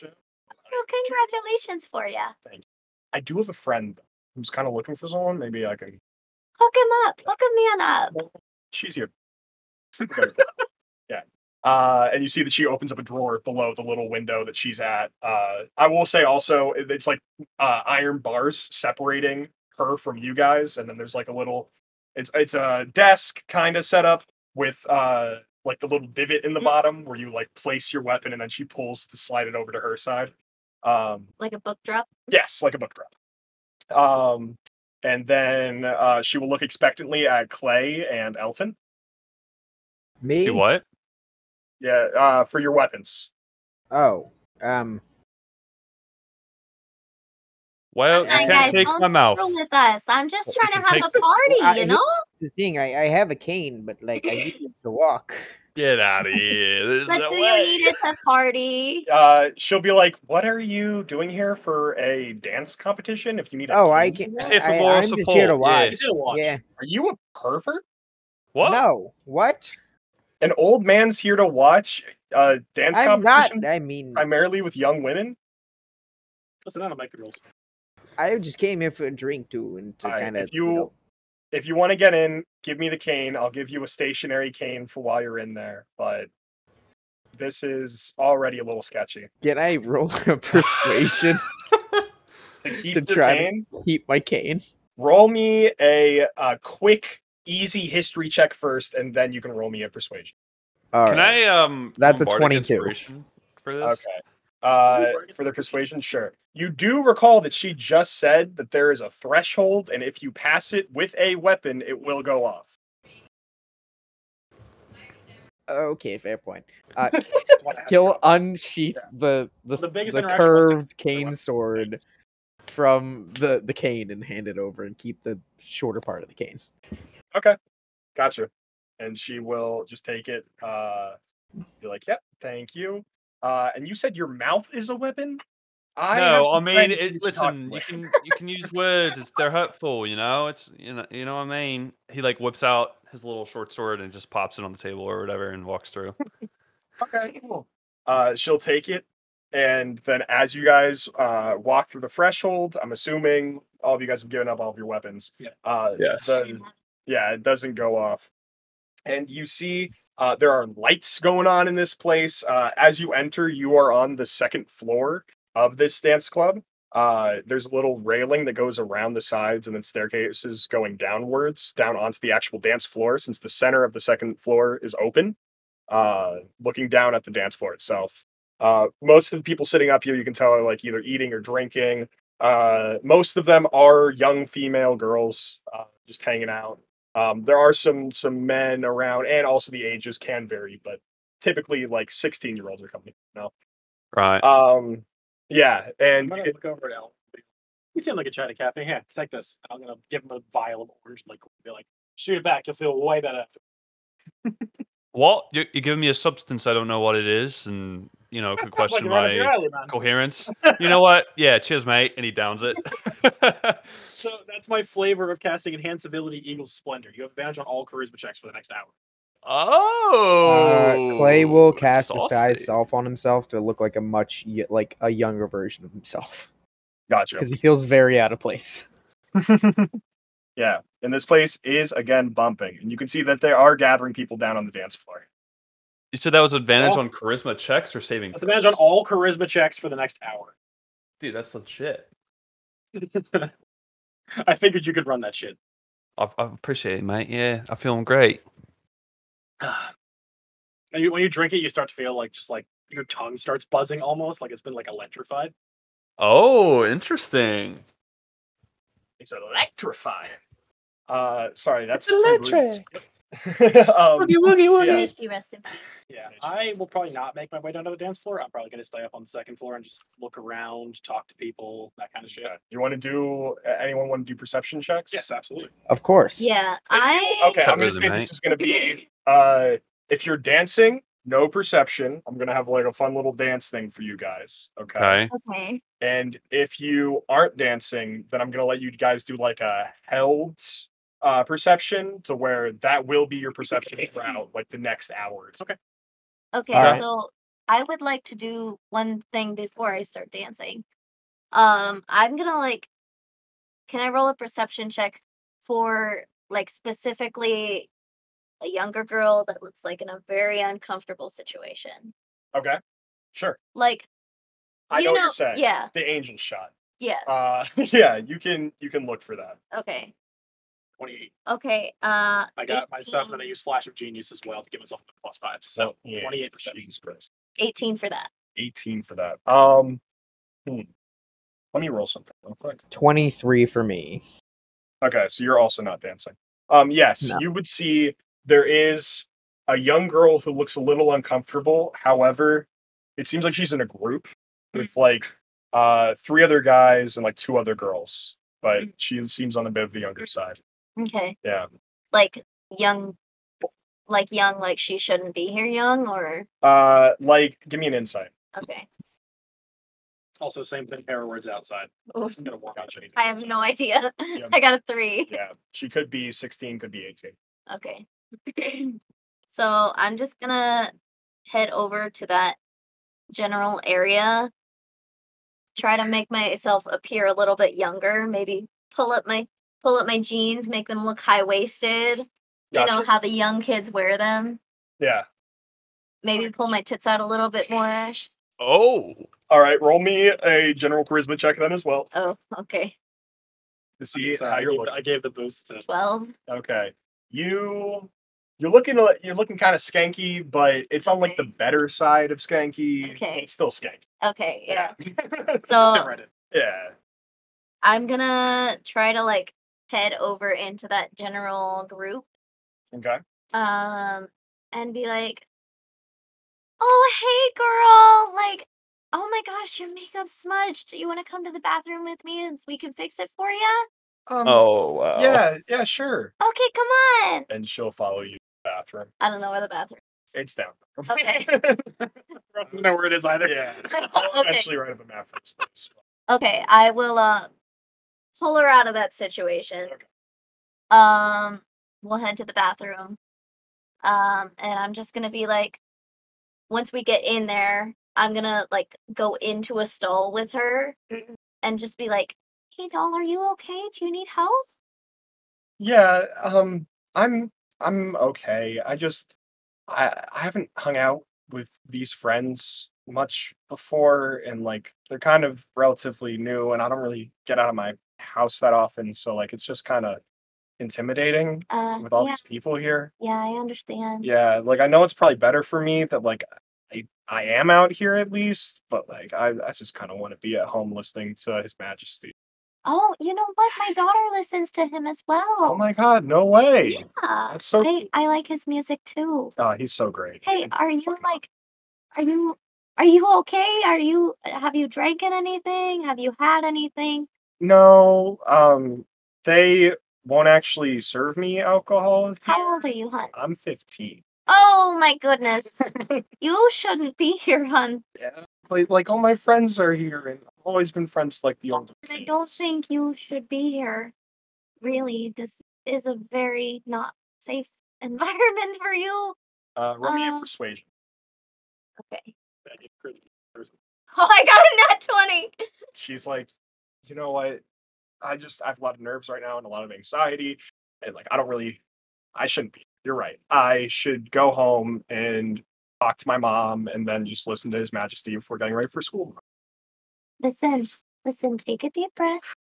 Well, congratulations for you. I do have a friend who's kind of looking for someone. Maybe I can. Hook him up. Hook a man up. She's here. yeah. Uh, and you see that she opens up a drawer below the little window that she's at. Uh, I will say also, it- it's like uh, iron bars separating her from you guys, and then there's like a little, it's it's a desk kind of setup with uh like the little divot in the Mm. bottom where you like place your weapon, and then she pulls to slide it over to her side. Um, Like a book drop. Yes, like a book drop. Um, and then uh, she will look expectantly at Clay and Elton. Me? Do what? Yeah, uh, for your weapons. Oh, um, Well, you Come on, can't guys, take don't my mouth. Roll with us. I'm just Well, trying you to have take- a party, I- you know? the thing I I have a cane, but like I use this to walk. Get out of here. There's But no do way. you need it to party? Uh, she'll be like, "What are you doing here for a dance competition? If you need a Oh, I cane?" can. You're I, safe for I, moral I'm just here to watch. support, yeah. You did a watch. Yeah. Are you a pervert? What? No. What? An old man's here to watch uh dance I'm not. competition I mean, primarily with young women. Listen, I don't make the rules. I just came here for a drink too, and to Alright, kind of if you- If you want to get in, give me the cane. I'll give you a stationary cane for while you're in there. But this is already a little sketchy. Can I roll a persuasion? To keep To the try to- cane, Keep my cane. roll me a, uh quick easy history check first and then you can roll me a persuasion All Can right. I um That's a Bardic 22. Inspiration for this? okay uh, Bardic for the persuasion sure you do recall that she just said that there is a threshold and if you pass it with a weapon it will go off Okay, fair point. Uh, That's what I have to He'll do. unsheath Yeah. the the, The biggest the interaction was to- curved cane sword from the the cane and hand it over and keep the shorter part of the cane. gotcha and she will just take it uh, be like yep thank you uh, and you said your mouth is a weapon I have no, I some mean, friends who it, she talked listen, you with. can you can use words. It's, they're hurtful, you know. It's you know you know what I mean. He like whips out his little short sword and just pops it on the table or whatever and walks through. Okay, cool. Uh, she'll take it, and then as you guys uh, walk through the threshold, I'm assuming all of you guys have given up all of your weapons. Yeah. Uh, Yes. the- yeah, it doesn't go off, and you see uh, there are lights going on in this place. Uh, as you enter, you are on the second floor of this dance club. Uh, there's a little railing that goes around the sides and then staircases going downwards, down onto the actual dance floor, since the center of the second floor is open, uh, looking down at the dance floor itself. Uh, most of the people sitting up here, you can tell, are like either eating or drinking. Uh, most of them are young female girls, uh, just hanging out. Um, there are some some men around, and also the ages can vary, but typically like 16 year olds are coming now. Right. Um, yeah, I'm and gonna it- look over at Al. You seem like a China cafe. Here, take this. I'm gonna give him a vial of orange liquid. Be like, shoot it back. You'll feel way better. after." What? You're, you're giving me a substance I don't know what it is, and you know, could That sounds like question you're right up your my alley, man. coherence. You know what? Yeah, cheers, mate. And he downs it. So that's my flavor of casting enhance ability Eagle Splendor. You have advantage on all charisma checks for the next hour. oh. Uh, Clay will cast disguise saucy. self on himself to look like a much y- like a younger version of himself gotcha. because he feels very out of place. yeah, and this place is again bumping, and you can see that they are gathering people down on the dance floor. You said that was advantage Oh. on charisma checks or saving. That's advantage on throws? all charisma checks for the next hour. Dude, that's legit. I figured you could run that shit. I, I appreciate it, mate. Yeah, I feel great. And you, when you drink it, you start to feel like just like your tongue starts buzzing almost, like it's been like electrified. Oh, interesting. It's electrifying. Uh, sorry, that's electric. um, yeah, May she rest in peace. Yeah, I will probably not make my way down to the dance floor. I'm probably going to stay up on the second floor and just look around, talk to people, that kind of shit. yeah. You want to do? a- Anyone want to do perception checks? Yes, absolutely. Of course. Yeah, I. Okay, I'm gonna Covers say the this night. is gonna be. Uh, if you're dancing, no perception. I'm gonna have like a fun little dance thing for you guys. Okay. Okay. And if you aren't dancing, then I'm gonna let you guys do like a held uh perception to where that will be your perception throughout like the next hour. It's okay. Okay. Alright. So I would like to do one thing before I start dancing. Um, I'm gonna like. Can I roll a perception check for like specifically a younger girl that looks like in a very uncomfortable situation? Okay. Sure. Like, I you know, what you're saying. Yeah. The angel shot. Yeah. Uh yeah, you can you can look for that. Okay. 28. Okay. Uh, I got my stuff, and then I 18 use Flash of Genius as well to give myself a plus five. So Oh, Yeah. 28%. Jesus Christ. 18 for that. 18 for that. Um hmm. let me roll something real quick. Twenty three for me. Okay, so you're also not dancing. Um, yes, No. you would see there is a young girl who looks a little uncomfortable. However, it seems like she's in a group Hmm. with like uh three other guys and like two other girls, but Hmm. she seems on a bit of the younger side. Okay. Yeah. Like young, like young, like she shouldn't be here young or Uh, like, give me an insight. okay. Also, same thing, pair of words outside. Oof. I'm going to walk out. Jenny. I have no idea. I got a three. Yeah, she could be 16, could be 18. Okay. so I'm just gonna head over to that general area. Try to make myself appear a little bit younger. Maybe pull up my pull up my jeans, make them look high waisted. You know Gotcha. how the young kids wear them. Yeah. Maybe pull my tits out a little bit more. Oh. All right, roll me a general charisma check then as well Oh, okay. to see Sorry, how I you're gave- looking. I gave the boost to. Twelve. Okay. You you're looking a- you're looking kind of skanky, but it's on like the Okay. better side of skanky. Okay. It's still skanky. Okay, yeah. Yeah. I So read it. Yeah. I'm gonna try to like head over into that general group Okay. um and be like oh hey girl like oh my gosh your makeup's smudged you want to come to the bathroom with me and we can fix it for you Um, Oh wow. Yeah. Yeah. Sure. okay come on And she'll follow you to the bathroom. i don't know where the bathroom It's down. Okay. I don't know where it is either. yeah. I'll Okay. eventually write up a map for this place. okay i will uh pull her out of that situation Okay. um we'll head to the bathroom um and i'm just gonna be like once we get in there i'm gonna like go into a stall with her Mm-hmm. and just be like hey doll are you okay do you need help Yeah. Um. I'm. I'm okay. I just. I. I haven't hung out with these friends much before, and like they're kind of relatively new, and I don't really get out of my house that often, so like it's just kind of intimidating Uh, with all yeah, Mm. these people here. yeah, I understand. Yeah, like I know it's probably better for me that like I I am out here at least, but like I I just kind of want to be at home listening to His Majesty. Oh, you know what? My daughter listens to him as well. Oh my God, no way! yeah. That's so. I, I like his music too. Oh, he's so great. Hey, He's are you fucking- like, are you, are you okay? Are you, uh, have you drinking anything? Have you had anything? No, um, they won't actually serve me alcohol. How old are you, hun? I'm 15. Oh my goodness. you shouldn't be here, hun. Yeah, like, like all my friends are here, and I've always been friends with, like the older. I don't kids. think you should be here. Really, this is a very not safe environment for you. Uh, roll me a uh, persuasion. Okay. That is crazy. Oh, I got a nat 20. She's like, you know what? I just I have a lot of nerves right now and a lot of anxiety, and like I don't really, I shouldn't be. You're right. I should go home and talk to my mom, and then just listen to His Majesty before getting ready for school. Listen, listen, take a deep breath.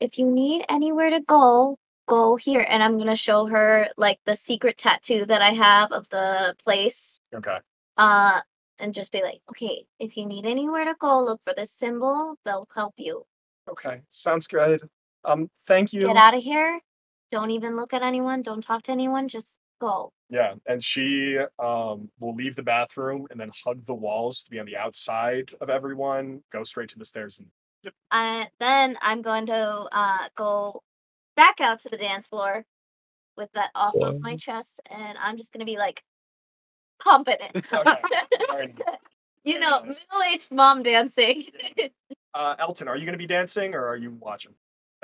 If you need anywhere to go, go here. And I'm going to show her like the secret tattoo that I have of the place. Okay. Uh, and just be like, okay, if you need anywhere to go, look for this symbol. They'll help you. Okay. Sounds good. Um, thank you. Get out of here. Don't even look at anyone. Don't talk to anyone. Just go. Yeah, and she um, will leave the bathroom and then hug the walls to be on the outside of everyone. Go straight to the stairs. And Uh, then I'm going to uh, go back out to the dance floor with that off of my chest, and I'm just going to be like pumping it. Fair enough. you Very know, nice. middle aged mom dancing. uh, Elton, are you going to be dancing or are you watching?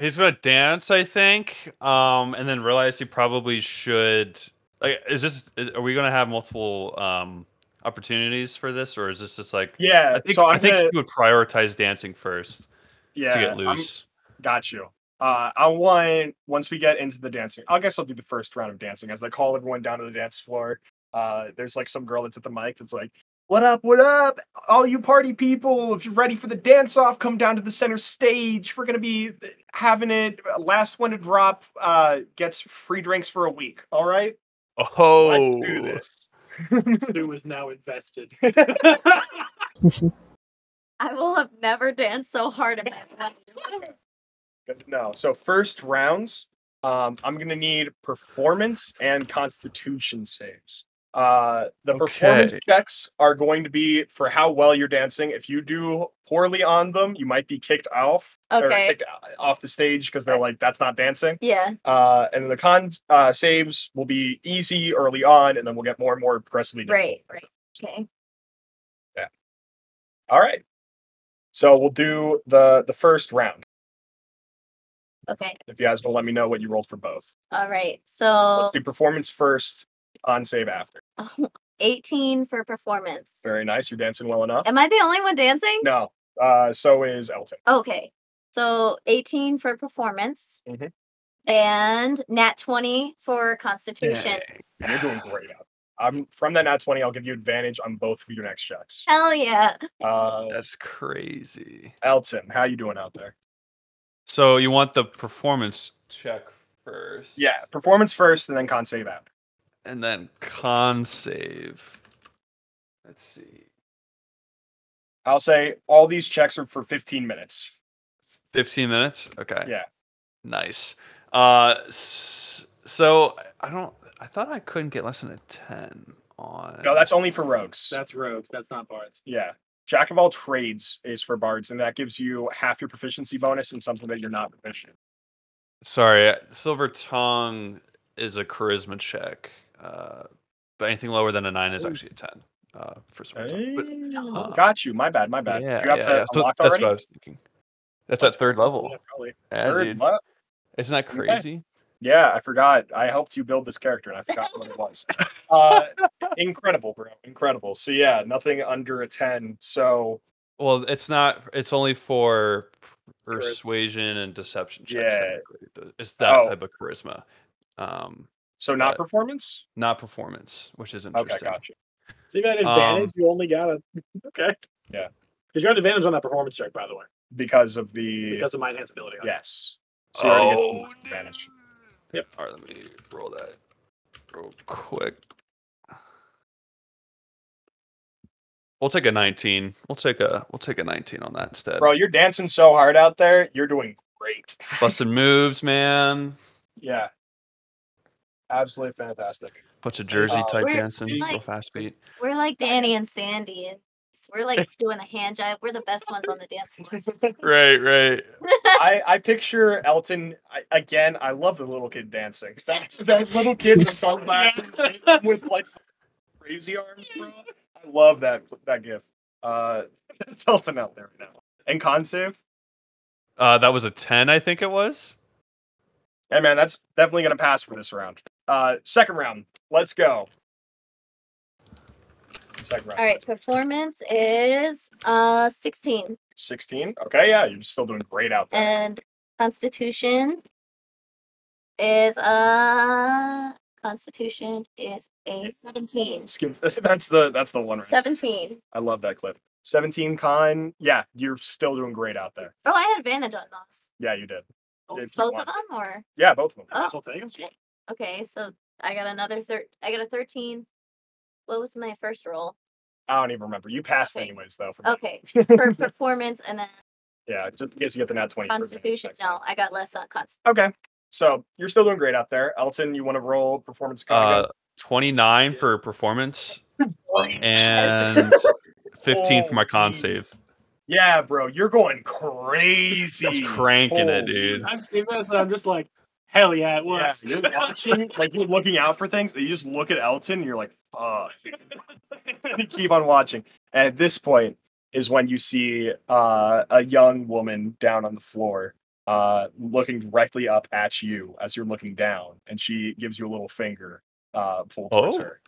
He's gonna dance, I think, um, and then realize he probably should. Like, is this? Is, are we gonna have multiple um, opportunities for this, or is this just like? Yeah, I think, so I'm I think gonna- he would prioritize dancing first yeah, to get I'm- loose. got you. Uh, I want once we get into the dancing, I guess I'll do the first round of dancing as they call everyone down to the dance floor. Uh, there's like some girl that's at the mic that's like, "What up? What up? All you party people, if you're ready for the dance off, come down to the center stage. We're gonna be having it. Last one to drop uh, gets free drinks for a week. All right, oh, let's do this. Sue is now invested. I will have never danced so hard in my life. Good to know. So first rounds, um, I'm gonna need performance and constitution saves. Uh, the performance Okay. checks are going to be for how well you're dancing. If you do poorly on them, you might be kicked off or Okay. kicked o- off the stage because they're like, "That's not dancing." Yeah. Uh, and then the con uh, saves will be easy early on, and then we'll get more and more progressively. difficult. Right. Right. Okay. All right. So we'll do the the first round. Okay. If you guys will let me know what you rolled for both. All right. So Let's Oh. do performance first, on save after. 18 for performance. Very nice. You're dancing well enough. Am I the only one dancing? No. Uh, so is Elton. Okay. So 18 for performance Mhm. and nat 20 for constitution. You're doing great. Elton. I'm from that nat 20. I'll give you advantage on both of your next checks. Hell yeah. Uh, That's crazy. Elton, how you doing out there? So you want the performance check first? Yeah, performance first, and then con save after. and then con save. Let's see, I'll say all these checks are for 15 minutes. fifteen minutes. Okay. Yeah. Nice. Uh, s- so I don't. I thought I couldn't get less than a ten on. No, that's only for rogues. That's rogues. That's not bards. Yeah. Jack of all trades is for bards, and that gives you half your proficiency bonus and something that you're not proficient. Sorry, uh, silver tongue is a charisma check, uh, but anything lower than a nine is actually a ten uh, for silver tongue. But- in. uh, Got you. My bad. My bad. yeah, you have yeah, that yeah. So unlocked that's already? what I was thinking. That's at third level. Yeah, probably. Yeah, Third dude. level. Isn't that Okay. crazy? Yeah, I forgot. I helped you build this character, and I forgot what it was. Uh, incredible, bro. Incredible. So yeah, nothing under a ten. So Well, it's not. It's only for Charisma. persuasion and deception checks. Yeah. technically, but It's that Oh. type of charisma, um, so not Right. performance. not performance, which is Okay, interesting. gotcha. So even at Um, advantage, you only got a okay. Yeah. Because you had advantage on that performance check, by the way, because of the because of my enhance ability. on it. yes. So you already get the Oh, most advantage. All right, let me roll that real quick. We'll take a 19. We'll take a we'll take a 19 on that instead. Bro, you're dancing so hard out there. You're doing great. Busted moves, man. Yeah. Absolutely fantastic. Bunch of Jersey type We're- dancing, real like- fast beat. We're like Danny and Sandy, and s- we're like doing a hand jive. We're the best ones on the dance floor. Right, right. I, I picture Elton I, again. I love the little kid dancing. That, that little kid with sunglasses with like crazy arms, bro. I love that that gif. Uh, that's Elton out there right now. And con save. Uh, that was a 10, I think it was. Hey man, that's definitely gonna pass for this round. Uh, second round. Let's go. Second round. All right, performance is uh 16 Sixteen. Okay, yeah, you're still doing great out there. and constitution is uh constitution is a 17. Skip- that's the that's the one. Right. 17. I love that clip. Seventeen con. Yeah, you're still doing great out there. Oh, I had advantage on those. Yeah, you did. Oh, If you Both of want to. them or Yeah, both of them. Might oh, as well take 'em. okay, so I got another thir- I got a 13. What was my first roll? I don't even remember. You passed Okay. anyways, though. For me. Okay, for performance and then Yeah, just in case you get the nat twenty. for advantage constitution. next No, time. I got less on constitution. Okay, so you're still doing great out there, Elton. You want to roll performance con again? Uh, 29 for performance and 15 for my Holy con save. Yeah, bro, you're going crazy. Cranking it, Holy- dude. I've seen this, and I'm just like, hell yeah, it Yeah, was. you're watching, like you're looking out for things. and You just look at Elton, and you're like, "Fuck!" you keep on watching. And at this point is when you see uh, a young woman down on the floor, uh, looking directly up at you as you're looking down, and she gives you a little finger uh, pulled towards Oh. her.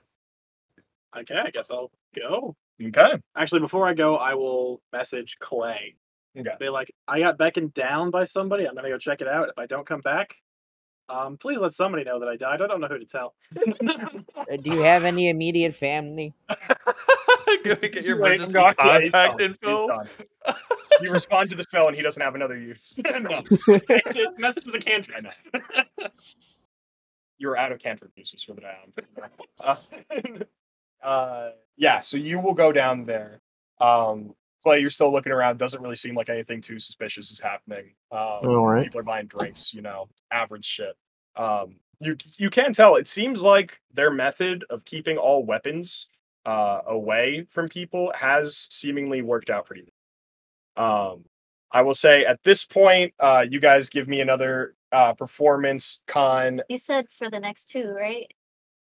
okay, I guess I'll go. Okay. Actually, before I go, I will message Clay. Okay. Be like, I got beckoned down by somebody. I'm gonna go check it out. If I don't come back, um, please let somebody know that I died. I don't know who to tell. Uh, Do you have any immediate family? Get get your Wait, emergency no, yeah, he's done. contact He's info. done. you respond to the spell, and he doesn't have another use. No. It's- message is a cantrip. I know. You're out of cantrip uses for the round. Uh, uh, yeah, so you will go down there. Um, Clay, you're still looking around. Doesn't really seem like anything too suspicious is happening. Um, Oh, All right. people are buying drinks, you know, average shit. Um, you you can tell. It seems like their method of keeping all weapons uh, away from people has seemingly worked out pretty. well. Um, I will say at this point, uh, you guys give me another uh, performance con. You said for the next two, right?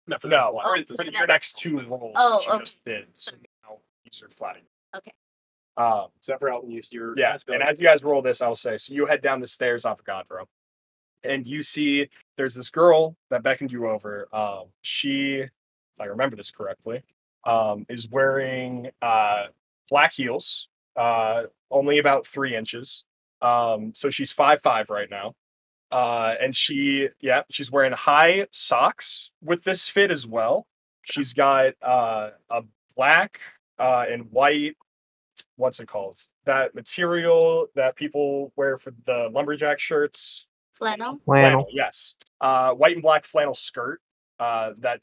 No, for this No, one. Oh, for- for for your next next- two rolls Oh, that you okay. just did. So now these are flat. Okay. Um, Except for Elton, you your yeah, and ability. as you guys roll this, I'll say so. You head down the stairs off of Godbro, and you see there's this girl that beckoned you over. Um, she, if I remember this correctly, um, is wearing uh, black heels, uh, only about three inches. Um, so she's five five right now, uh, and she, yeah, she's wearing high socks with this fit as well. She's got uh, a black uh, and white what's it called? That material that people wear for the lumberjack shirts. Flannel. Flannel. yes. Uh, white and black flannel skirt uh, that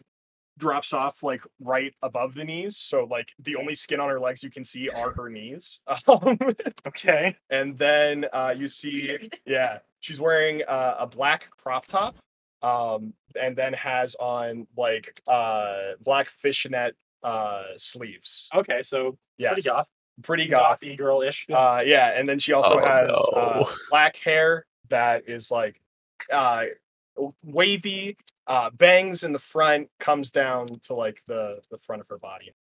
drops off like right above the knees. So like the only skin on her legs you can see are her knees. Um, okay. and then uh, you see, yeah, she's wearing uh, a black crop top, um, and then has on like uh, black fishnet uh, sleeves. Okay, so Yeah, pretty goth, pretty goth. gothy girl-ish. Uh, yeah, and then she also Oh, has uh, no. black hair that is like uh, w- wavy, uh, bangs in the front, comes down to like the the front of her body.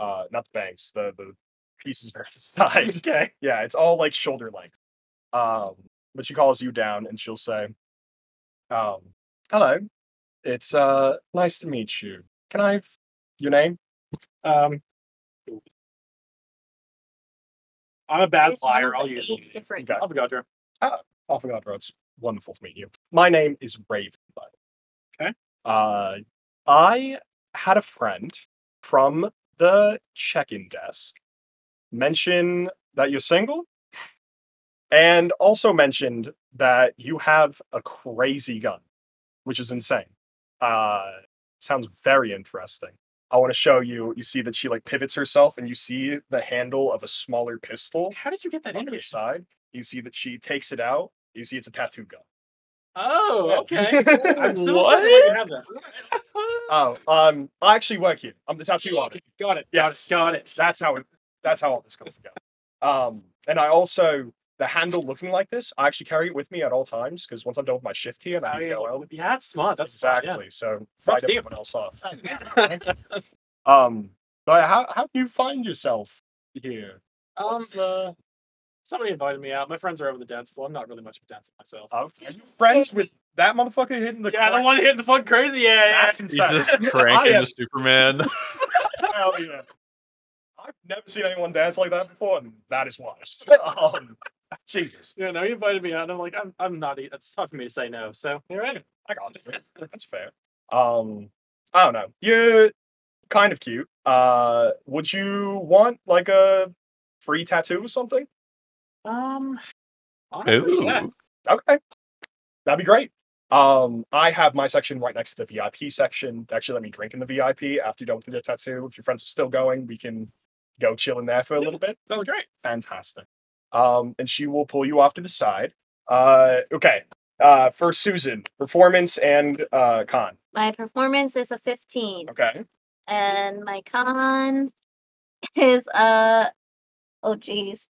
Uh, not the bangs, the the pieces of her side. okay. yeah, it's all like shoulder length. Um, but she calls you down and she'll say, um, "Hello, it's uh nice to meet you. Can I have your name?" Um, I'm a I bad just went liar. off I'll of use. eight different. Okay. I'll go to Oh, forgot, bro. It's wonderful to meet you. My name is Raven. By the way. Okay. Uh, I had a friend from the check-in desk. Mention that you're single, and also mentioned that you have a crazy gun, which is insane. Uh, sounds very interesting. I want to show you. You see that she like pivots herself, and you see the handle of a smaller pistol How did you get that on in her here? side. You see that she takes it out. You see it's a tattoo gun. Oh, Yeah. okay. I'm so What? surprised I didn't have that. Oh, um, I actually work here. I'm the tattoo artist. Got it. Yes. Got it. That's how it, that's how all this comes together. Um, and I also the handle looking like this, I actually carry it with me at all times because once I'm done with my shift here, and I Oh, need to yeah, go out. yeah, that's smart. That's smart, exactly. So Rough fight deal. everyone else off. yeah. Um, but how how do you find yourself here? uh, um, What's the somebody invited me out. My friends are over the dance floor. I'm not really much of a dancer myself. uh, are you friends with that motherfucker hitting the? yeah, I don't want to hit the fuck crazy. Yeah, yeah. That's He's insane. just I cranking am- the Superman. Hell yeah. I've never seen anyone dance like that before, and that is why. um, Jesus. Yeah, no, he invited me out, and I'm like, I'm, I'm not. e- It's tough for me to say no. So here I am. I got it. That's fair. Um, I don't know. You're kind of cute. Uh, would you want like a free tattoo or something? Um, honestly, yeah. Ooh. Okay, that'd be great. Um, I have my section right next to the VIP section. They Actually, let me drink in the VIP after you're done with the tattoo. If your friends are still going, we can go chill in there for a little bit. sounds great. fantastic. Um, and she will pull you off to the side. Uh, okay. Uh, for Susan, performance and uh, con. My performance is a 15, Okay. and my con is a oh geez,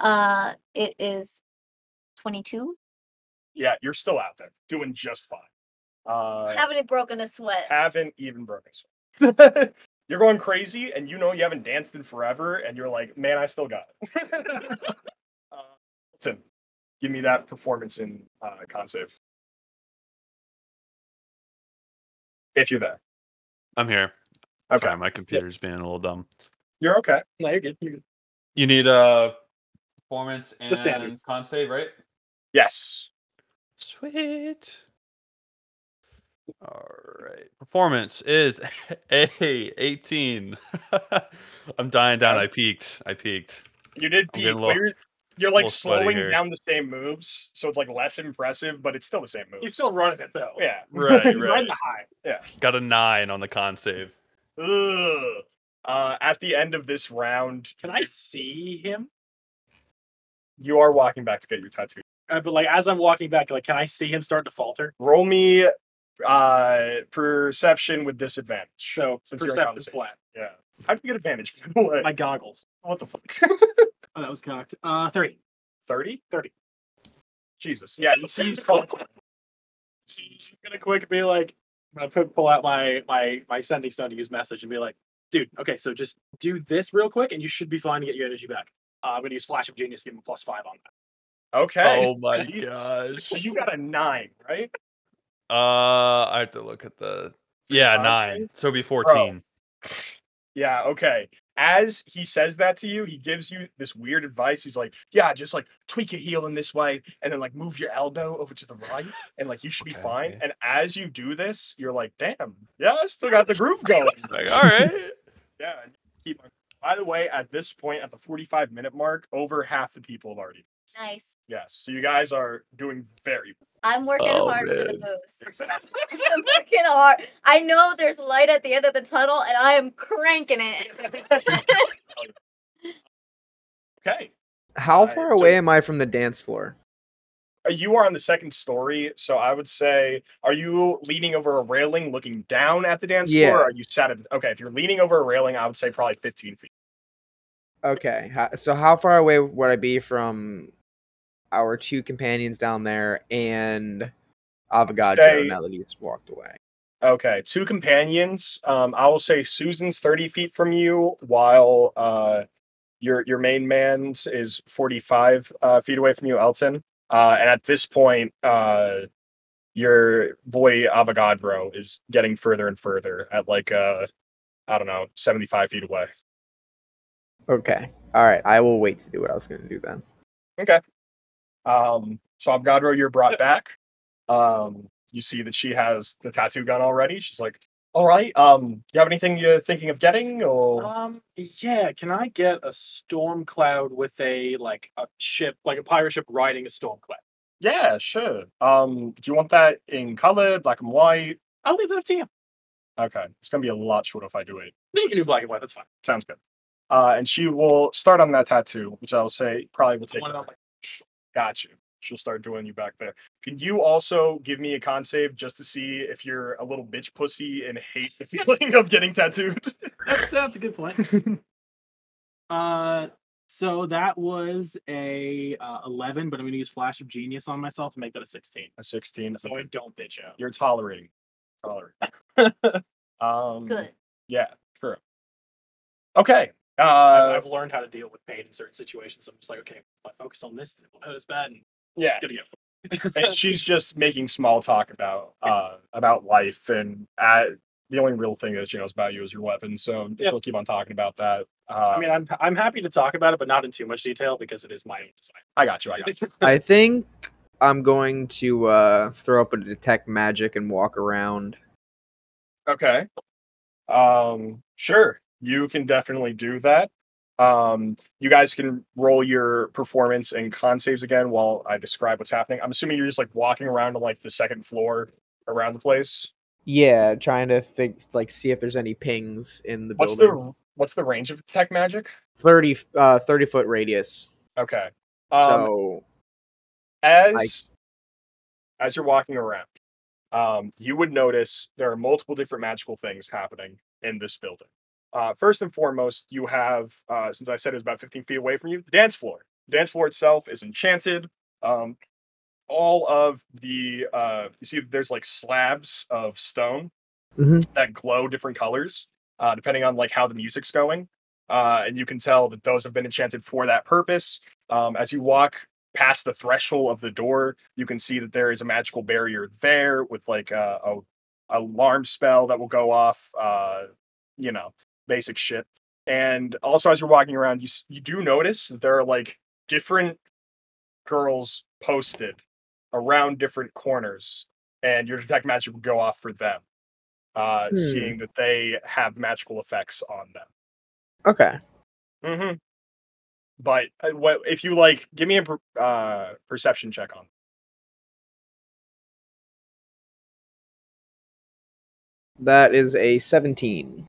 uh, it is 22. Yeah, you're still out there doing just fine. Uh, haven't broken a sweat. haven't even broken a sweat. you're going crazy, and you know you haven't danced in forever, and you're like, man, I still got it. uh, Tim, give me that performance in uh, con save. If you're there, I'm here. okay, Sorry, my computer's being a little dumb. you're okay. No, you're good. You're good. You need uh performance and standards. con save, right? Yes, Sweet. All right. Performance is a 18. I'm dying down. I peaked. I peaked. You did I'm peak, getting a but little- you're, you're like little sweaty slowing here. down the same moves, so it's like less impressive, but it's still the same moves. He's still running it though. yeah. Right, He's right. riding the high. Got a nine on the con save. Ugh. Uh, at the end of this round, Can I see him? you are walking back to get your tattoo. Uh, but like, as I'm walking back, like, can I see him start to falter? Roll me uh, perception with disadvantage. So Since you're in perception's conversation. flat. Yeah. How'd you get advantage? by the way? My goggles. what the fuck? Oh, that was cocked. Uh, three. 30? 30. Jesus. Yeah, you see he's faltering. Just gonna quick be like, I'm gonna pu- pull out my my my sending stone to use message and be like, dude, okay, so just do this real quick and you should be fine to get your energy back. Uh, I'm gonna use flash of genius, give him a plus five on that. Okay. Oh my Jesus. gosh. You got a nine, right? Uh I have to look at the Yeah, five, nine. So it'd be 14. Yeah, okay. As he says that to you, he gives you this weird advice. He's like, Yeah, just like tweak your heel in this way and then like move your elbow over to the right and like you should be Okay, fine. okay. And as you do this, you're like, Damn, yeah, I still got the groove going. Like, all right. yeah. and keep on- By the way, at this point, at the 45 minute mark, over half the people have already. Nice. Yes. So you guys are doing very I'm working Oh, hard for the boost. exactly. I'm working hard. I know there's light at the end of the tunnel, and I am cranking it. Okay. How Right, far so- away am I from the dance floor? Uh, You are on the second story, so I would say, are you leaning over a railing, looking down at the dance floor? Yeah. Or are you sat at? Okay, if you're leaning over a railing, I would say probably 15 feet. Okay, ho- so how far away would I be from our two companions down there and Avogadro Say- now that he's walked away? Okay, two companions. Um, I will say Susan's 30 feet from you, while uh, your your main man's is 45 uh, feet away from you, Elton. Uh, and at this point, uh, your boy Avogadro is getting further and further at like uh, I don't know, 75 feet away. Okay, all right, I will wait to do what I was going to do then. Um, so Avogadro, you're brought back. Um, you see that she has the tattoo gun already. She's like, All right. Um, you have anything you're thinking of getting, or Um, yeah. Can I get a storm cloud with a like a ship, like a pirate ship riding a storm cloud? yeah, sure. Um, do you want that in color, black and white? I'll leave that up to you. Okay, it's gonna be a lot shorter if I do it. You can do black and white. That's fine. Sounds good. Uh, and she will start on that tattoo, which I'll say probably will The take. one about, like, Got you. She'll start doing you back there. Can you also give me a con save just to see if you're a little bitch pussy and hate the feeling of getting tattooed? that's that's a good point. uh, so that was a uh, eleven, but I'm gonna use flash of genius on myself to make that a sixteen. A 16. So I don't bitch out. You're tolerating. Tolerating. um, Good. Yeah, sure. Okay. I've- Uh, I've learned how to deal with pain in certain situations. I'm just like, okay, if I focus on this, then it won't hurt as bad. And yeah. good to go. and she's just making small talk about uh about life and uh, the only real thing that she knows about you is your weapon so Yeah. she'll keep on talking about that uh, I mean, I'm I'm happy to talk about it, but not in too much detail because it is my own design. i got you i got you I think I'm going to uh, throw up a detect magic and walk around. okay um sure you can definitely do that um you guys can roll your performance and con saves again while i describe what's happening i'm assuming you're just like walking around to like the second floor around the place Yeah, trying to fix like see if there's any pings in the what's building. the what's the range of tech magic 30 uh 30 foot radius. okay um, so as as you're walking around um, you would notice there are multiple different magical things happening in this building uh, first and foremost you have uh, since i said it was about 15 feet away from you the dance floor the dance floor itself is enchanted um, all of the uh, you see there's like slabs of stone Mhm. that glow different colors uh, depending on like how the music's going uh, and you can tell that those have been enchanted for that purpose um, as you walk past the threshold of the door, you can see that there is a magical barrier there with like a, a alarm spell that will go off. Uh, you know, basic shit. And also, as you're walking around, you s- you do notice that there are like different girls posted around different corners, and your detect magic will go off for them, uh, Hmm. seeing that they have magical effects on them. okay. Mm-hmm. But uh, what if you like? Give me a per, uh, perception check on. That is a 17.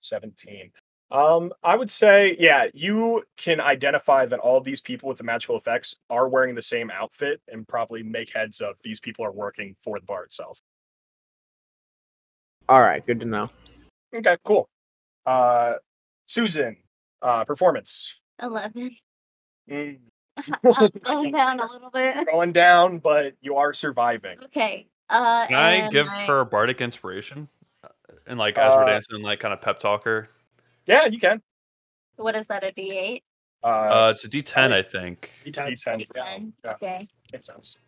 17. Um, I would say, yeah, you can identify that all these people with the magical effects are wearing the same outfit and probably make heads of these people are working for the bar itself. All right, good to know. Okay, cool. Uh, Susan, uh, performance. 11. Mm, I'm going down a little bit. going down, but you are surviving. Okay. Uh, Can I and give my- her bardic inspiration? Uh, And like as we're Uh, dancing, like kind of pep talk her. Yeah, you can. What is that, a D8? Uh, Uh, it's a D10, I think. You tend- D10 for now. D10. Yeah, Okay. makes sense.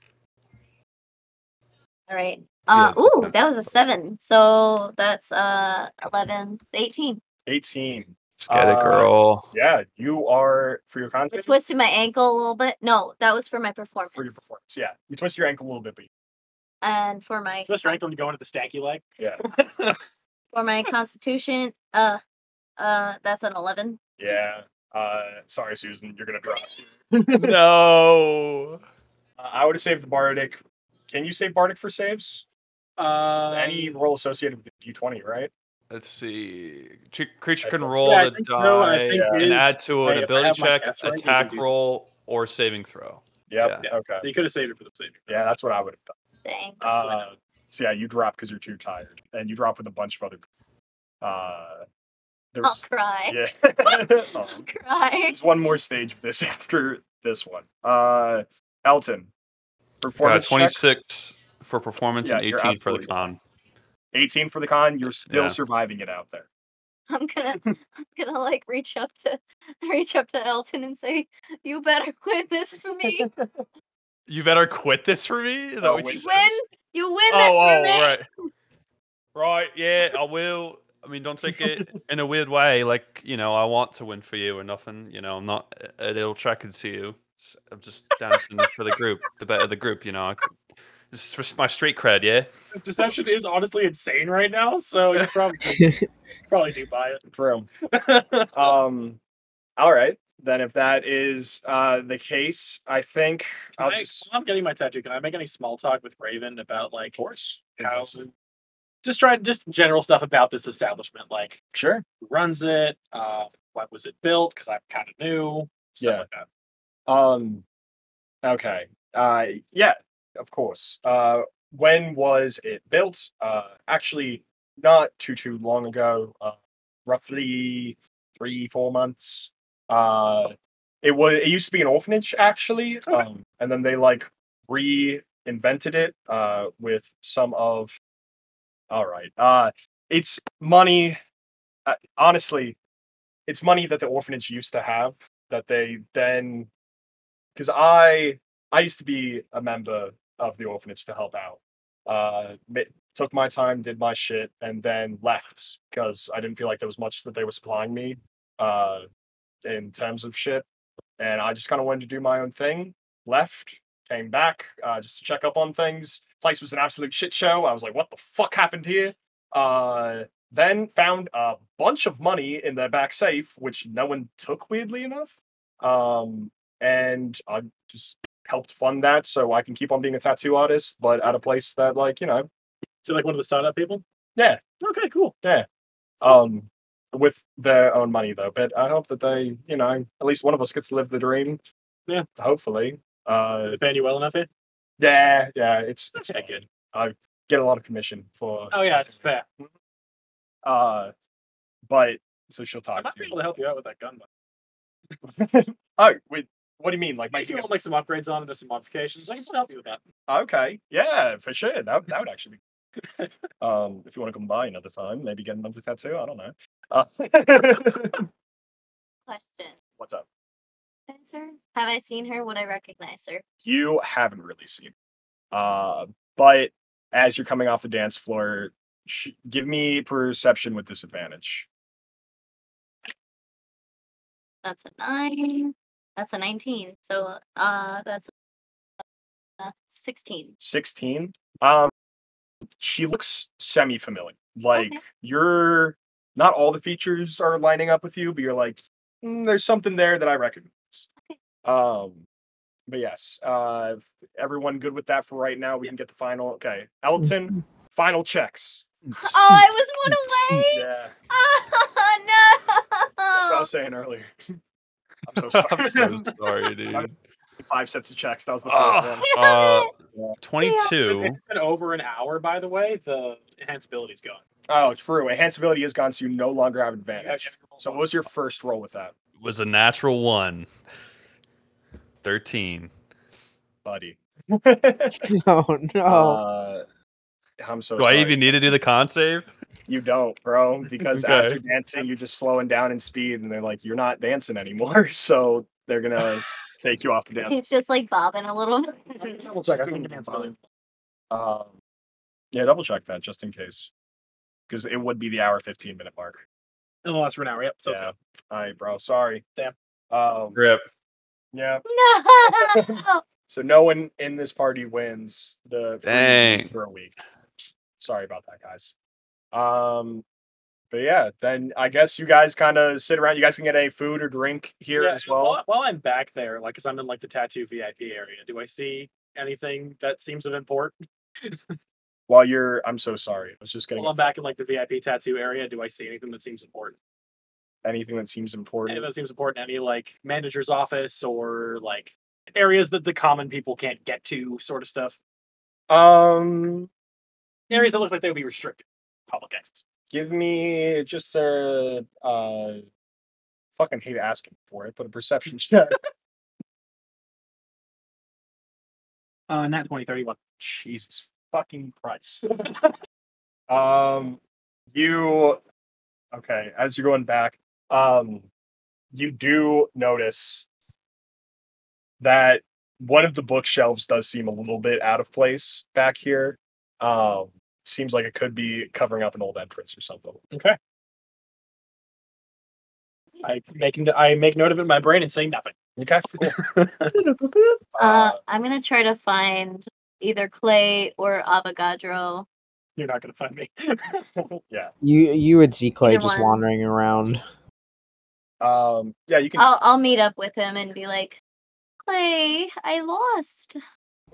All right. Uh, Yeah, ooh, okay. that was a 7. So that's uh 11, 18. 18. Let's get Uh, it, girl. Yeah, you are for your I concept. twisted my ankle a little bit. No, that was for my performance. for your performance. Yeah, you twist your ankle a little bit, but and for my Just ranked on going to the stanky leg. yeah, for my constitution, uh uh that's an 11. yeah. Uh, sorry, Susan, you're gonna drop. no. Uh, I would have saved the bardic. Can you save bardic for saves? Uh, Is any roll associated with the d20, right? Let's see. Ch- creature I can thought- roll Yeah, I the think die so, I think it and is- add to I- an if I ability have my check, guess right, we can attack do so. roll, or saving throw. Yep. Yeah. Okay. So you could have saved it for the saving. Yeah, that's what I would have done. Dang. Uh, so yeah, you drop because you're too tired, and you drop with a bunch of other. Uh, I'll there's cry. yeah. I'll Oh, cry. there's one more stage of this after this one. Uh, Elton, Got performance check. 26 for performance Yeah, and you're 18 for the absolutely con. 18 for the con. You're still Yeah. surviving it out there. I'm gonna I'm gonna like reach up to reach up to Elton and say, You better win this for me. Win You better quit this for me. Is that Oh, what wait. you said? you win this Oh, for oh, me. right. Right. Yeah, I will. I mean, don't take it in a weird way. Like, you know, I want to win for you or nothing. You know, I'm not a a little attracted to you. S- I'm just dancing for the group, the better the group, you know. I c- This is for my street cred, yeah. This deception is honestly insane right now, so you probably probably do buy it. True. um, all right. Then, if that is uh, the case, I think Can I'll I, just. am getting my tattoo. Can I make any small talk with Raven about like horse? How, Interesting. just try just general stuff about this establishment, like Sure. who runs it, uh, when was it built? Because I'm kind of new. Stuff Yeah. like that. Um. Okay. Uh. Yeah. Of course. Uh. When was it built? Uh. Actually, not too too long ago. Uh, roughly three four months. Uh. It was. It used to be an orphanage, actually. Um. And then they like reinvented it. Uh. With some of. All right. Uh. It's money. Uh, honestly, it's money that the orphanage used to have that they then because I I used to be a member of the orphanage to help out. Uh, ma- took my time, did my shit, and then left because I didn't feel like there was much that they were supplying me uh, in terms of shit. And I just kind of wanted to do my own thing. Left, came back uh, just to check up on things. Place was an absolute shit show. I was like, what the fuck happened here? Uh, then found a bunch of money in their back safe, which no one took, weirdly enough. Um, and I just helped fund that so I can keep on being a tattoo artist, but at a place that like you know, So like one of the startup people. yeah, Okay, cool. yeah, um, with their own money though. But I hope that they, you know, at least one of us gets to live the dream. Yeah. hopefully. Uh, They're paying you well enough here. yeah, yeah, it's it's fine. That's good. I get a lot of commission for. Oh yeah, it's tattooing. fair. Uh, but so she'll I talk might to be you. able to help you out with that gun. But Oh, wait, what do you mean? Like if you making? want like some upgrades on it or some modifications, I can help you with that. A... Okay, yeah, for sure. That would- that would actually be. um, if you want to come by another time, maybe get another tattoo. I don't know. Uh, Question. what's up? Recognize her? Have I seen her? Would I recognize her? you haven't really seen. Uh, but as you're coming off the dance floor, sh- give me perception with disadvantage. That's a nine. That's a nineteen. So uh, that's a sixteen. 16. Um, she looks semi familiar. Like, you're not all the features are lining up with you, but you're like, "Mm, there's something there that I recognize. Okay. Um, but yes, uh, everyone good with that for right now. We can get the final. Okay, Mm-hmm. Elton, final checks. Oh, I was one away. Yeah, Oh that's what I no! was saying earlier. I'm so sorry. I'm so sorry, dude. Five sets of checks. That was the first Oh, one. uh, Yeah. Twenty-two. It's been over an hour, by the way. The enhanced ability's gone. Oh, true. Enhanceability is gone, so you no longer have You gotta advantage. get a roll So, what bonus. was your first roll with that, was a natural one. 13. buddy? Oh no. Uh, I'm so Do sorry. I even need to do the con save? You don't, bro, because as Okay. you're dancing, you're just slowing down in speed, and they're like, you're not dancing anymore. So, they're going to take you off the dance. He's just like bobbing a little. Let me Double check. I think Doing it's fine. on. Um, yeah, double check that just in case. Because it would be the hour 15 minute mark. It lasts for an hour. Yep. So it's yeah. gone. All right, bro. Sorry. Damn. Um, Grip. yeah. No. So no one in this party wins the free Dang. week for a week. Sorry about that, guys. Um, but yeah, then I guess you guys kind of sit around. You guys can get any food or drink here Yeah, as and while- well. While I'm back there, like, cause I'm in like the tattoo VIP area. Do I see anything that seems of import? While you're, I'm so sorry. I was just getting While I'm back in like the VIP tattoo area, do I see anything that seems important? anything that seems important. Anything that seems important? Any like manager's office or like areas that the common people can't get to, sort of stuff. Um, Areas that look like they would be restricted. Public access. give me just a uh, fucking hate asking for it, but a perception check. Uh, not 2031. Jesus fucking Christ. um, you okay? As you're going back, um, you do notice that one of the bookshelves does seem a little bit out of place back here. Um, seems like it could be covering up an old entrance or something. Okay. I make n- I make note of it in my brain and say nothing. Okay, cool. Uh, I'm gonna try to find either Clay or Avogadro. You're not gonna find me. yeah. You you would see Clay Either just one. wandering around. Um, yeah, you can. uh, I'll I'll meet up with him and be like, Clay, I lost.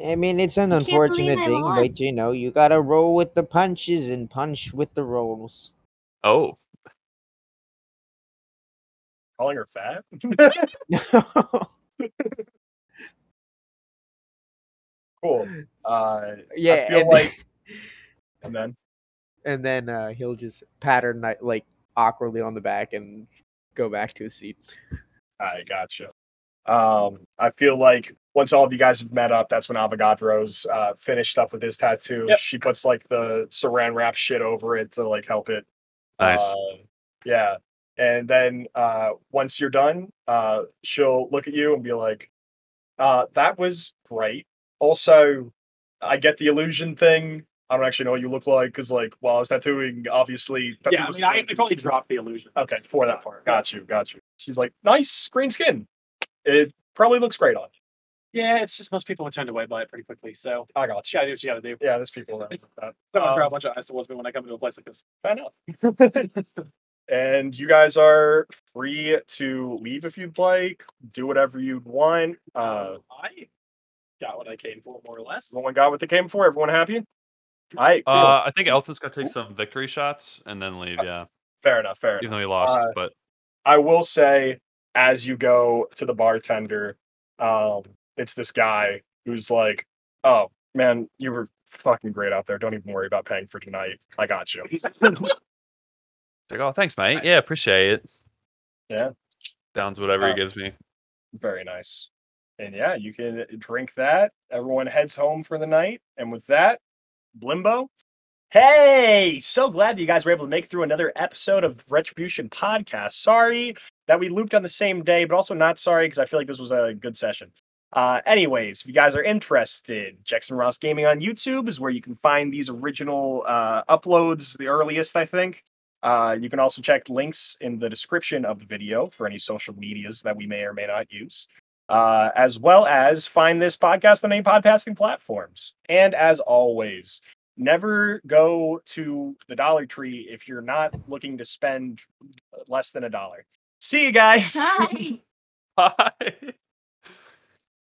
I mean, it's an can't believe unfortunate I thing, lost. but you know, you gotta roll with the punches and punch with the rolls. Oh, calling her fat. Cool. Uh, yeah, feel and, like- and then and then uh, he'll just pattern like- like awkwardly on the back and go back to his seat. I gotcha. Um, I feel like once all of you guys have met up, that's when Avogadro's uh, finished up with his tattoo. Yep. She puts like the saran wrap shit over it to like help it. nice. Uh, yeah. And then uh, once you're done, uh, she'll look at you and be like, uh, "That was great." Also, I get the illusion thing. I don't actually know what you look like because, like, while I was tattooing, obviously, yeah, I tattoos- mean, I, I probably dropped the illusion. Okay, for that part. Got you, got you. She's like, nice green skin. It probably looks great on you. Yeah, it's just most people are turned away by it pretty quickly. So I got you gotta do what you gotta do. Yeah, there's people around like that. Don't Um, throw a bunch of eyes towards me when I come into a place like this. I know. and you guys are free to leave if you'd like, do whatever you'd want. Uh, I got what I came for, more or less. no one got what they came for. Everyone happy? All right, cool. Uh, I think Elton's gonna take some victory shots and then leave. Yeah, fair enough, fair enough. even though he lost, Uh, but I will say, as you go to the bartender, um, it's this guy who's like, "Oh man, you were fucking great out there. Don't even worry about paying for tonight. I got you." it's like, oh, thanks, mate. Yeah, appreciate it. Yeah. Downs whatever Uh, he gives me. Very nice. And yeah, you can drink that. Everyone heads home for the night. And with that, Blimbo. Hey, so glad you guys were able to make it through another episode of Retribution Podcast. Sorry that we looped on the same day, but also not sorry because I feel like this was a good session. Uh, anyways, if you guys are interested, Jackson Ross Gaming on YouTube is where you can find these original uh, uploads, the earliest, I think. Uh, you can also check links in the description of the video for any social medias that we may or may not use, uh, as well as find this podcast on any podcasting platforms. And as always, never go to the Dollar Tree if you're not looking to spend less than a dollar. See you guys. Hi. Bye.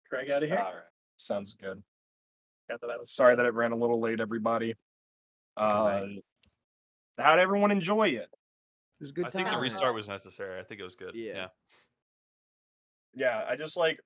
Craig out of here. All right. Sounds good. Yeah, that was- Sorry that it ran a little late, everybody. Uh, how'd everyone enjoy it? It's good I think the time. restart was necessary. I think it was good. Yeah. yeah. Yeah, I just like